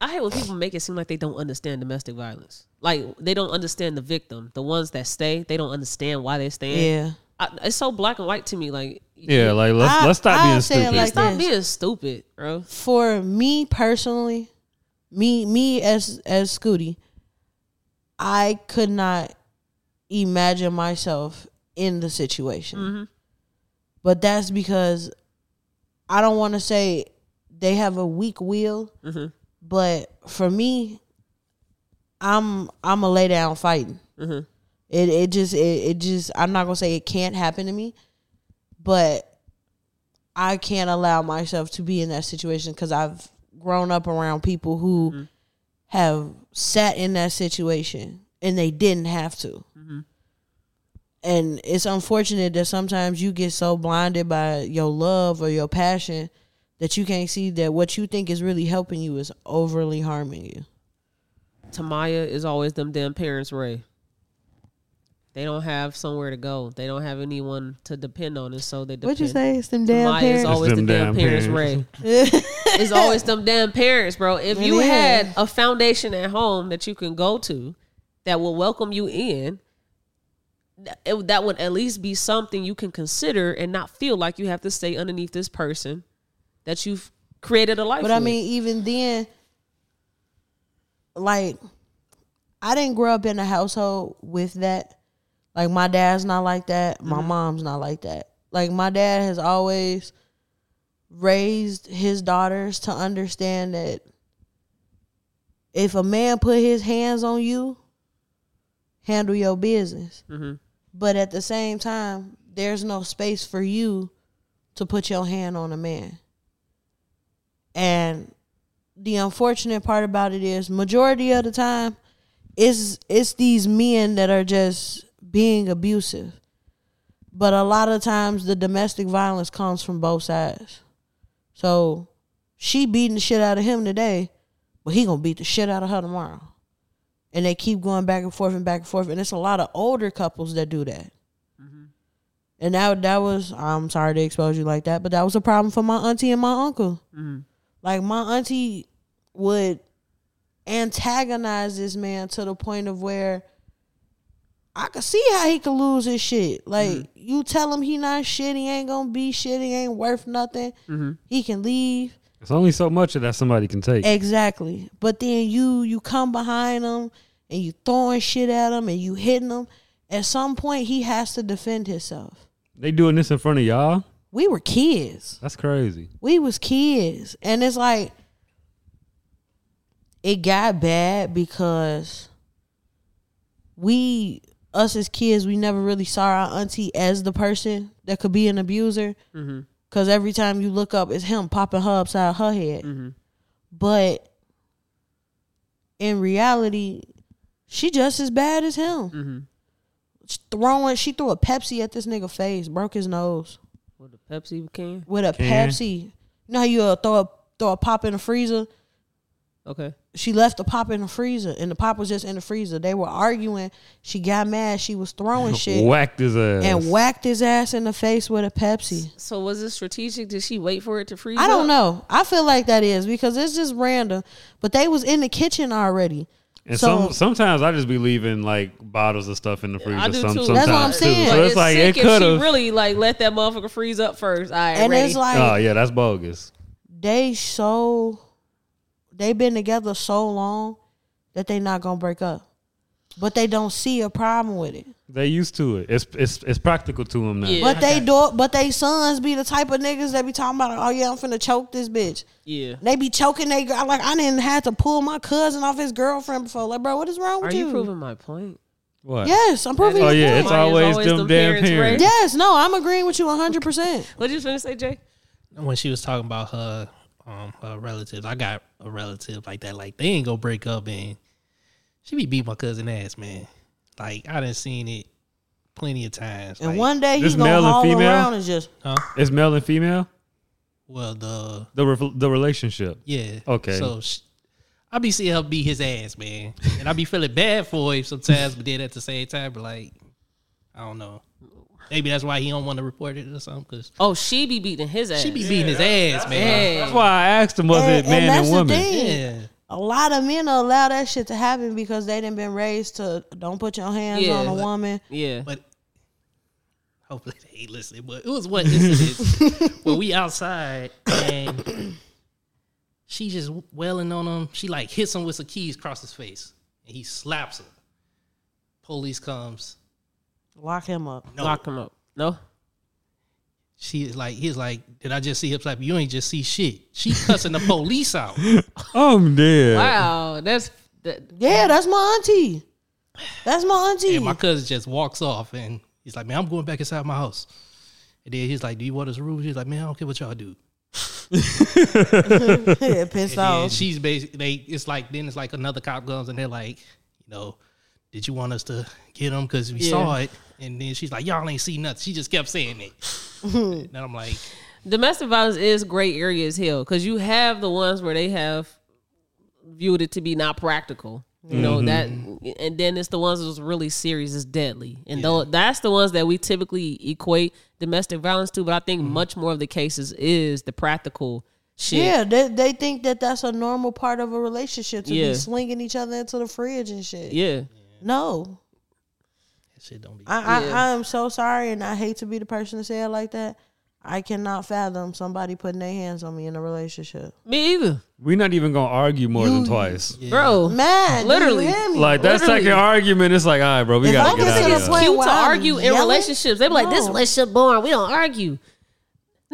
A: I hate when people make it seem like they don't understand domestic violence. Like they don't understand the victim. The ones that stay, they don't understand why they're staying.
C: Yeah,
A: I, it's so black and white to me. Like,
B: Yeah, like let's
C: I-
B: let's stop
C: I'll
B: being
C: say it
B: stupid.
C: like
A: stop
C: this.
A: being stupid, bro.
C: for me personally, me me as as Scooty, I could not imagine myself in the situation. But that's because I don't want to say they have a weak will,
A: Mhm.
C: but for me, I'm I'm a lay down fighting.
A: Mhm.
C: It it just it, it just I'm not gonna say it can't happen to me, but I can't allow myself to be in that situation because I've grown up around people who
A: Mm-hmm.
C: have sat in that situation and they didn't have to.
A: Mm-hmm.
C: And it's unfortunate that sometimes you get so blinded by your love or your passion that you can't see that what you think is really helping you is overly harming you.
A: Tamaya is always them damn parents, Ray. They don't have somewhere to go. They don't have anyone to depend on, and so they depend.
C: What'd you say? It's them damn
A: Tamaya is
C: parents.
A: always
B: It's
A: the
B: them
A: damn,
B: damn
A: parents,
B: parents.
A: Ray. it's always them damn parents, bro. If
C: It
A: you
C: is.
A: had a foundation at home that you can go to, that will welcome you in. th- It, that would at least be something you can consider and not feel like you have to stay underneath this person that you've created a life.
C: But I
A: with.
C: mean, even then, like, I didn't grow up in a household with that. Like, my dad's not like that. My
A: Mm-hmm.
C: mom's not like that. Like, my dad has always raised his daughters to understand that if a man put his hands on you, handle your business.
A: Mm-hmm.
C: But at the same time, there's no space for you to put your hand on a man. And the unfortunate part about it is majority of the time it's it's these men that are just being abusive. But a lot of times the domestic violence comes from both sides. So she beating the shit out of him today, but he gonna beat the shit out of her tomorrow. And they keep going back and forth and back and forth. And it's a lot of older couples that do that. And that that was I'm sorry to expose you like that, but that was a problem for my auntie and my uncle. Like my auntie would antagonize this man to the point of where I could see how he could lose his shit. Like you tell him he not shit, he ain't gonna be shit, he ain't worth nothing. He can leave.
B: It's only so much of that somebody can take.
C: Exactly. But then you you come behind him and you throwing shit at him and you hitting him. At some point he has to defend himself.
B: They doing this in front of y'all?
C: We were kids.
B: That's crazy.
C: we was kids and it's like it got bad because we us as kids we never really saw our auntie as the person that could be an abuser because every time you look up it's him popping her upside her head but in reality she just as bad as him She throwing she threw a pepsi at this nigga face broke his nose
A: with the Pepsi can.
C: with a
B: Can.
C: Pepsi. You know how you uh, throw a throw a pop in the freezer.
A: Okay.
C: She left the pop in the freezer, and the pop was just in the freezer. They were arguing. She got mad. She was throwing shit
B: Whacked his ass.
C: and whacked his ass in the face with a Pepsi.
A: So was it strategic? Did she wait for it to freeze?
C: I
A: up?
C: don't know. I feel like that is because it's just random. But they was in the kitchen already.
B: And
C: so
B: some sometimes I just be leaving like bottles of stuff in the freezer.
A: I do
B: some,
A: too.
B: Sometimes
C: That's what I'm saying.
B: Too. So
C: But
B: it's, like it
A: sick if
B: could
A: she
B: have.
A: really like let that motherfucker freeze up first. All right,
C: and
A: ready.
C: it's like
B: oh yeah, that's bogus.
C: they so they've been together so long that they not gonna break up. But they don't see a problem with it.
B: They used to it. It's it's it's practical to them now.
A: Yeah.
C: But they do, but they sons be the type of niggas that be talking about, oh yeah, I'm finna choke this bitch.
A: yeah.
C: They be choking they girl. Like I didn't have to pull my cousin off his girlfriend before. Like, bro, what is wrong with
A: Are you proving my point?
B: What?
C: Yes, I'm proving.
B: Oh
C: your
B: yeah,
C: point.
B: it's
A: Why is
B: always,
A: always
B: them,
A: them
B: damn
A: parents,
B: parents.
A: right?
C: yes. No, I'm agreeing with you 100. percent
A: What you finna say, Jay?
D: when she was talking about her um her relatives, I got a relative like that. Like they ain't gonna break up and She be beat my cousin ass, man. Like I done seen it plenty of times.
C: And
D: like,
C: one day
B: This
C: he's gonna
B: male and
C: haul
B: female?
C: around and just
D: huh?
B: It's male and female.
D: Well, the
B: The re- the relationship.
D: yeah.
B: Okay.
D: So sh I be seeing her beat his ass, man, and I be feeling bad for him sometimes, but then at the same time, but like I don't know. Maybe that's why he don't want to report it or something because
A: Oh, she be beating his ass.
D: she be beating his ass, man.
A: Hey.
B: That's why I asked him, was
C: and,
B: it man
C: and
B: and,
C: that's the
B: woman?
C: thing.
D: Yeah.
C: A lot of men allow that shit to happen because they didn't been raised to don't put your hands
A: Yeah,
C: on a
A: but-
C: woman.
A: Yeah.
D: But hopefully they ain't listening. But it was one incident where we outside and she just wailing on him. She like hits him with some keys across his face, and he slaps him. Police comes.
C: Lock him up.
D: No,
A: Lock him up. No.
D: she is like he's like, did I just see him slap? you? You ain't just see shit. She cussing the police out.
B: I'm dead.
A: Wow, that's that,
C: Yeah, that's my auntie. That's my auntie.
D: And my cousin just walks off and he's like, man, I'm going back inside my house. And then he's like, do you want us rules? He's like, man, I don't care what y'all do.
C: Yeah, pissed
D: And then
C: off.
D: she's basically they. It's like then it's like another cop comes and they're like, you know, did you want us to get him because we saw it? And then she's like, y'all ain't see nothing. She just kept saying it. and I'm like,
A: domestic violence is gray area as hell because you have the ones where they have viewed it to be not practical. You know that, and then it's the ones that's really serious, it's deadly, and though that's the ones that we typically equate domestic violence to. But I think much more of the cases is the practical shit.
C: Yeah, they, they think that that's a normal part of a relationship to
A: Yeah.
C: be slinging each other into the fridge and shit.
A: yeah.
C: No,
D: that shit don't be.
C: I,
A: Yeah.
C: I I am so sorry, and I hate to be the person to say it like that. I cannot fathom somebody putting their hands on me in a relationship.
A: me either,
B: We're not even gonna argue more than twice.
C: Mm-hmm.
A: bro.
C: Man,
A: Literally.
C: do you hear me?
B: Like that
A: Literally.
B: second argument, it's like, all right, bro, we
C: If
B: gotta
C: I
B: get
C: get to
B: out
C: the
B: of here.
C: point-
A: Cute
C: why
A: to
C: I'm
A: argue in
C: yelling?
A: relationships. They be like, "This
C: No.
A: relationship boring. We don't argue."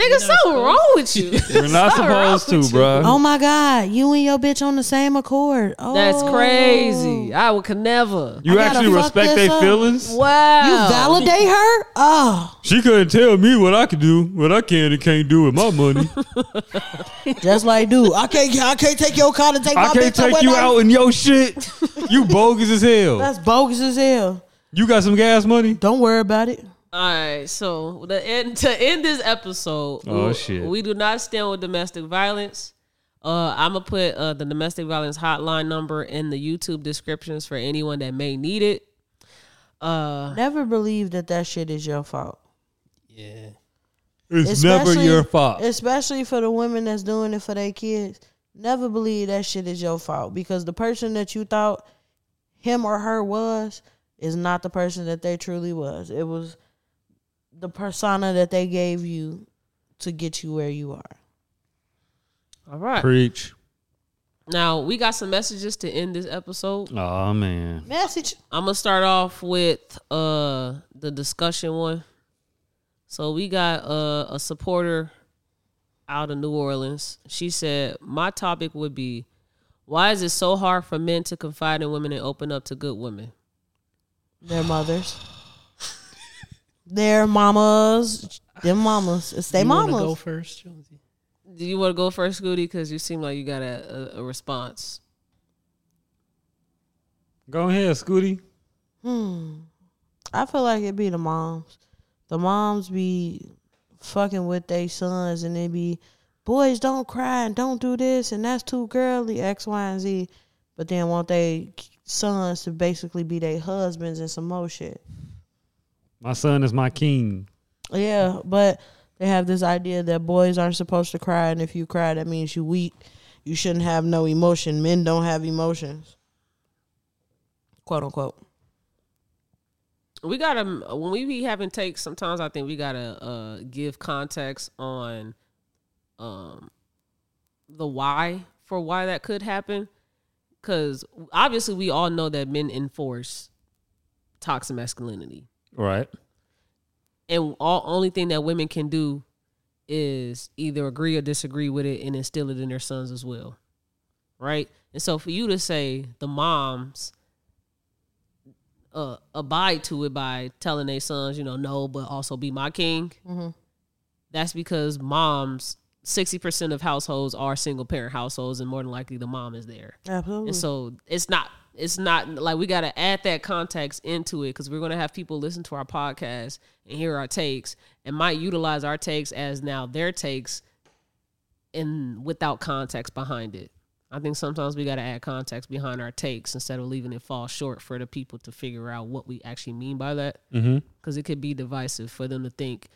A: Nigga, something wrong with you.
B: We're not supposed to, bro.
C: oh my god, you and your bitch on the same accord. Oh,
A: That's crazy. I would could never.
B: you
C: I gotta
B: actually
C: fuck
B: respect
C: this
B: their
C: up.
B: feelings?
A: Wow.
C: You validate her? Oh,
B: She couldn't tell me what I could do, what I can and can't do with my money.
C: just like dude, I can't, I can't take your car to take my
B: I can't
C: bitch away.
B: take you
C: now.
B: out in your shit. You bogus as hell.
C: That's bogus as hell.
B: You got some gas money?
C: Don't worry about it.
A: All right, so the end to end this episode.
B: Oh,
A: we,
B: shit.
A: We do not stand with domestic violence. Uh, I'm gonna put uh, the domestic violence hotline number in the YouTube descriptions for anyone that may need it. Uh,
C: Never believe that that shit is your fault.
D: Yeah,
B: It's never
C: Especially-
B: your fault.
C: Especially for the women that's doing it for their kids. Never believe that shit is your fault because the person that you thought him or her was is not the person that they truly was. It was the persona that they gave you to get you where you are.
A: all right.
B: Preach.
A: Now we got some messages to end this episode.
B: Oh man.
C: Message.
A: I'm gonna start off with uh the discussion one. So we got uh, a supporter out of New Orleans. She said, "My topic would be why is it so hard for men to confide in women and open up to good women?"
C: Their mothers. their mamas. Them mamas. It's their
D: you wanna Go
C: mamas.
D: first, Jonesy?
A: Do you want to go first, Goody? Because you seem like you got a, a, a response.
B: Go ahead, Scooty.
C: I feel like it be the moms. The moms be fucking with their sons and they be, boys don't cry and don't do this and that's too girly, X, Y, and Z. But then want their sons to basically be their husbands and some more shit.
B: My son is my king.
C: Yeah, but they have this idea that boys aren't supposed to cry and if you cry that means you weak. You shouldn't have no emotion. Men don't have emotions. Quote unquote.
A: We gotta when we be having takes. Sometimes I think we gotta uh, give context on um, the why for why that could happen. Because obviously we all know that men enforce toxic masculinity,
B: Right.
A: and all only thing that women can do is either agree or disagree with it and instill it in their sons as well, right? And so for you to say the moms uh, abide to it by telling their sons, you know, no, but also be my king. That's because moms, sixty percent of households are single parent households, and more than likely the mom is there,
C: Oh. Absolutely.
A: and so it's not It's not like we got to add that context into it because we're going to have people listen to our podcast and hear our takes and might utilize our takes as now their takes and without context behind it. I think sometimes we got to add context behind our takes instead of leaving it fall short for the people to figure out what we actually mean by that. Because mm-hmm. it could be divisive for them to think,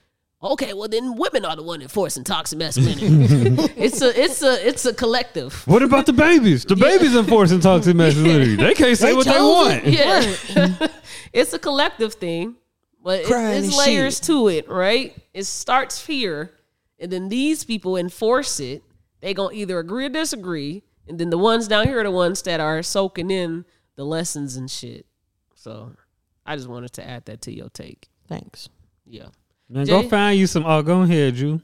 A: okay, well then women are the one enforcing toxic masculinity. it's a it's a it's a collective.
B: What about the babies? The babies enforcing toxic masculinity. They can't say
C: They
B: what they
C: chose
B: want.
A: Yeah, it's a collective thing, but it's,
C: Crying
A: it's
C: and
A: layers to it, right? It starts here, and then these people enforce it. They gonna either agree or disagree, and then the ones down here are the ones that are soaking in the lessons and shit. So, I just wanted to add that to your take.
C: Thanks.
A: Yeah.
B: Man, go
A: Jay?
B: find you some. Oh, go ahead, you.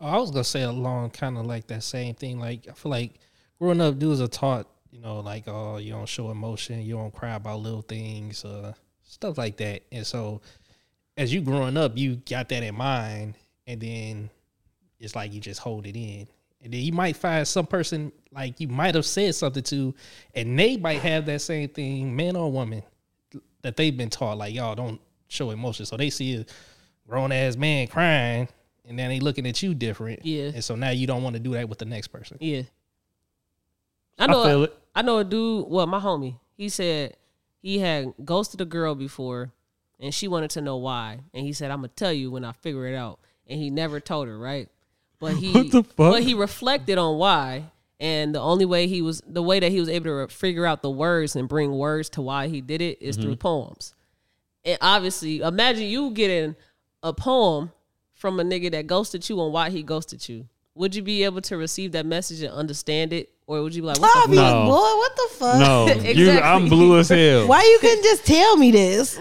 D: Oh, I was gonna say along kind of like that same thing. Like I feel like growing up, dudes are taught, you know, like oh, you don't show emotion, you don't cry about little things, uh, stuff like that. And so, as you growing up, you got that in mind, and then it's like you just hold it in. And then you might find some person like you might have said something to, and they might have that same thing, man or woman, that they've been taught like y'all don't show emotion. So they see a grown ass man crying, and then they looking at you different.
A: Yeah.
D: And so now you don't want to do that with the next person.
A: Yeah. I
B: I
A: know.
B: feel it.
A: I know a dude. Well, my homie. He said he had ghosted a girl before, and she wanted to know why. And he said, "I'm gonna tell you when I figure it out." And he never told her, right? But he,
B: What the fuck?
A: but he reflected on why, and the only way he was, the way that he was able to re- figure out the words and bring words to why he did it is
B: Mm-hmm.
A: through poems. And obviously, imagine you getting a poem from a nigga that ghosted you on why he ghosted you. Would you be able to receive that message and understand it, or would you be like, "What the
C: Obvious,
B: No.
C: boy. What the fuck?
B: No, you, I'm
A: Exactly.
B: blue as hell.
C: Why you couldn't just tell me this?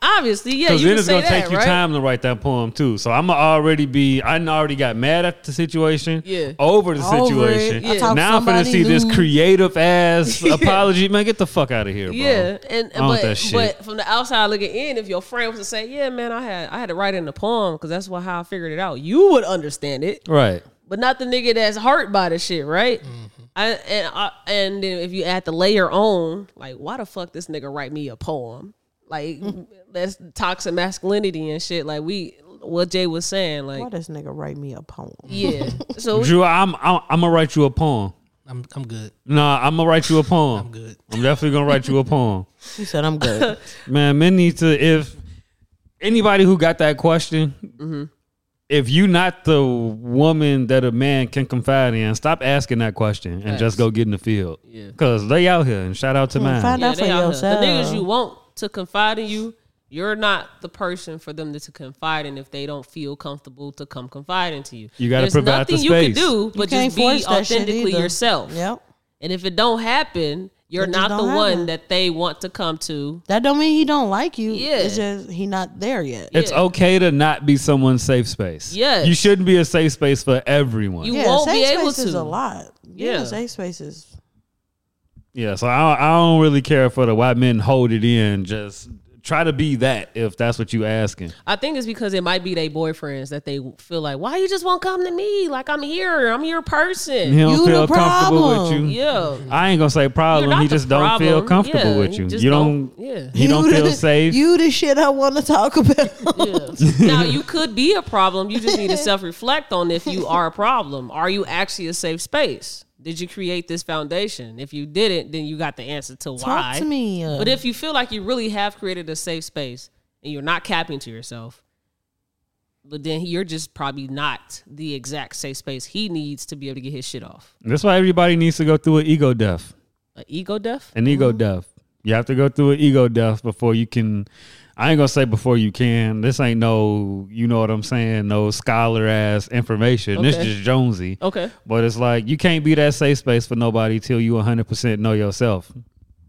A: obviously, yeah,
B: Because
A: you
B: then
A: can
B: it's
A: say
B: gonna
A: that,
B: take you
A: right?
B: time to write that poem too. So I'm already be I done already got mad at the situation.
A: Yeah.
B: Over the
C: Over it.
B: situation.
C: I talked
B: Now I'm finna
C: somebody
B: see this
C: new.
B: creative ass apology. Man, get the fuck out of here, bro.
A: Yeah, and
B: I want that
A: but
B: shit.
A: but from the outside looking in, if your friend was to say, "Yeah, man, I had I had to write in the poem because that's what how I figured it out," you would understand it,
B: Right.
A: but not the nigga that's hurt by the shit, right?
B: Mm-hmm.
A: I, and I, and then if you add the layer on, like, why the fuck this nigga write me a poem? Like that's toxic masculinity and shit. Like we, what Jay was saying,
C: Why
A: like,
C: does nigga write me a poem?
A: yeah. So
B: Drew, I'm I'm, I'm gonna write you a poem.
D: I'm I'm good.
B: Nah, I'm gonna write you a poem.
D: I'm good.
B: I'm definitely gonna write you a poem.
C: He said I'm good.
B: Man, men need to if anybody who got that question,
A: Mm-hmm.
B: if you not the woman that a man can confide in, stop asking that question and just go get in the field.
A: Yeah.
B: Cause they out here and shout out to mine.
C: Find
A: Yeah,
C: out for
A: they out here.
C: yourself.
A: The niggas you want to confide in you, you're not the person for them to, to confide in if they don't feel comfortable to come confide into you.
B: You gotta
A: There's
B: provide the
A: nothing you can
B: space.
A: do but
C: can't
A: just be
C: force that shit
A: authentically
C: either.
A: yourself.
C: Yep.
A: And if it don't happen, you're
C: It just
A: not the
C: don't happen.
A: one that they want to come to.
C: That don't mean he don't like you.
A: Yeah.
C: It's just he not there yet.
B: It's
A: Yeah.
B: okay to not be someone's safe space.
A: Yes.
B: You shouldn't be a safe space for everyone.
A: You-
C: yeah,
A: won't
C: safe
A: be able
C: space is
A: to.
C: a lot. Yeah,
A: Yeah.
C: safe spaces.
B: yeah. So I, I don't really care for the why men hold it in. Just try to be that if that's what you asking.
A: I think it's because it might be their boyfriends that they feel like, why you just won't come to me? Like I'm here, I'm your
B: He
A: person.
B: don't
C: You
B: feel
C: the
B: comfortable with
C: problem.
B: you.
A: Yeah.
B: I ain't gonna say
A: You're
B: problem.
A: not
B: He
A: the
B: just don't feel
A: problem.
B: comfortable
A: Yeah,
B: with you.
A: just
B: You don't.
A: don't- yeah.
B: He don't
C: You
B: feel
C: the-
B: safe.
C: You the shit I want to talk about.
A: now you could be a problem. You just need to self reflect on if you are a problem. Are you actually a safe space? Did you create this foundation? If you didn't, then you got the answer to why.
C: Talk to me. uh,
A: But if you feel like you really have created a safe space and you're not capping to yourself, but then you're just probably not the exact safe space he needs to be able to get his shit off.
B: That's why everybody needs to go through an ego death.
A: Like ego death?
B: An ego
C: Uh-huh.
B: death. You have to go through an ego death before you can. I ain't gonna say before you can. This ain't no, you know what I'm saying? No scholar ass information. This
A: Okay.
B: just Jonesy.
A: Okay.
B: But it's like you can't be that safe space for nobody till you 100% know yourself,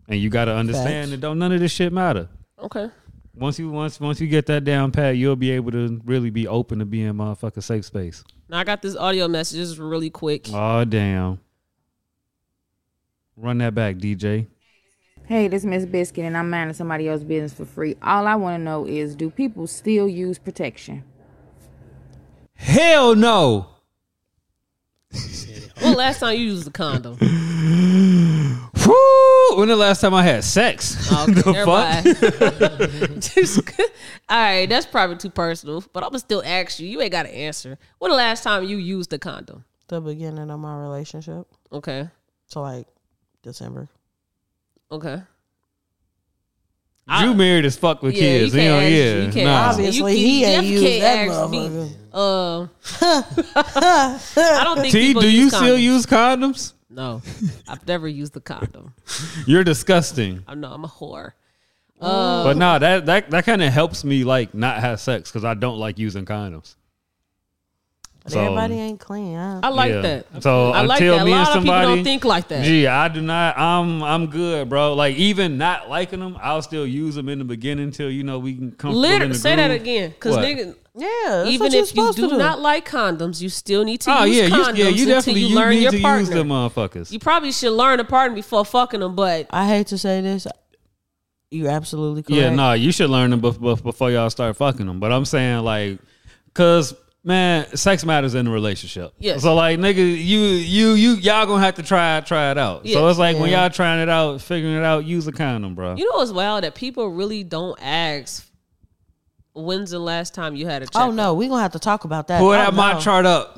B: and you gotta understand
C: Facts.
B: that don't none of this shit matter.
A: Okay.
B: Once you once once you get that down pat, you'll be able to really be open to being motherfucking safe space.
A: Now I got this audio message. This is really quick.
B: Oh damn! Run that back, DJ.
F: Hey, this Miss Biscuit, and I'm minding somebody else's business for free. All I want to know is do people still use protection?
B: Hell no.
A: When last time you used a condom?
B: Whew, when the last time I had sex?
A: Oh, Okay,
B: the
A: never
B: fuck?
A: mind. Just- all right, that's probably too personal, but I'm gonna still ask you. You ain't got to answer. When the last time you used a condom?
C: The beginning of my relationship.
A: Okay,
C: So like December.
A: okay.
B: you married as fuck with
A: Yeah, you
B: kids. You,
A: can't
B: know,
A: ask- Uh, you can't ask.
B: yeah. nah.
A: you-
C: Obviously, he
A: Jeff
C: ain't used
A: can't
C: that
A: ask me.
C: motherfucker.
A: Um, I don't think.
B: T,
A: people
B: do you
A: use
B: still
A: condoms.
B: use condoms?
A: No, I've never used the condom.
B: You're disgusting.
A: I know I'm a whore. Uh,
B: but nah, that that, that kind of helps me like not have sex because I don't like using condoms.
C: But
B: So-
C: everybody ain't clean. I,
A: I like
B: Yeah.
A: that.
B: So
A: I like
B: until
A: that.
B: me
A: a lot
B: and
A: of people
B: somebody-
A: don't think like that.
B: Gee, I do not. I'm I'm good, bro. Like even not liking them, I'll still use them in the beginning till you know we can come.
A: Literally, say that again, because
B: What?
A: nigga,
C: yeah, that's
A: even
C: what you're
A: if you
C: supposed
A: do,
C: to do
A: not like condoms, you still need to
B: Oh
A: use
B: yeah,
A: condoms
B: you, yeah. You
A: until
B: definitely
A: you,
B: you,
A: learn
B: need
A: your
B: to
A: partner.
B: use them motherfuckers.
A: You probably should learn a partner before fucking them, but
C: I hate to say this. You're absolutely correct.
B: Yeah, no, you should learn them bef- bef- before y'all start fucking them. But I'm saying like, cause man, sex matters in a relationship.
A: Yes.
B: So like, nigga, you you you y'all gonna have to try try it out. So
A: Yes.
B: it's like when
C: Yeah.
B: y'all trying it out, figuring it out, use a condom, bro.
A: you know what's wild that people really don't ask. When's the last time you had a check?
C: Oh no, we gonna have to talk about that.
B: Pull
C: Oh,
B: that my
C: no.
B: chart up.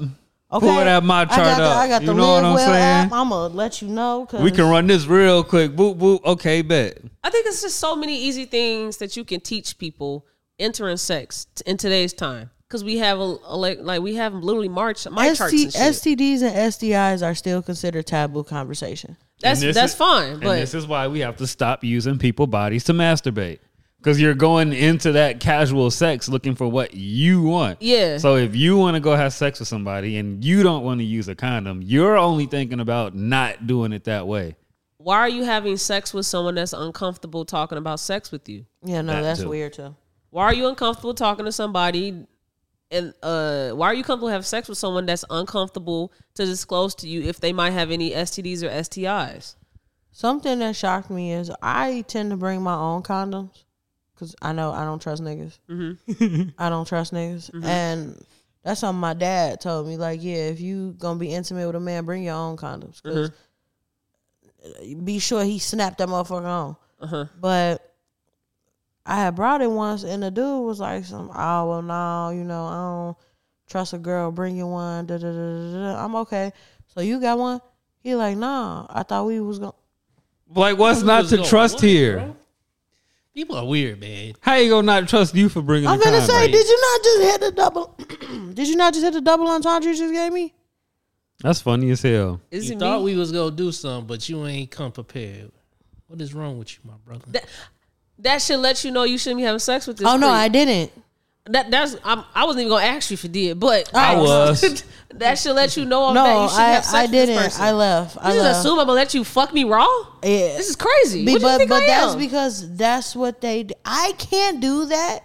B: Pull that my
C: I
B: chart
C: got
B: up.
C: The, I got
B: you
C: the
B: know what
C: Live
B: I'm
C: well
B: saying?
C: app. I'm gonna let you know. 'cause-
B: we can run this real quick. Boop boop. Okay, bet.
A: I think it's just so many easy things that you can teach people entering sex t- in today's time because we have a, a like, like we have literally march my charts
C: ST,
A: and shit.
C: STDs and STIs are still considered taboo conversation.
A: that's
B: And this
A: that's
B: is-
A: fine,
B: and this
A: but
B: is why we have to stop using people bodies to masturbate. Because you're going into that casual sex looking for what you want.
A: Yeah.
B: So if you want to go have sex with somebody and you don't want to use a condom, you're only thinking about not doing it that way.
A: why are you having sex with someone that's uncomfortable talking about sex with you?
C: Yeah, no,
B: That
C: that's
B: too.
C: weird too.
A: Why are you uncomfortable talking to somebody? And uh, why are you comfortable having sex with someone that's uncomfortable to disclose to you if they might have any STDs or STIs?
C: Something that shocked me is I tend to bring my own condoms because I know I don't trust niggas. I don't trust niggas, and that's something my dad told me. Like, yeah, if you gonna be intimate with a man, bring your own condoms. 'cause be sure he snapped that motherfucker on. But I had brought it once, and the dude was like, "Some oh well, no, you know, I don't trust a girl bringing one." Da, da, da, da, da. I'm okay. So you got one? He like, nah. I thought we was gonna.
B: Like, what's not
D: was
B: to
D: going
B: trust
D: on,
B: here?
D: bro? People are weird, man.
B: How you gonna not trust you for bringing?
C: I'm
B: a
C: gonna
B: condom?
C: say, did you not just hit the double? did you not just hit the double entendre you just gave me?
B: that's funny as hell.
A: Is
D: you
A: it
D: thought
A: me?
D: we was gonna do something, but you ain't come prepared. What is wrong with you, my brother?
A: that should let you know you shouldn't be having sex with this.
C: oh no,
A: creep.
C: I didn't.
A: That that's I'm, I wasn't even gonna ask you if you did, but
B: I was.
A: that should let you know all
C: No,
A: that Oh, you should
C: I,
A: have sex
C: I
A: with this
C: didn't.
A: person.
C: I left. I
A: You just
C: left.
A: assume I'm gonna let you fuck me raw.
C: Yeah.
A: this is crazy.
C: Be-
A: What do you
C: but
A: think
C: but
A: I
C: that's
A: am?
C: because that's what they. Do. I can't do that.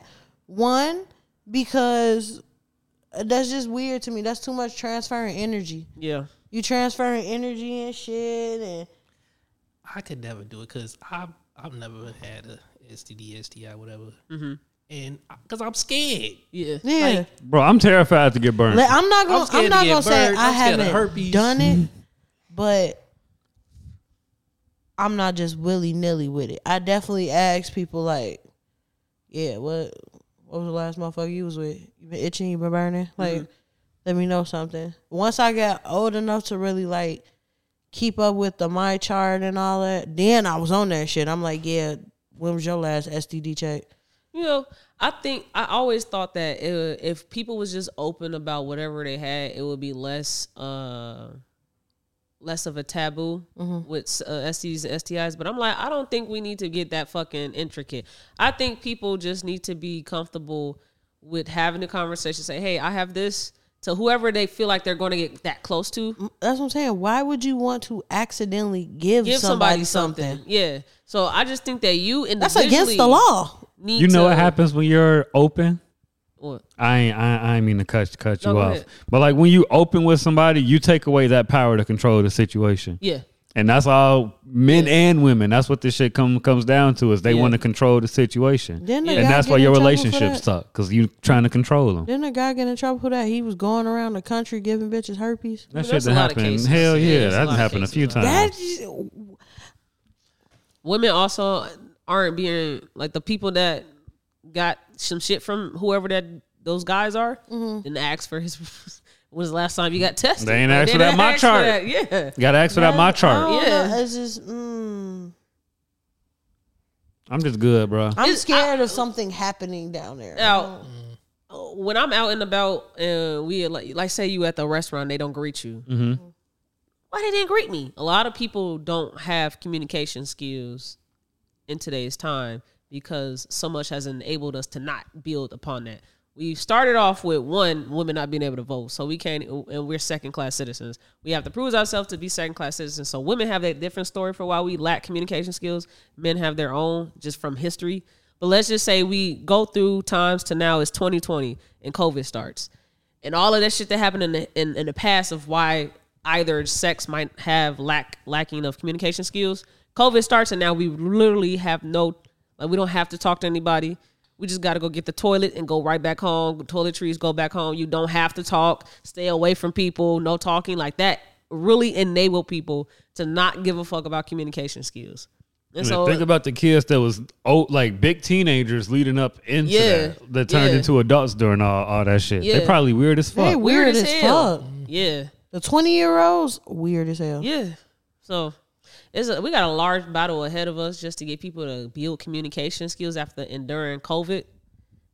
C: One because that's just weird to me. That's too much transferring energy.
A: yeah.
C: You transferring energy and shit, and
D: I could never do it because I've I've never had a STD, STI, whatever, and because I'm scared.
A: Yeah,
C: yeah.
B: Bro, I'm terrified to get burned.
C: Like, I'm not gonna. I'm,
D: scared to
C: not
D: get
C: gonna say
D: burned.
C: I
D: I'm scared of
C: haven't
D: herpes.
C: done it, but I'm not just willy nilly with it. I definitely ask people like, "Yeah, what? What was the last motherfucker you was with? You been itching? You been burning? Like, let me know something." Once I got old enough to really like keep up with the my chart and all that, then I was on that shit. I'm like, "Yeah, when was your last STD check?"
A: you know, I think I always thought that uh if people was just open about whatever they had, it would be less uh less of a taboo
C: Mm-hmm.
A: with uh, STDs and STIs. But I'm like, I don't think we need to get that fucking intricate. I think people just need to be comfortable with having the conversation. Say, hey, I have this. To whoever they feel like they're going to get that close to,
C: That's what I'm saying. Why would you want to accidentally give,
A: give
C: somebody,
A: somebody, something.
C: something?
A: Yeah. So I just think that you and
C: That's against the law.
A: Need
B: you know
A: to-
B: what happens when you're open?
A: What?
B: I ain't, I, I ain't mean to cut cut you
A: No, go
B: off,
A: ahead.
B: but like when you open with somebody, you take away that power to control the situation,
A: Yeah.
B: and that's all men and women. That's what this shit come comes down to is they
A: Yeah.
B: want to control the situation,
C: Didn't the
B: and
C: guy
B: that's
C: get
B: why
C: in
B: your
C: trouble for
B: relationships
C: that?
B: suck because you trying to control them.
C: Didn't a guy get in trouble for that? He was going around the country giving bitches herpes.
B: That
A: that's
B: shit
A: a
B: done
A: lot of
B: happened.
A: cases.
B: Hell
A: Yeah,
B: yeah,
A: that's a
B: that
A: lot of
B: happened a
A: cases,
B: few
A: though.
B: times.
C: That
A: women also aren't being like the people that got some shit from whoever that those guys are and asked for his when was the last time you got tested.
B: They ain't
A: Like,
B: asked for that
A: didn't
B: my
A: ask
B: chart.
A: that. Yeah.
B: Gotta ask for that my chart.
A: Yeah.
C: Yeah, it's just mm,
B: I'm just good, bro.
C: I'm
A: It's-
C: scared of something happening down there.
A: out uh, when I'm out and about and we like like say you at the restaurant they don't greet you.
B: Mm-hmm.
A: Why they didn't greet me? A lot of people don't have communication skills in today's time because so much has enabled us to not build upon that. We started off with one women not being able to vote, so we can't, and we're second class citizens. We have to prove ourselves to be second class citizens. So women have that different story for why we lack communication skills. Men have their own just from history. But let's just say we go through times to now it's 2020 and COVID starts and all of that shit that happened in the in, in the past of why either sex might have lack lacking of communication skills. COVID starts and now we literally have no like we don't have to talk to anybody. We just gotta go get the toilet and go right back home. Toiletries, go back home. You don't have to talk. Stay away from people. No talking like that. Really enable people to not give a fuck about communication skills. And
B: And think about the kids that was old, like big teenagers leading up into
A: Yeah,
B: that, that turned
A: yeah.
B: into adults during all, all that shit.
A: Yeah.
B: They probably weird as fuck.
C: They weird, as, fuck.
A: Yeah.
C: The 20 year olds weird as hell.
A: Yeah. So it's a, we got a large battle ahead of us just to get people to build communication skills after enduring COVID.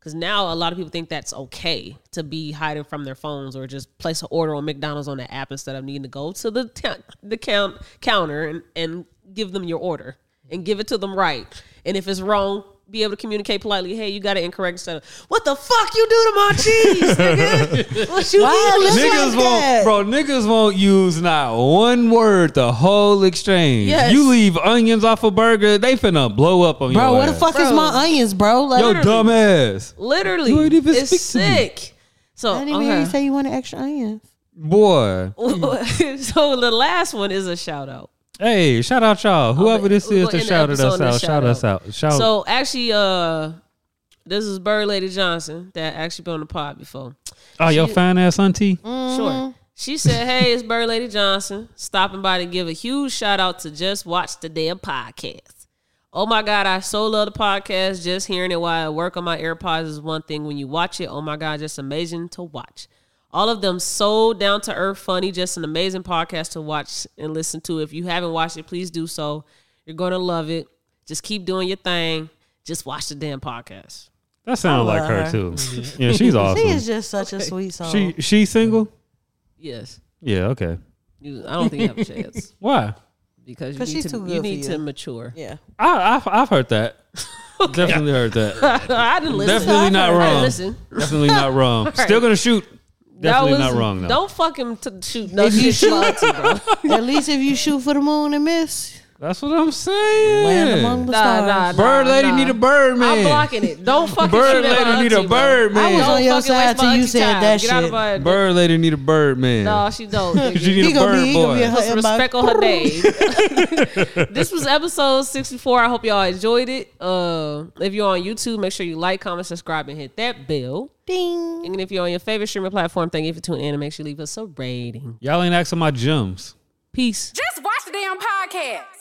A: Because now a lot of people think that's okay to be hiding from their phones or just place an order on McDonald's on the app instead of needing to go to the ta- the count counter and, and give them your order and give it to them right. And if it's wrong, be able to communicate politely. Hey, you got it incorrect instead of what the fuck you do to my cheese, nigga? What you
C: Why
A: eating?
C: look
A: this
C: like
B: Niggas won't,
C: that?
B: bro. Niggas won't use not one word the whole exchange.
A: Yes.
B: You leave onions off a burger, they finna blow up on you.
C: Bro,
B: your
C: where the
B: ass.
C: fuck is
A: Bro.
C: my onions, bro? Like,
B: Yo, dumb ass.
A: Literally,
B: You ain't even
A: it's
B: speak to me.
A: sick. So
C: I didn't even
A: okay.
C: hear you say you wanted extra onions.
B: Boy.
A: so the last one is a shout out.
B: Hey, shout out y'all. Whoever this
A: We're
B: is
A: gonna
B: to
A: end the
B: shout it
A: episode
B: us
A: on a
B: out. Shout us out. Shout
A: So actually, uh, this is Bird Lady Johnson that actually been on the pod before.
B: Oh, your fine ass auntie.
A: Sure. Mm-hmm. She said, Hey, it's Bird Lady Johnson stopping by to give a huge shout out to Just Watch the Damn Podcast. Oh my God, I so love the podcast. Just hearing it while I work on my AirPods is one thing. When you watch it, oh my God, just amazing to watch. All of them so down to earth, funny, just an amazing podcast to watch and listen to. If you haven't watched it, please do so. You're going to love it. Just keep doing your thing. Just watch the damn podcast.
B: That sounds like her,
C: her.
B: too. Yeah, she's awesome.
C: She is just such a sweet soul.
B: She she single?
A: Yes.
B: Yeah, okay.
A: You, I don't think you have a chance
B: Why?
A: because you
C: 'Cause
A: need,
C: she's
A: to,
C: too good
A: you
C: for
A: need
C: you.
A: to mature.
C: yeah.
B: I I've, I've heard that. Definitely heard that.
A: I didn't listen.
B: Definitely not
A: I didn't
B: wrong.
A: listen.
B: Definitely not wrong. Still gonna shoot. Definitely
A: That was-
B: not wrong though.
A: Don't fucking t- shoot no
C: If you
A: shit.
C: shoot-
A: Monty, bro.
C: At least if you shoot for the moon and miss,
B: That's what I'm saying.
C: land among the
A: Nah,
C: stars.
A: nah, nah,
B: bird lady
A: nah.
B: need a bird man.
A: I'm blocking it. Don't fucking shoot
B: Bird
A: at my
B: lady need a
A: auntie, bro.
B: bird
C: I was
B: man.
C: on your
A: Don't fucking waste
C: side
A: my
C: till you
A: auntie
C: said
A: time.
C: that
A: Get out of
C: shit.
A: my
B: Bird lady need a bird man.
A: No, she don't. nigga.
B: she need
C: He
B: a
C: gonna
B: bird
C: be, he gonna be a
B: boy.
C: hut
A: Put some
C: in my-
A: respect on her name. this was episode 64. I hope y'all enjoyed it. Uh, if you're on YouTube, make sure you like, comment, subscribe, and hit that bell.
C: Ding.
A: And if you're on your favorite streaming platform, thank you for tuning in and make sure you leave us a rating.
B: Y'all ain't asking my gems.
A: Peace.
F: Just watch the damn podcast.